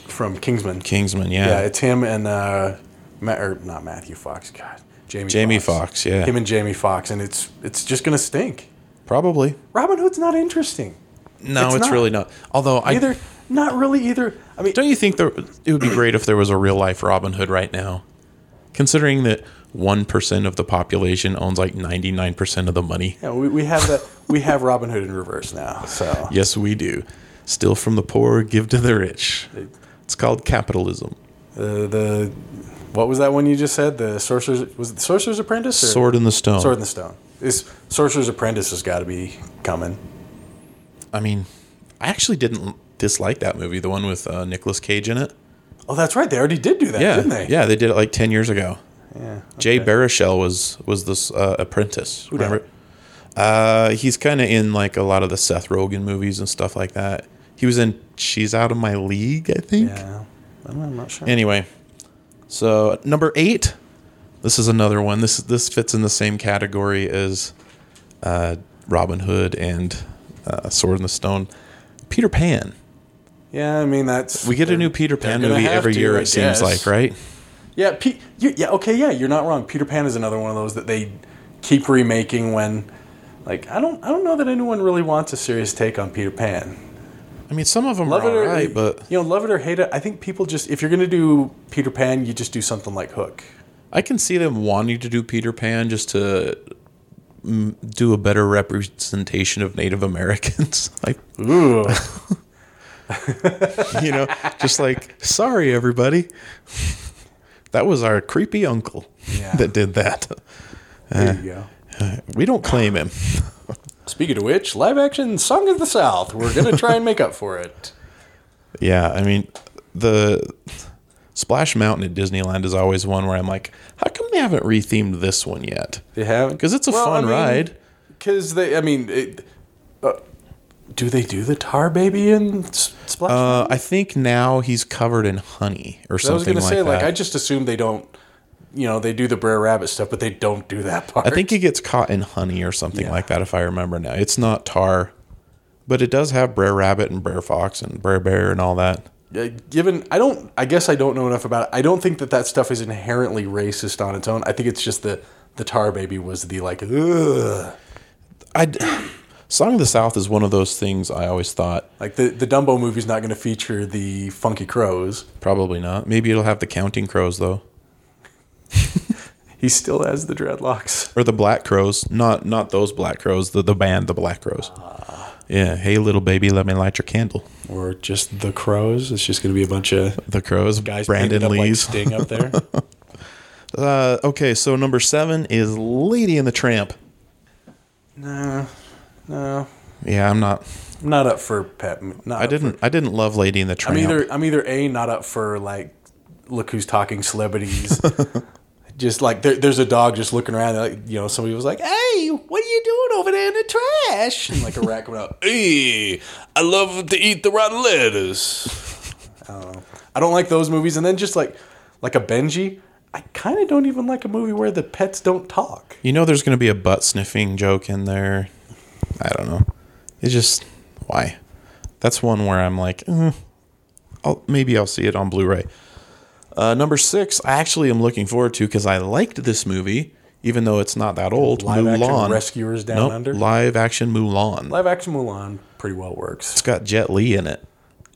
Speaker 1: From Kingsman.
Speaker 2: Kingsman. Yeah,
Speaker 1: Yeah, it's him and uh, Ma- or not Matthew Fox. God, Jamie.
Speaker 2: Jamie
Speaker 1: Foxx.
Speaker 2: Fox. Yeah,
Speaker 1: Him and Jamie Fox, and it's it's just gonna stink.
Speaker 2: probably.
Speaker 1: Robin Hood's not interesting.
Speaker 2: No,
Speaker 1: It's
Speaker 2: it's,
Speaker 1: not.
Speaker 2: really not. Although I
Speaker 1: Either not really either. I mean,
Speaker 2: don't you think there it would be great if there was a real life Robin Hood right now? Considering that 1% of the population owns like 99% of the money.
Speaker 1: Yeah, we, we have that. We have Robin Hood in reverse now. So
Speaker 2: Yes, we do. Steal from the poor, give to the rich. It's called capitalism.
Speaker 1: the the what was that one you just said? The sorcerer's was it the sorcerer's apprentice? Or?
Speaker 2: Sword in the stone.
Speaker 1: Sword in the Stone. This sorcerer's apprentice has got to be coming.
Speaker 2: I mean, I actually didn't dislike that movie, the one with uh, Nicolas Cage in it.
Speaker 1: Oh, that's right. They already did do that,
Speaker 2: Yeah,
Speaker 1: didn't they?
Speaker 2: yeah, they did it like ten years ago.
Speaker 1: Yeah. Okay.
Speaker 2: Jay Baruchel was was this uh, apprentice.
Speaker 1: dat?
Speaker 2: Remember? Uh, he's kind of in like a lot of the Seth Rogen movies and stuff like that. He was in She's Out of My League, I think.
Speaker 1: Yeah. I'm I'm not sure.
Speaker 2: Anyway, so number eight. This is another one. This this fits in the same category as uh, Robin Hood and uh, Sword in the Stone. Peter Pan.
Speaker 1: yeah, I mean that's
Speaker 2: We get a
Speaker 1: they're-
Speaker 2: new Peter Pan
Speaker 1: gonna
Speaker 2: movie
Speaker 1: have
Speaker 2: every
Speaker 1: to,
Speaker 2: year.
Speaker 1: I
Speaker 2: It seems
Speaker 1: guess.
Speaker 2: like right.
Speaker 1: Yeah, Pe- you, yeah, okay, yeah, you're not wrong. Peter Pan is another one of those that they keep remaking when like I don't I don't know that anyone really wants a serious take on Peter Pan.
Speaker 2: I mean, some of them
Speaker 1: Love
Speaker 2: are
Speaker 1: it or
Speaker 2: all right, but
Speaker 1: you know, love it or hate it, I think people just if you're going to do Peter Pan, you just do something like Hook.
Speaker 2: I can see them wanting to do Peter Pan just to mm, do a better representation of Native Americans. like,
Speaker 1: Ooh.
Speaker 2: you know, just like, sorry, everybody. That was our creepy uncle
Speaker 1: Yeah.
Speaker 2: that did that.
Speaker 1: there you go.
Speaker 2: We don't claim him.
Speaker 1: Speaking of which, live action Song of the South. We're going to try and make up for it.
Speaker 2: Yeah, I mean, the Splash Mountain at Disneyland is always one where I'm like, how come they haven't rethemed this one yet?
Speaker 1: They haven't?
Speaker 2: Because it's a fun ride.
Speaker 1: Because they, I mean, it, uh, do they do the tar baby in S- Splash?
Speaker 2: Uh, I think now he's covered in honey
Speaker 1: I
Speaker 2: or
Speaker 1: was
Speaker 2: something
Speaker 1: going to say,
Speaker 2: like
Speaker 1: like,
Speaker 2: that.
Speaker 1: I just assume they don't, you know, they do the Brer Rabbit stuff, but they don't do that part.
Speaker 2: I think he gets caught in honey or something
Speaker 1: Yeah.
Speaker 2: like that, if I remember now. It's not tar, but it does have Brer Rabbit and Brer Fox and Brer Bear and all that.
Speaker 1: Uh, given, I don't, I guess I don't know enough about it. I don't think that that stuff is inherently racist on its own. I think it's just the, the tar baby was the, like, ugh.
Speaker 2: I Song of the South is one of those things I always thought
Speaker 1: Like, the, the Dumbo movie's not going to feature the Funky Crows.
Speaker 2: probably not. Maybe it'll have the Counting Crows though,
Speaker 1: He still has the dreadlocks.
Speaker 2: or the Black Crows. Not not those Black Crows. The the band, the Black Crows. Yeah. Hey, little baby, let me light your candle.
Speaker 1: Or just the crows. It's just going to be a bunch of
Speaker 2: The Crows.
Speaker 1: guys
Speaker 2: Brandon
Speaker 1: painted up
Speaker 2: Lees.
Speaker 1: like Sting up there.
Speaker 2: uh, okay, so number seven is Lady and the Tramp.
Speaker 1: no, no,
Speaker 2: Yeah, I'm not.
Speaker 1: I'm not up for pet. Not
Speaker 2: I didn't. I didn't love Lady and the
Speaker 1: I'm
Speaker 2: Tramp.
Speaker 1: either. I'm either a not up for like look who's talking celebrities. just like there, there's a dog just looking around. Like you know, somebody was like, "Hey, what are you doing over there in the trash?" And like a rat coming up. Hey, I love to eat the rotten lettuce. I don't know. I don't like those movies. And then just like like a Benji. I kind of don't even like a movie where the pets don't talk.
Speaker 2: You know, there's going to be a butt sniffing joke in there. I don't know. It's just why. That's one where I'm like, eh, I'll, maybe I'll see it on Blu-ray. Uh, number six, I actually am looking forward to because I liked this movie, even though it's not that old.
Speaker 1: Live action
Speaker 2: Mulan
Speaker 1: Rescuers Down
Speaker 2: Nope,
Speaker 1: Under?
Speaker 2: Live action Mulan.
Speaker 1: Live action Mulan pretty well works.
Speaker 2: It's got Jet Li in it.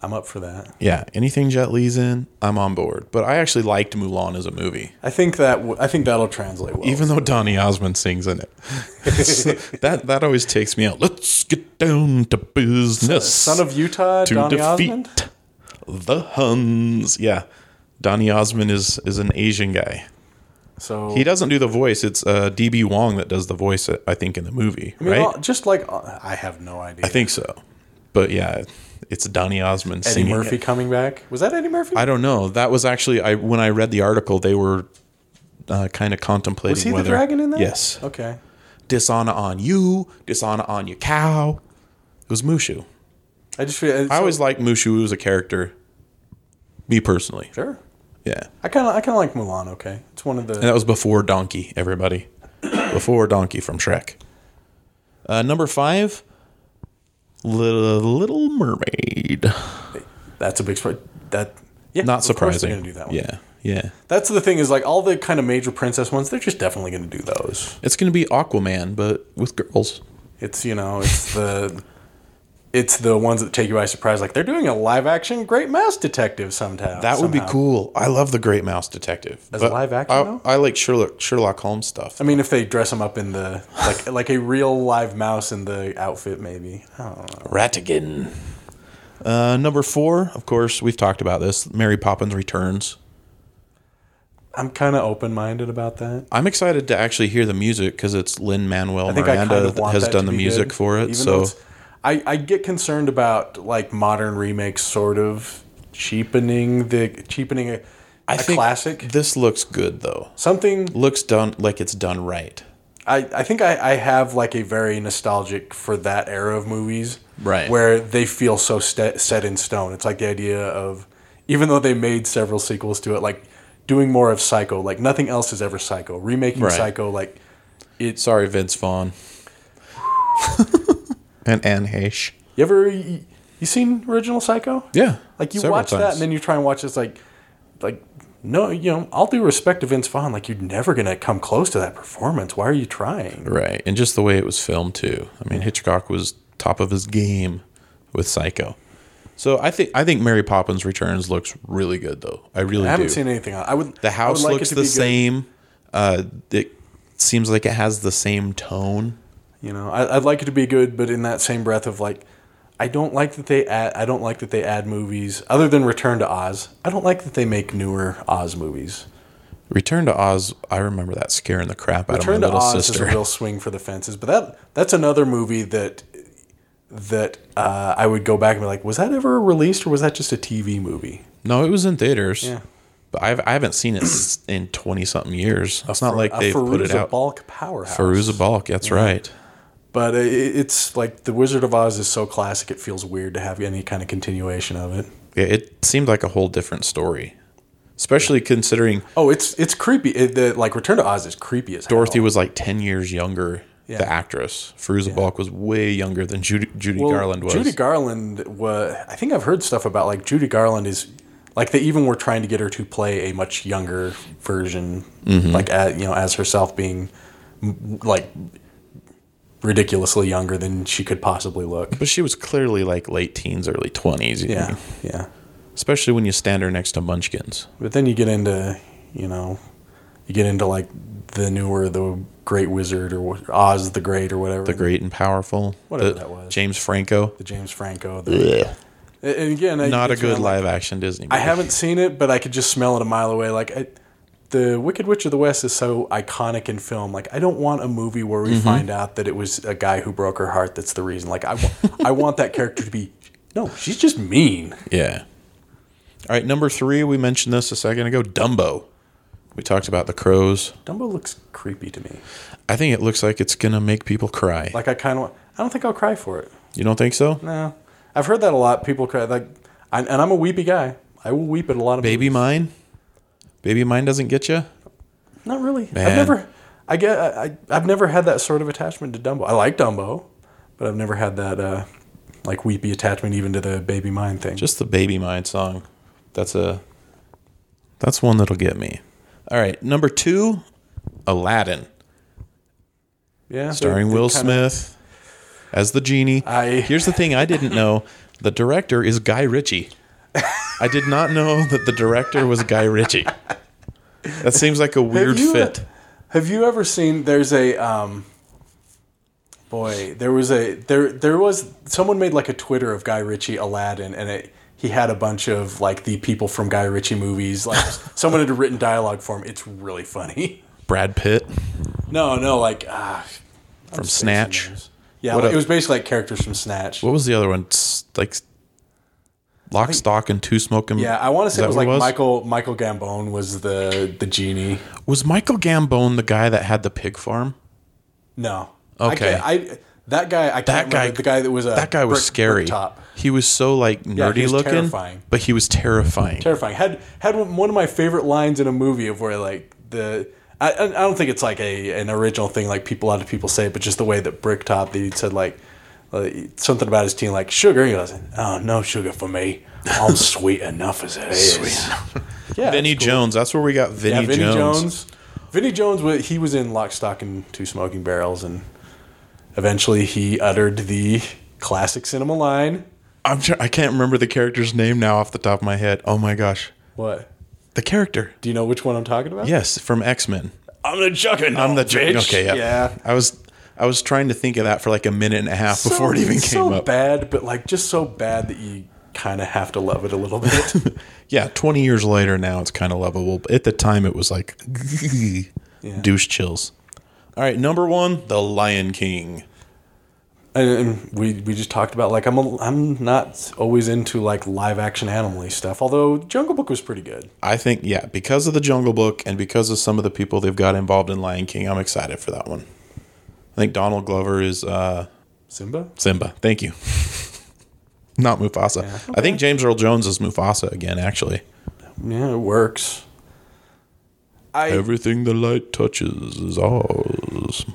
Speaker 1: I'm up for that.
Speaker 2: Yeah, anything Jet Li's in, I'm on board. But I actually liked Mulan as a movie,
Speaker 1: I think that w- I think that'll translate well.
Speaker 2: even though Donny Osmond sings in it. So that that always takes me out. Let's get down to business.
Speaker 1: Son of Utah,
Speaker 2: to
Speaker 1: Donny
Speaker 2: defeat
Speaker 1: Osmond.
Speaker 2: the Huns. Yeah, Donny Osmond is is an Asian guy.
Speaker 1: So
Speaker 2: He doesn't do the voice. It's uh, DB Wong that does the voice. uh, I think in the movie,
Speaker 1: I mean,
Speaker 2: right?
Speaker 1: all- just like uh, I have no idea.
Speaker 2: I think so. But yeah, it's Donny Osmond
Speaker 1: Eddie
Speaker 2: singing.
Speaker 1: Murphy
Speaker 2: it.
Speaker 1: coming back was that Eddie Murphy?
Speaker 2: I don't know. That was actually I when I read the article, they were uh, kind of contemplating
Speaker 1: was he
Speaker 2: whether
Speaker 1: the dragon in that?
Speaker 2: Yes,
Speaker 1: Okay.
Speaker 2: dishonor on you, dishonor on your cow. It was Mushu.
Speaker 1: I just feel. uh,
Speaker 2: I always liked Mushu as a character. Me personally,
Speaker 1: sure.
Speaker 2: yeah.
Speaker 1: I kind of I kind of like Mulan. Okay, it's one of the.
Speaker 2: And that was before Donkey, everybody. before Donkey from Shrek. Uh, number five, Little, Little Mermaid.
Speaker 1: That's a big surprise. That yeah. of
Speaker 2: Not
Speaker 1: course
Speaker 2: surprising.
Speaker 1: They're gonna do that one.
Speaker 2: Yeah, yeah.
Speaker 1: That's the thing is like all the kind of major princess ones. They're just definitely gonna do those.
Speaker 2: It's going to be Aquaman, but with girls.
Speaker 1: It's you know it's the it's the ones that take you by surprise. Like they're doing a live action Great Mouse Detective sometime.
Speaker 2: That would be
Speaker 1: somehow.
Speaker 2: cool. I love the Great Mouse Detective.
Speaker 1: As a live action,
Speaker 2: I,
Speaker 1: though?
Speaker 2: I like Sherlock Sherlock Holmes stuff.
Speaker 1: I mean, if they dress him up in the like like a real live mouse in the outfit, maybe. I don't know.
Speaker 2: Ratigan. Uh, number four, of course, we've talked about this. Mary Poppins returns.
Speaker 1: I'm kind of open minded about that.
Speaker 2: I'm excited to actually hear the music because it's Lin Manuel
Speaker 1: I think I kind
Speaker 2: Miranda
Speaker 1: of
Speaker 2: that
Speaker 1: want
Speaker 2: has
Speaker 1: that
Speaker 2: done
Speaker 1: to
Speaker 2: the
Speaker 1: be
Speaker 2: music
Speaker 1: good,
Speaker 2: for it.
Speaker 1: even though
Speaker 2: so
Speaker 1: it's- I, I get concerned about like modern remakes, sort of cheapening the cheapening a
Speaker 2: I
Speaker 1: a
Speaker 2: think
Speaker 1: classic.
Speaker 2: this looks good though.
Speaker 1: Something
Speaker 2: Looks done like it's done right.
Speaker 1: I, I think I, I have like a very nostalgic for that era of movies.
Speaker 2: Right.
Speaker 1: Where they feel so st- set in stone. It's like the idea of, even though they made several sequels to it, like doing more of Psycho. Like nothing else is ever Psycho. Remaking
Speaker 2: Right.
Speaker 1: Psycho, like it's.
Speaker 2: Sorry, Vince Vaughn. and Anne Heche.
Speaker 1: You ever. You, you seen original Psycho?
Speaker 2: Yeah.
Speaker 1: Like you
Speaker 2: several
Speaker 1: watch that
Speaker 2: times.
Speaker 1: and then you try and watch this, like, like. No, you know, all due respect to Vince Vaughn, like you're never gonna come close to that performance. Why are you trying?
Speaker 2: Right. And just the way it was filmed too. I mean, Hitchcock was top of his game with Psycho. So I think I think Mary Poppins Returns looks really good though. I really
Speaker 1: I haven't
Speaker 2: do.
Speaker 1: seen anything. else. I would.
Speaker 2: the house
Speaker 1: I would like
Speaker 2: looks
Speaker 1: it to
Speaker 2: the
Speaker 1: be good.
Speaker 2: same. Uh, it seems like it has the same tone.
Speaker 1: You know, I, I'd like it to be good, but in that same breath of like, I don't like that they add. I don't like that they add movies other than Return to Oz. I don't like that they make newer Oz movies.
Speaker 2: Return to Oz. I remember that scaring the crap out
Speaker 1: Return
Speaker 2: of
Speaker 1: to
Speaker 2: my little
Speaker 1: Oz is a
Speaker 2: sister.
Speaker 1: real swing for the fences, but that that's another movie that that uh, I would go back and be like, was that ever released or was that just a TV movie?
Speaker 2: no, it was in theaters.
Speaker 1: Yeah.
Speaker 2: But I've, I haven't seen it s- in twenty something years. It's not like
Speaker 1: a
Speaker 2: they've put it
Speaker 1: Fairuza
Speaker 2: out.
Speaker 1: Balk powerhouse.
Speaker 2: Faruza Balk. That's right.
Speaker 1: But it, it's like The Wizard of Oz is so classic, it feels weird to have any kind of continuation of it.
Speaker 2: Yeah, it seemed like a whole different story, especially considering
Speaker 1: Oh, it's it's creepy. It, the, like Return to Oz is creepy as hell.
Speaker 2: Dorothy was like ten years younger.
Speaker 1: Yeah.
Speaker 2: The actress Faruza Balk was way younger than Judy, Judy
Speaker 1: Well,
Speaker 2: Garland was.
Speaker 1: Judy Garland was. I think I've heard stuff about like Judy Garland is like they even were trying to get her to play a much younger version,
Speaker 2: Mm-hmm.
Speaker 1: like at, you know as herself being m- like ridiculously younger than she could possibly look.
Speaker 2: but she was clearly like late teens, early twenties.
Speaker 1: Yeah, yeah.
Speaker 2: especially when you stand her next to Munchkins.
Speaker 1: But then you get into you know you get into like the newer the Great Wizard or wh- Oz the Great or whatever
Speaker 2: The great and powerful.
Speaker 1: Whatever
Speaker 2: the-
Speaker 1: that was.
Speaker 2: James Franco.
Speaker 1: the James Franco. The, and and again, I-
Speaker 2: Not a
Speaker 1: it's
Speaker 2: good
Speaker 1: around, like,
Speaker 2: live action Disney movie.
Speaker 1: I haven't seen it, but I could just smell it a mile away. Like I, the Wicked Witch of the West is so iconic in film. Like I don't want a movie where we find out that it was a guy who broke her heart that's the reason. Like I, wa- I want that character to be no, she's just mean.
Speaker 2: Yeah. All right, number three, we mentioned this a second ago Dumbo. We talked about the crows.
Speaker 1: Dumbo looks creepy to me.
Speaker 2: I think it looks like it's going to make people cry.
Speaker 1: Like I kind of, I don't think I'll cry for it.
Speaker 2: you don't think so?
Speaker 1: No, I've heard that a lot. People cry like, I, and I'm a weepy guy. I will weep at a lot of
Speaker 2: Baby Mine? Baby Mine doesn't get you?
Speaker 1: Not really. I've
Speaker 2: Man.
Speaker 1: never. I get. I, I- I've never had that sort of attachment to Dumbo. I like Dumbo, but I've never had that uh, like weepy attachment even to the baby mine thing.
Speaker 2: Just the Baby Mine song. That's a. That's one that'll get me. All right, number two, Aladdin.
Speaker 1: yeah, they-
Speaker 2: starring
Speaker 1: they
Speaker 2: Will
Speaker 1: kinda-
Speaker 2: Smith as the genie.
Speaker 1: I-
Speaker 2: Here's the thing I didn't know the director is Guy Ritchie. I did not know that the director was Guy Ritchie. That seems like a weird
Speaker 1: you-
Speaker 2: fit.
Speaker 1: Have you ever seen? There's a. Um, boy, there was a there there was someone made like a Twitter of Guy Ritchie Aladdin, and it. He had a bunch of like the people from Guy Ritchie movies. Like someone had written dialogue for him. It's really funny.
Speaker 2: Brad Pitt.
Speaker 1: No, no, like uh, from
Speaker 2: Snatch?
Speaker 1: Yeah,
Speaker 2: What
Speaker 1: like-
Speaker 2: a-
Speaker 1: it was basically like characters from Snatch.
Speaker 2: What was the other one? S- Like Lock, Stock, and Two Smoking.
Speaker 1: yeah, I want to say
Speaker 2: that
Speaker 1: it was
Speaker 2: what
Speaker 1: like Michael Michael Gambon was the the genie.
Speaker 2: Was Michael Gambone the guy that had the pig farm?
Speaker 1: No,
Speaker 2: Okay.
Speaker 1: I, can't- I that guy I
Speaker 2: That
Speaker 1: can't
Speaker 2: guy-
Speaker 1: remember, the guy that was a
Speaker 2: That guy was
Speaker 1: brick-
Speaker 2: scary.
Speaker 1: brick top
Speaker 2: He was so like nerdy
Speaker 1: he was
Speaker 2: looking,
Speaker 1: terrifying.
Speaker 2: but he was terrifying.
Speaker 1: terrifying had had one of my favorite lines in a movie of where like the. I, I don't think it's like a an original thing like people a lot of people say, it, but just the way that Bricktop he said like uh, something about his team like sugar. He goes, "Oh no sugar for me. I'm sweet enough as it is." Yeah,
Speaker 2: Vinny
Speaker 1: it's cool.
Speaker 2: Jones. That's where we got Vinny,
Speaker 1: Yeah, Vinny
Speaker 2: Jones.
Speaker 1: Jones. Vinny Jones, wa- he was in Lock, Stock, and Two Smoking Barrels, and eventually he uttered the classic cinema line.
Speaker 2: I'm try- I can't remember the character's name now off the top of my head. Oh my gosh,
Speaker 1: What?
Speaker 2: the character.
Speaker 1: Do you know which one I'm talking about?
Speaker 2: Yes, from X Men.
Speaker 1: I'm the juggernaut.
Speaker 2: I'm the
Speaker 1: bitch.
Speaker 2: okay. Yeah.
Speaker 1: Oh, yeah.
Speaker 2: I was I was trying to think of that for like a minute and a half before it even came
Speaker 1: so
Speaker 2: up.
Speaker 1: bad, but like just so bad that you kind of have to love it a little bit.
Speaker 2: Yeah, 20 years later now it's kind of lovable. But at the time it was like douche chills. All right, number 1, The Lion King.
Speaker 1: and, and we we just talked about like I'm a, I'm not always into like live action animal stuff. Although Jungle Book was pretty good.
Speaker 2: I think yeah, because of The Jungle Book and because of some of the people they've got involved in Lion King, I'm excited for that one. I think Donald Glover is uh,
Speaker 1: Simba.
Speaker 2: Simba. Thank you. Not Mufasa. I think James Earl Jones is Mufasa again actually.
Speaker 1: Yeah, it works. I
Speaker 2: Everything the light touches is ours.
Speaker 1: Brother.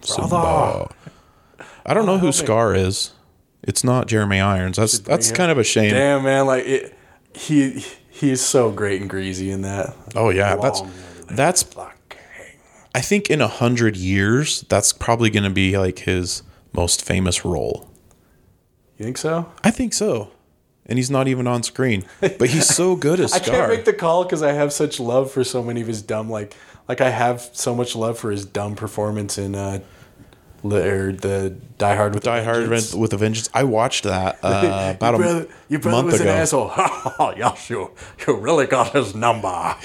Speaker 2: Simba. I don't know who Scar is. It's not Jeremy Irons. That's that's
Speaker 1: bring
Speaker 2: kind of a shame.
Speaker 1: damn man, like it, he he's so great and greasy in that.
Speaker 2: Oh yeah, that's
Speaker 1: Long
Speaker 2: that's. I think in a hundred years, that's probably going to be like his most famous role.
Speaker 1: You think so?
Speaker 2: I think so. And he's not even on screen, but he's so good as
Speaker 1: I can't
Speaker 2: Scar.
Speaker 1: make the call because I have such love for so many of his dumb like like I have so much love for his dumb performance in uh li- or the Die Hard uh, with
Speaker 2: Die
Speaker 1: a
Speaker 2: Hard
Speaker 1: Vengeance.
Speaker 2: with a Vengeance. I watched that uh, about
Speaker 1: your
Speaker 2: a
Speaker 1: brother,
Speaker 2: m-
Speaker 1: your brother
Speaker 2: month
Speaker 1: was
Speaker 2: ago.
Speaker 1: an asshole. Ha ha! Yes, you you really got his number.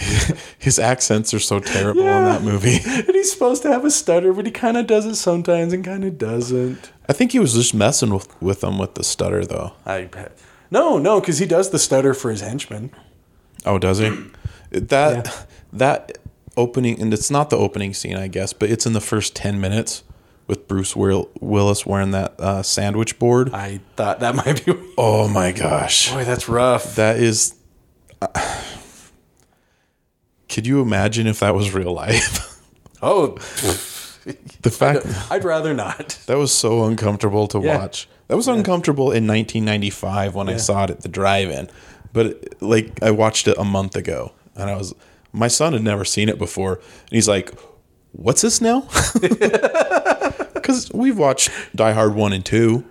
Speaker 2: His accents are so terrible in that movie.
Speaker 1: and he's supposed to have a stutter, but he kind of does it sometimes and kind of doesn't.
Speaker 2: I think he was just messing with, with them with the stutter, though.
Speaker 1: I no no because he does the stutter for his henchmen.
Speaker 2: Oh, does he? That that opening, and it's not the opening scene, I guess, but it's in the first ten minutes with Bruce Will- Willis wearing that uh, sandwich board.
Speaker 1: I thought that might be.
Speaker 2: oh my gosh,
Speaker 1: Boy, that's rough.
Speaker 2: that is. uh, could you imagine if that was real life?
Speaker 1: Oh,
Speaker 2: the fact
Speaker 1: I'd rather not.
Speaker 2: that was so uncomfortable to
Speaker 1: Yeah.
Speaker 2: watch. That was uncomfortable in 1995 when I saw it at the drive-in, but like I watched it a month ago, and I was my son had never seen it before, and he's like, "What's this now?" Because we've watched Die Hard one and two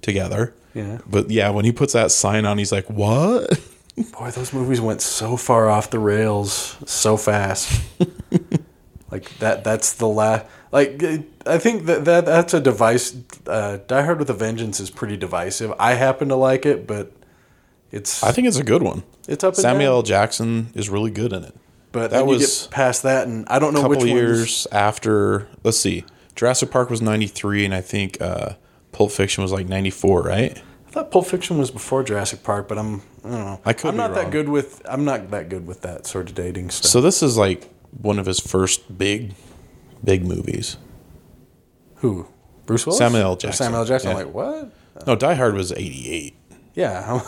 Speaker 2: together.
Speaker 1: Yeah.
Speaker 2: But yeah, when he puts that sign on, he's like, "What?"
Speaker 1: Boy, those movies went so far off the rails so fast. like that that's the last like I think that, that that's a device uh, Die Hard with a Vengeance is pretty divisive. I happen to like it, but it's
Speaker 2: I think it's a good one.
Speaker 1: it's up and
Speaker 2: Samuel
Speaker 1: down.
Speaker 2: L. Jackson is really good in it.
Speaker 1: But
Speaker 2: that
Speaker 1: then you
Speaker 2: was
Speaker 1: get past that and I don't know
Speaker 2: couple
Speaker 1: which ones.
Speaker 2: years after let's see jurassic park was 93 and i think uh, pulp fiction was like 94 right
Speaker 1: I thought Pulp Fiction was before Jurassic Park, but I'm I don't know.
Speaker 2: I could
Speaker 1: I'm
Speaker 2: be
Speaker 1: not
Speaker 2: wrong.
Speaker 1: that good with I'm not that good with that sort of dating stuff.
Speaker 2: so this is like one of his first big big movies
Speaker 1: Who? Bruce Willis?
Speaker 2: Samuel L.
Speaker 1: Or
Speaker 2: Jackson.
Speaker 1: Samuel L. Jackson.
Speaker 2: Yeah.
Speaker 1: I'm like, what?
Speaker 2: no die hard was 88
Speaker 1: Yeah.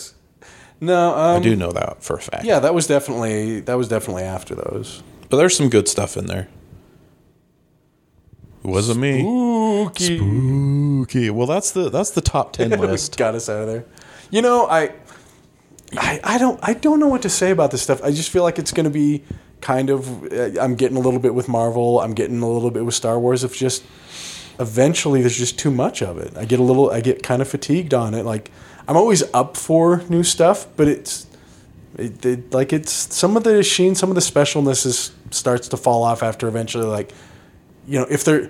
Speaker 1: no, um,
Speaker 2: i do know that for a fact
Speaker 1: Yeah, that was definitely that was definitely after those.
Speaker 2: but there's some good stuff in there it wasn't me
Speaker 1: Spooky.
Speaker 2: okay well that's the that's the top 10 list
Speaker 1: Got us out of there. You know, I, I I don't I don't know what to say about this stuff. I just feel like it's going to be kind of uh, I'm getting a little bit with Marvel, I'm getting a little bit with Star Wars of just eventually there's just too much of it. I get a little I get kind of fatigued on it. Like I'm always up for new stuff, but it's it, it, like it's some of the sheen, some of the specialness is starts to fall off after eventually. Like, you know, if they're,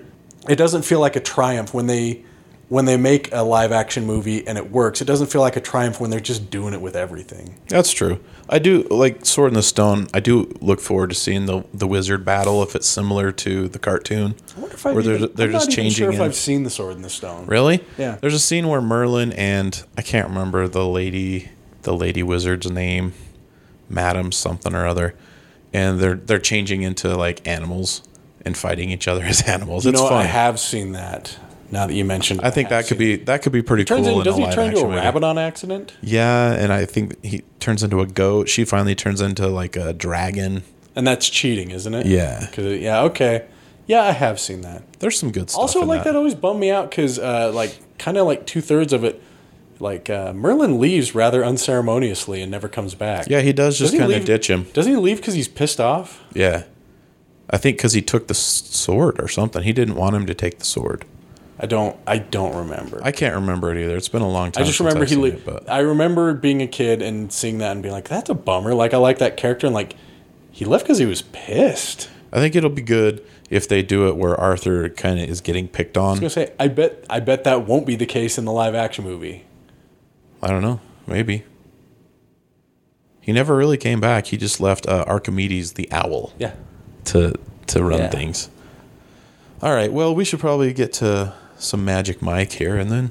Speaker 1: it doesn't feel like a triumph when they when they make a live action movie and it works. It doesn't feel like a triumph when they're just doing it with everything.
Speaker 2: That's true. I do like Sword in the Stone. I do look forward to seeing the the wizard battle if it's similar to the cartoon.
Speaker 1: I wonder if I've
Speaker 2: where they're
Speaker 1: even-
Speaker 2: they're
Speaker 1: I'm
Speaker 2: just
Speaker 1: not even
Speaker 2: changing
Speaker 1: Sure if
Speaker 2: it.
Speaker 1: I've seen the Sword and the Stone.
Speaker 2: Really?
Speaker 1: Yeah.
Speaker 2: There's a scene where Merlin and I can't remember the lady the lady wizard's name, Madam something or other, and they're they're changing into like animals and fighting each other as animals.
Speaker 1: You
Speaker 2: it's
Speaker 1: know, I
Speaker 2: fun.
Speaker 1: have seen that. Now that you mentioned,
Speaker 2: I think that could be that could be pretty
Speaker 1: Turns
Speaker 2: cool
Speaker 1: into,
Speaker 2: in a
Speaker 1: doesn't he
Speaker 2: live
Speaker 1: turn into
Speaker 2: action
Speaker 1: a
Speaker 2: movie.
Speaker 1: rabbit on accident?
Speaker 2: Yeah, and I think he turns into a goat. She finally turns into like a dragon.
Speaker 1: And that's cheating, isn't it?
Speaker 2: Yeah.
Speaker 1: 'Cause it- yeah. Okay. Yeah, I have seen that.
Speaker 2: There's some good stuff.
Speaker 1: also
Speaker 2: in
Speaker 1: like that. always bummed me out because uh, like kind of like two thirds of it like uh, merlin leaves rather unceremoniously and never comes back
Speaker 2: Yeah, he does
Speaker 1: Does
Speaker 2: just
Speaker 1: he
Speaker 2: kind of
Speaker 1: leave-
Speaker 2: ditch him.
Speaker 1: doesn't he leave because he's pissed off
Speaker 2: Yeah. I think because he took the s- sword or something. He didn't want him to take the sword.
Speaker 1: I don't. I don't remember. I,
Speaker 2: I can't remember it either. It's been a long time.
Speaker 1: just
Speaker 2: since
Speaker 1: remember
Speaker 2: I've
Speaker 1: he.
Speaker 2: seen
Speaker 1: Li-
Speaker 2: it, but
Speaker 1: I remember being a kid and seeing that and being like, "That's a bummer." Like I like that character and like he left because he was pissed.
Speaker 2: I think it'll be good if they do it where Arthur kind of is getting picked on.
Speaker 1: I was gonna say, I bet. I bet that won't be the case in the live action movie.
Speaker 2: I don't know. Maybe. He never really came back. He just left uh, Archimedes the owl
Speaker 1: Yeah.
Speaker 2: to to run
Speaker 1: Yeah.
Speaker 2: things. All right. Well, we should probably get to some Magic Mike here, and then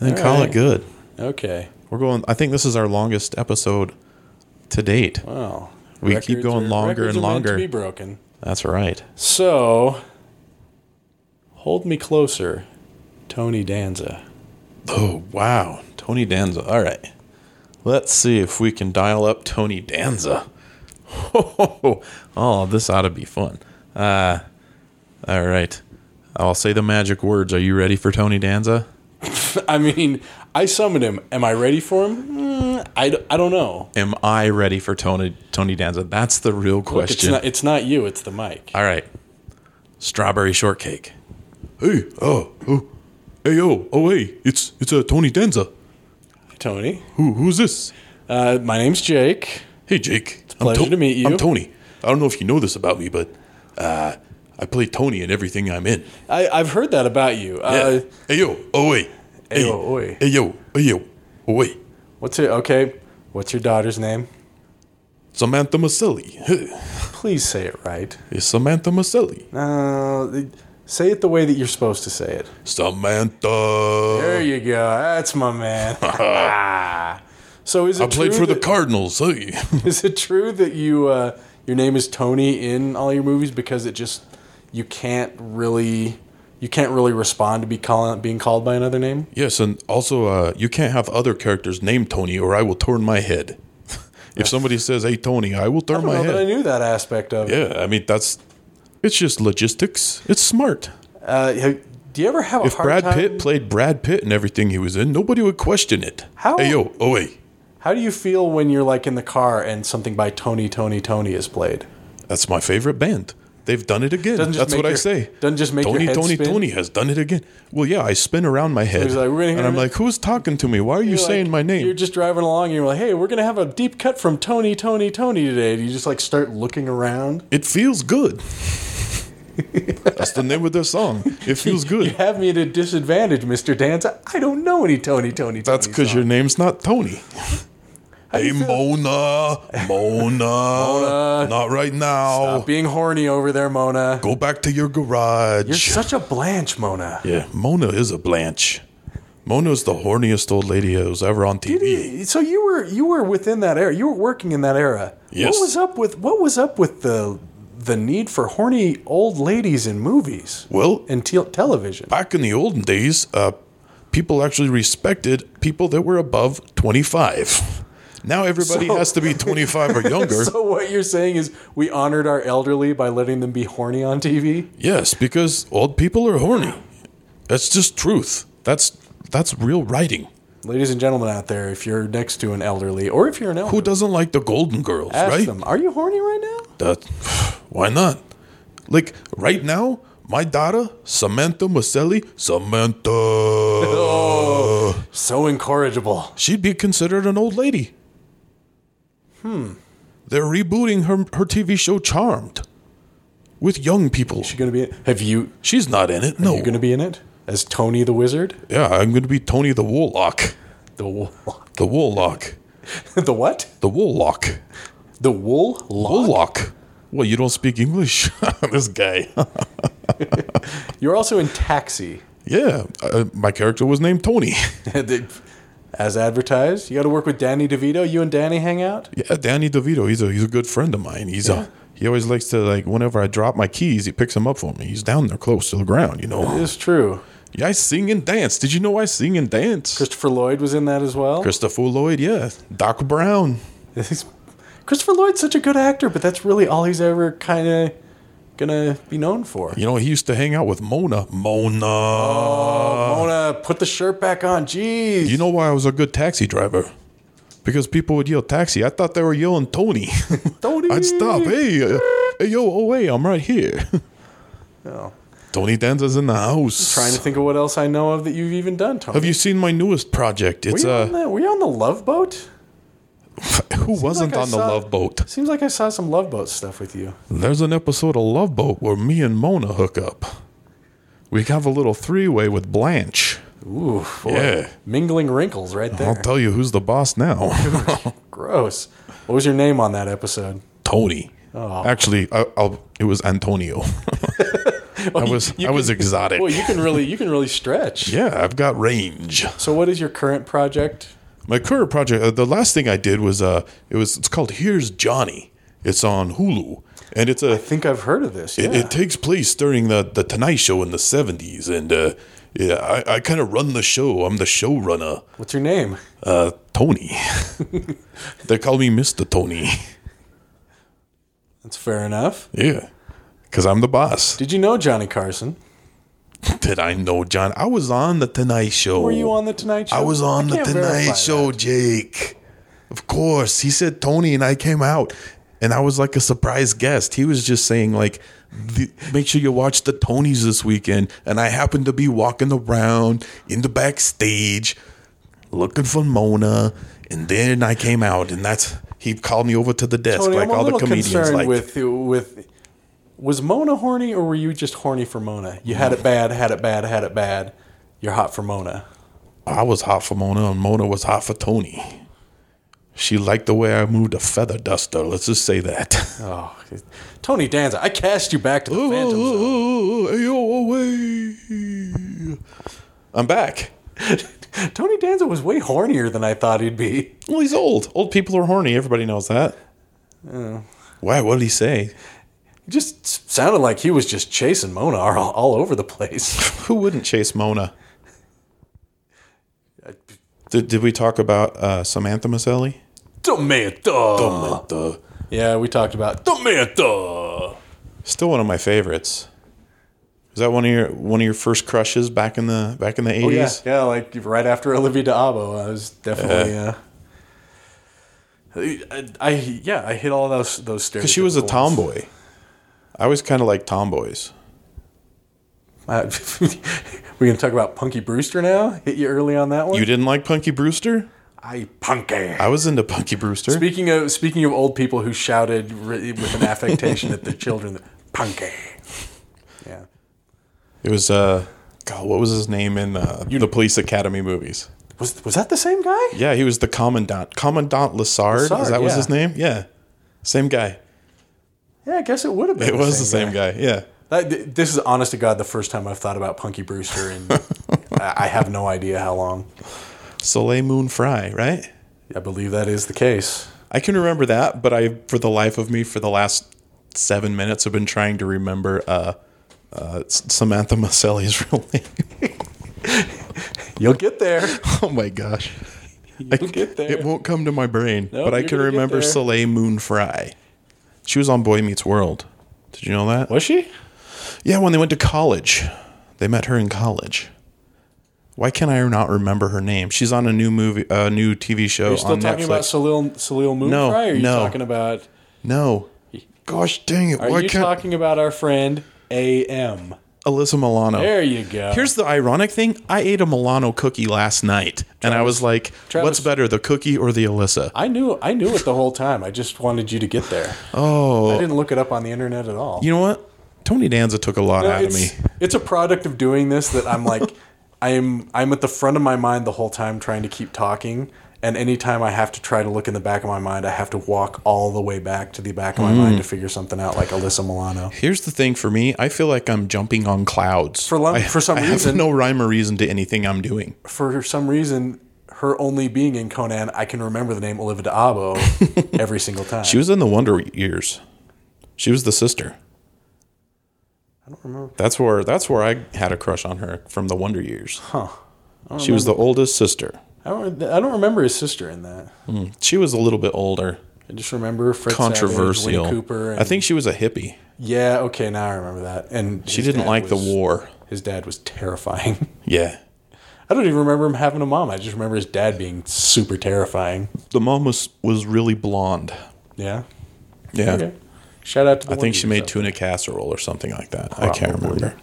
Speaker 2: and then
Speaker 1: All
Speaker 2: call
Speaker 1: right.
Speaker 2: it good.
Speaker 1: Okay.
Speaker 2: We're going. I think this is our longest episode to date.
Speaker 1: Wow.
Speaker 2: We keep going longer
Speaker 1: records
Speaker 2: and
Speaker 1: are meant to
Speaker 2: longer.
Speaker 1: be broken.
Speaker 2: That's right.
Speaker 1: So, hold me closer, Tony Danza.
Speaker 2: Oh wow, Tony Danza. All right, let's see if we can dial up Tony Danza. Oh, this ought to be fun. Uh, all right, I'll say the magic words. Are you ready for Tony Danza?
Speaker 1: I mean, I summoned him. Am I ready for him? Mm, I, d- I don't know.
Speaker 2: Am I ready for Tony Tony Danza? That's the real
Speaker 1: Look, it's
Speaker 2: question.
Speaker 1: not, it's not you, it's the mic.
Speaker 2: all right, strawberry shortcake. Hey, oh, oh, hey, yo, oh, hey, it's it's uh, Tony Danza.
Speaker 1: Tony,
Speaker 2: Who who's this?
Speaker 1: uh, my name's Jake.
Speaker 2: Hey, Jake. It's a
Speaker 1: pleasure to meet you.
Speaker 2: I'm Tony. I don't know if you know this about me, but uh, I play Tony in everything I'm in.
Speaker 1: I, I've heard that about you. Uh,
Speaker 2: Yeah. hey, yo. Oh, wait. Hey,
Speaker 1: yo, oi.
Speaker 2: Hey, yo. Hey, yo. Oh, wait.
Speaker 1: What's it? Okay. What's your daughter's name?
Speaker 2: Samantha Maselli.
Speaker 1: Please say it right.
Speaker 2: It's Samantha Maselli.
Speaker 1: Uh, say it the way that you're supposed to say it.
Speaker 2: Samantha.
Speaker 1: There you go. That's my man. so is it
Speaker 2: I played
Speaker 1: true
Speaker 2: Oh. for the
Speaker 1: that-
Speaker 2: Cardinals. Hey.
Speaker 1: Is it true that you uh, your name is Tony in all your movies because it just you can't really you can't really respond to be calling being called by another name?
Speaker 2: yes, and also, uh, you can't have other characters named Tony or I will turn my head. if somebody says, hey, Tony, I will turn
Speaker 1: I don't
Speaker 2: my
Speaker 1: know that I
Speaker 2: head.
Speaker 1: knew that aspect of it.
Speaker 2: Yeah, I mean, that's. It's just logistics. It's smart.
Speaker 1: Uh, have- do you ever have a
Speaker 2: If
Speaker 1: hard
Speaker 2: Brad
Speaker 1: time?
Speaker 2: Pitt played Brad Pitt and everything he was in, nobody would question it.
Speaker 1: How-
Speaker 2: Hey, yo, oh, wait.
Speaker 1: How do you feel when you're like in the car and something by Tony Tony Tony is played?
Speaker 2: That's my favorite band. They've done it again.
Speaker 1: Doesn't just
Speaker 2: That's
Speaker 1: make
Speaker 2: what I
Speaker 1: your-
Speaker 2: say.
Speaker 1: doesn't just make your
Speaker 2: Tony,
Speaker 1: head
Speaker 2: Tony,
Speaker 1: spin?
Speaker 2: Tony has done it again. Well, yeah, I spin around my head.
Speaker 1: he's like, "We're gonna hear
Speaker 2: and I'm
Speaker 1: it."
Speaker 2: like, who's talking to me? Why are you
Speaker 1: You're,
Speaker 2: saying
Speaker 1: like-
Speaker 2: my
Speaker 1: You're
Speaker 2: name?
Speaker 1: just driving along and you're like, "Hey, we're gonna have a deep cut from Tony Tony Tony today." Do you just like start looking around?
Speaker 2: It feels good. That's the name of their song. It feels
Speaker 1: You
Speaker 2: good.
Speaker 1: have me at a disadvantage, Mr. Danza. I don't know any Tony Tony.
Speaker 2: That's
Speaker 1: Tony
Speaker 2: because your name's not Tony. Hey,
Speaker 1: you feel-
Speaker 2: Mona. Mona.
Speaker 1: Mona.
Speaker 2: Not right now.
Speaker 1: Stop being horny over there, Mona.
Speaker 2: Go back to your garage.
Speaker 1: You're such a Blanche, Mona.
Speaker 2: Yeah, Mona is a Blanche. Mona's the horniest old lady who's ever on TV.
Speaker 1: So you were you were within that era. You were working in that era.
Speaker 2: Yes.
Speaker 1: What was up with what was up with the the need for horny old ladies in movies
Speaker 2: Well,
Speaker 1: and te- television?
Speaker 2: back in the olden days, uh, people actually respected people that were above 25. Now everybody
Speaker 1: So-
Speaker 2: has to be 25 or younger.
Speaker 1: So what you're saying is we honored our elderly by letting them be horny on TV?
Speaker 2: yes, because old people are horny. That's just truth. That's that's real writing.
Speaker 1: Ladies and gentlemen out there, if you're next to an elderly or if you're an elderly,
Speaker 2: Who doesn't like the Golden Girls,
Speaker 1: ask
Speaker 2: right?
Speaker 1: them, "Are you horny right now?"
Speaker 2: That, why not? Like right now, my daughter Samantha Maselli, Samantha.
Speaker 1: Oh, So incorrigible.
Speaker 2: she'd be considered an old lady. Hmm.
Speaker 1: Hmm.
Speaker 2: They're rebooting her her TV show Charmed with young people.
Speaker 1: You gonna be in, have you
Speaker 2: She's not in it. No.
Speaker 1: you gonna be in it as Tony the Wizard?
Speaker 2: yeah, I'm going to be Tony the Woollock.
Speaker 1: The wool,
Speaker 2: The Woollock.
Speaker 1: the what?
Speaker 2: The Woollock.
Speaker 1: The wool lock.
Speaker 2: Woollock. Well, you don't speak English, this guy.
Speaker 1: You're also in Taxi,
Speaker 2: yeah, uh, my character was named Tony.
Speaker 1: They- as advertised. You got to work with Danny DeVito. You and Danny hang out.
Speaker 2: yeah, Danny DeVito. He's a he's a good friend of mine. He's a he always likes to like whenever I drop my keys, he picks them up for me. He's down there close to the ground, you know.
Speaker 1: It's true.
Speaker 2: Yeah, I sing and dance. Did you know I sing and dance?
Speaker 1: Christopher Lloyd was in that as well.
Speaker 2: Christopher Lloyd, yeah. Doc Brown.
Speaker 1: Christopher Lloyd's such a good actor, but that's really all he's ever kind of gonna be known for.
Speaker 2: You know, he used to hang out with Mona. Mona.
Speaker 1: Mona, put the shirt back on. Jeez.
Speaker 2: You know why I was a good taxi driver? Because people would yell taxi. I thought they were yelling Tony.
Speaker 1: Tony. Mm.
Speaker 2: I'd stop. Hey, uh, hey, yo, oh, hey, I'm right here.
Speaker 1: No.
Speaker 2: Tony Danza's in the house.
Speaker 1: Trying to think of what else I know of that you've even done, Tony.
Speaker 2: Have you seen my newest project?
Speaker 1: were,
Speaker 2: It's
Speaker 1: you on
Speaker 2: uh,
Speaker 1: the, were you on the Love Boat?
Speaker 2: who wasn't
Speaker 1: like I
Speaker 2: on the
Speaker 1: saw-
Speaker 2: Love Boat?
Speaker 1: Seems like I saw some Love Boat stuff with you.
Speaker 2: There's an episode of Love Boat where me and Mona hook up. We have a little three way with Blanche.
Speaker 1: Ooh, boy.
Speaker 2: Yeah. Uh-huh.
Speaker 1: Mingling wrinkles right there.
Speaker 2: I'll tell you who's the boss now
Speaker 1: Gross. What was your name on that episode?
Speaker 2: Tony.
Speaker 1: Oh.
Speaker 2: Actually, I, I'll, it was Antonio. I was I was exotic.
Speaker 1: Well, you can really you can really stretch.
Speaker 2: yeah, I've got range.
Speaker 1: So what is your current project?
Speaker 2: My current project, uh, the last thing I did was uh, it was it's called Here's Johnny. It's on Hulu, and it's a
Speaker 1: I think I've heard of this. Yeah.
Speaker 2: It, it takes place during the, the Tonight Show in the 70s, and uh, yeah, I, I kind of run the show. I'm the showrunner,
Speaker 1: What's your name?
Speaker 2: uh, Tony. they call me Mr. Tony.
Speaker 1: That's fair enough.
Speaker 2: Yeah, because I'm the boss.
Speaker 1: Did you know Johnny Carson?
Speaker 2: Did I know, John? I was on the Tonight Show.
Speaker 1: Were you on the Tonight Show?
Speaker 2: I was on the
Speaker 1: can't verify
Speaker 2: Tonight
Speaker 1: that.
Speaker 2: Show, Jake. Of course, he said Tony, and I came out, and I was like a surprise guest. He was just saying like, the, "Make sure you watch the Tonys this weekend." And I happened to be walking around in the backstage, looking for Mona, and then I came out, and that's he called me over to the desk,
Speaker 1: Tony,
Speaker 2: like
Speaker 1: I'm a
Speaker 2: all the
Speaker 1: little
Speaker 2: comedians,
Speaker 1: concerned
Speaker 2: like
Speaker 1: with with. Was Mona horny, or were you just horny for Mona? You had it bad, had it bad, had it bad. You're hot for Mona.
Speaker 2: I was hot for Mona, and Mona was hot for Tony. She liked the way I moved a feather duster. Let's just say that.
Speaker 1: Oh, Tony Danza, I cast you back to the Phantom Zone.
Speaker 2: Oh, oh, oh, oh, away. I'm back.
Speaker 1: Tony Danza was way hornier than I thought he'd be.
Speaker 2: Well, he's old. Old people are horny. Everybody knows that. Why? What did he say?
Speaker 1: He just s- sounded like he was just chasing Mona all, all over the place.
Speaker 2: Who wouldn't chase Mona? Did, did we talk about uh, Samantha Maselli?
Speaker 1: Tomato.
Speaker 2: Samantha.
Speaker 1: Yeah, we talked about tomato.
Speaker 2: Still one of my favorites. Was that one of your one of your first crushes back in the back in the
Speaker 1: Oh, yeah,
Speaker 2: eighties?
Speaker 1: yeah, like right after Olivia de Abo, I was definitely. Uh,
Speaker 2: Uh-huh.
Speaker 1: I, I yeah, I hit all those those stairs.
Speaker 2: She was a tomboy. I always kind of liked tomboys.
Speaker 1: Uh, we gonna talk about Punky Brewster now? Hit you early on that one.
Speaker 2: You didn't like Punky Brewster?
Speaker 1: I punky.
Speaker 2: I was into Punky Brewster.
Speaker 1: Speaking of speaking of old people who shouted re- with an affectation at their children, punky. Yeah.
Speaker 2: It was uh, God, what was his name in uh, the Police Academy movies?
Speaker 1: Was was that the same guy?
Speaker 2: Yeah, he was the commandant, commandant Lassard.
Speaker 1: Lassard,
Speaker 2: is that was
Speaker 1: yeah.
Speaker 2: his name? Yeah, same guy.
Speaker 1: Yeah, I guess it would have been.
Speaker 2: It was the same guy. Yeah,
Speaker 1: That- th- this is honest to God the first time I've thought about Punky Brewster, and I I have no idea how long.
Speaker 2: Soleil Moon Frye, right?
Speaker 1: I believe that is the case.
Speaker 2: I can remember that, but I, for the life of me, for the last seven minutes, have been trying to remember uh, uh, S- Samantha Maselli's real name.
Speaker 1: You'll get there.
Speaker 2: oh my gosh,
Speaker 1: You'll get there.
Speaker 2: it won't come to my brain,
Speaker 1: No,
Speaker 2: but I
Speaker 1: you're
Speaker 2: can
Speaker 1: gonna get
Speaker 2: remember
Speaker 1: there.
Speaker 2: Soleil Moon Frye. She was on Boy Meets World. Did you know that?
Speaker 1: Was she?
Speaker 2: Yeah, when they went to college, they met her in college. Why can not I not remember her name? She's on a new movie, a new TV show
Speaker 1: You're still
Speaker 2: on
Speaker 1: talking
Speaker 2: Netflix.
Speaker 1: about Salil Salil Moon
Speaker 2: No,
Speaker 1: Fry, or are you
Speaker 2: no.
Speaker 1: talking about?
Speaker 2: no, gosh dang it!
Speaker 1: Are
Speaker 2: Why
Speaker 1: you
Speaker 2: can't
Speaker 1: talking about our friend A.M.?
Speaker 2: Alyssa Milano?
Speaker 1: There you go.
Speaker 2: Here's the ironic thing: I ate a Milano cookie last night, and I was like,
Speaker 1: Travis-
Speaker 2: "What's better, the cookie or the Alyssa?"
Speaker 1: I knew I knew it the whole time. I just wanted you to get there.
Speaker 2: Oh,
Speaker 1: I didn't look it up on the internet at all.
Speaker 2: you know what? Tony Danza took a lot out of me.
Speaker 1: it's, it's a product of doing this that I'm like I'm I'm at the front of my mind the whole time trying to keep talking. And anytime I have to try to look in the back of my mind, I have to walk all the way back to the back of my
Speaker 2: Mm.
Speaker 1: mind to figure something out, like Alyssa Milano.
Speaker 2: Here's the thing for me: I feel like I'm jumping on clouds
Speaker 1: For lum-
Speaker 2: I-
Speaker 1: for some
Speaker 2: I have
Speaker 1: reason-
Speaker 2: no rhyme or reason to anything I'm doing.
Speaker 1: For some reason, her only being in Conan, I can remember the name Olivia de Abo every single time.
Speaker 2: She was in the Wonder Years. She was the sister.
Speaker 1: I don't remember.
Speaker 2: That's where that's where I had a crush on her from the Wonder Years. Huh. She was the oldest sister.
Speaker 1: I don't, I don't remember his sister in that.
Speaker 2: She was a little bit older.
Speaker 1: I just remember Fred
Speaker 2: Controversial.
Speaker 1: Savage, Winnie Cooper.
Speaker 2: I think she was a hippie.
Speaker 1: Yeah, okay, now I remember that. And
Speaker 2: She didn't like the war.
Speaker 1: His dad was terrifying.
Speaker 2: Yeah.
Speaker 1: I don't even remember him having a mom. I just remember his dad being super terrifying.
Speaker 2: The mom was was really blonde.
Speaker 1: Yeah.
Speaker 2: Yeah.
Speaker 1: Okay. Shout out to the
Speaker 2: I think she made tuna casserole or something like that. I can't remember.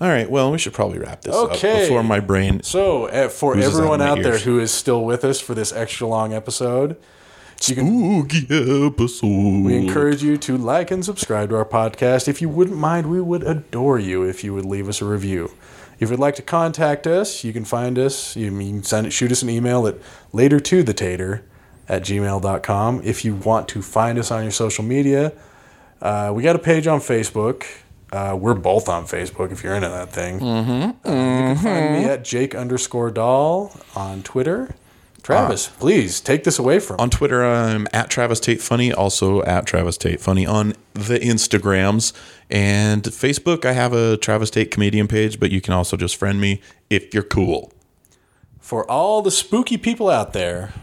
Speaker 2: All right. Well, we should probably wrap this
Speaker 1: Okay.
Speaker 2: up before my brain.
Speaker 1: So, uh, for
Speaker 2: Who's this
Speaker 1: everyone
Speaker 2: out in my
Speaker 1: out there
Speaker 2: ears?
Speaker 1: who is still with us for this extra long episode, you can,
Speaker 2: Spooky episode.
Speaker 1: we encourage you to like and subscribe to our podcast. If you wouldn't mind, we would adore you if you would leave us a review. If you'd like to contact us, you can find us. You can send, shoot us an email at later to the tater at gmail.com. If you want to find us on your social media, uh, we got a page on Facebook. Uh, we're both on Facebook if you're into that thing. Uh, Find me at Jake underscore doll on Twitter. Travis, please take this away from
Speaker 2: on Twitter, I'm at Travis Tate Funny, also at Travis Tate Funny on the Instagrams and Facebook. I have a Travis Tate comedian page, but you can also just friend me if you're cool.
Speaker 1: for all the spooky people out there.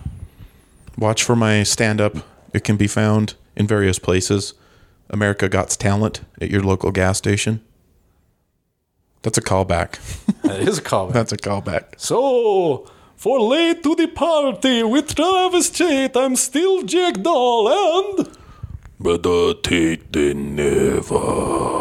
Speaker 2: Watch for my stand up. It can be found in various places. America Got Talent at your local gas station. That's a callback.
Speaker 1: That is a callback.
Speaker 2: That's a callback.
Speaker 1: so, for late to the party with Travis Tate, I'm still Jack Doll and.
Speaker 2: But the Tate, they never.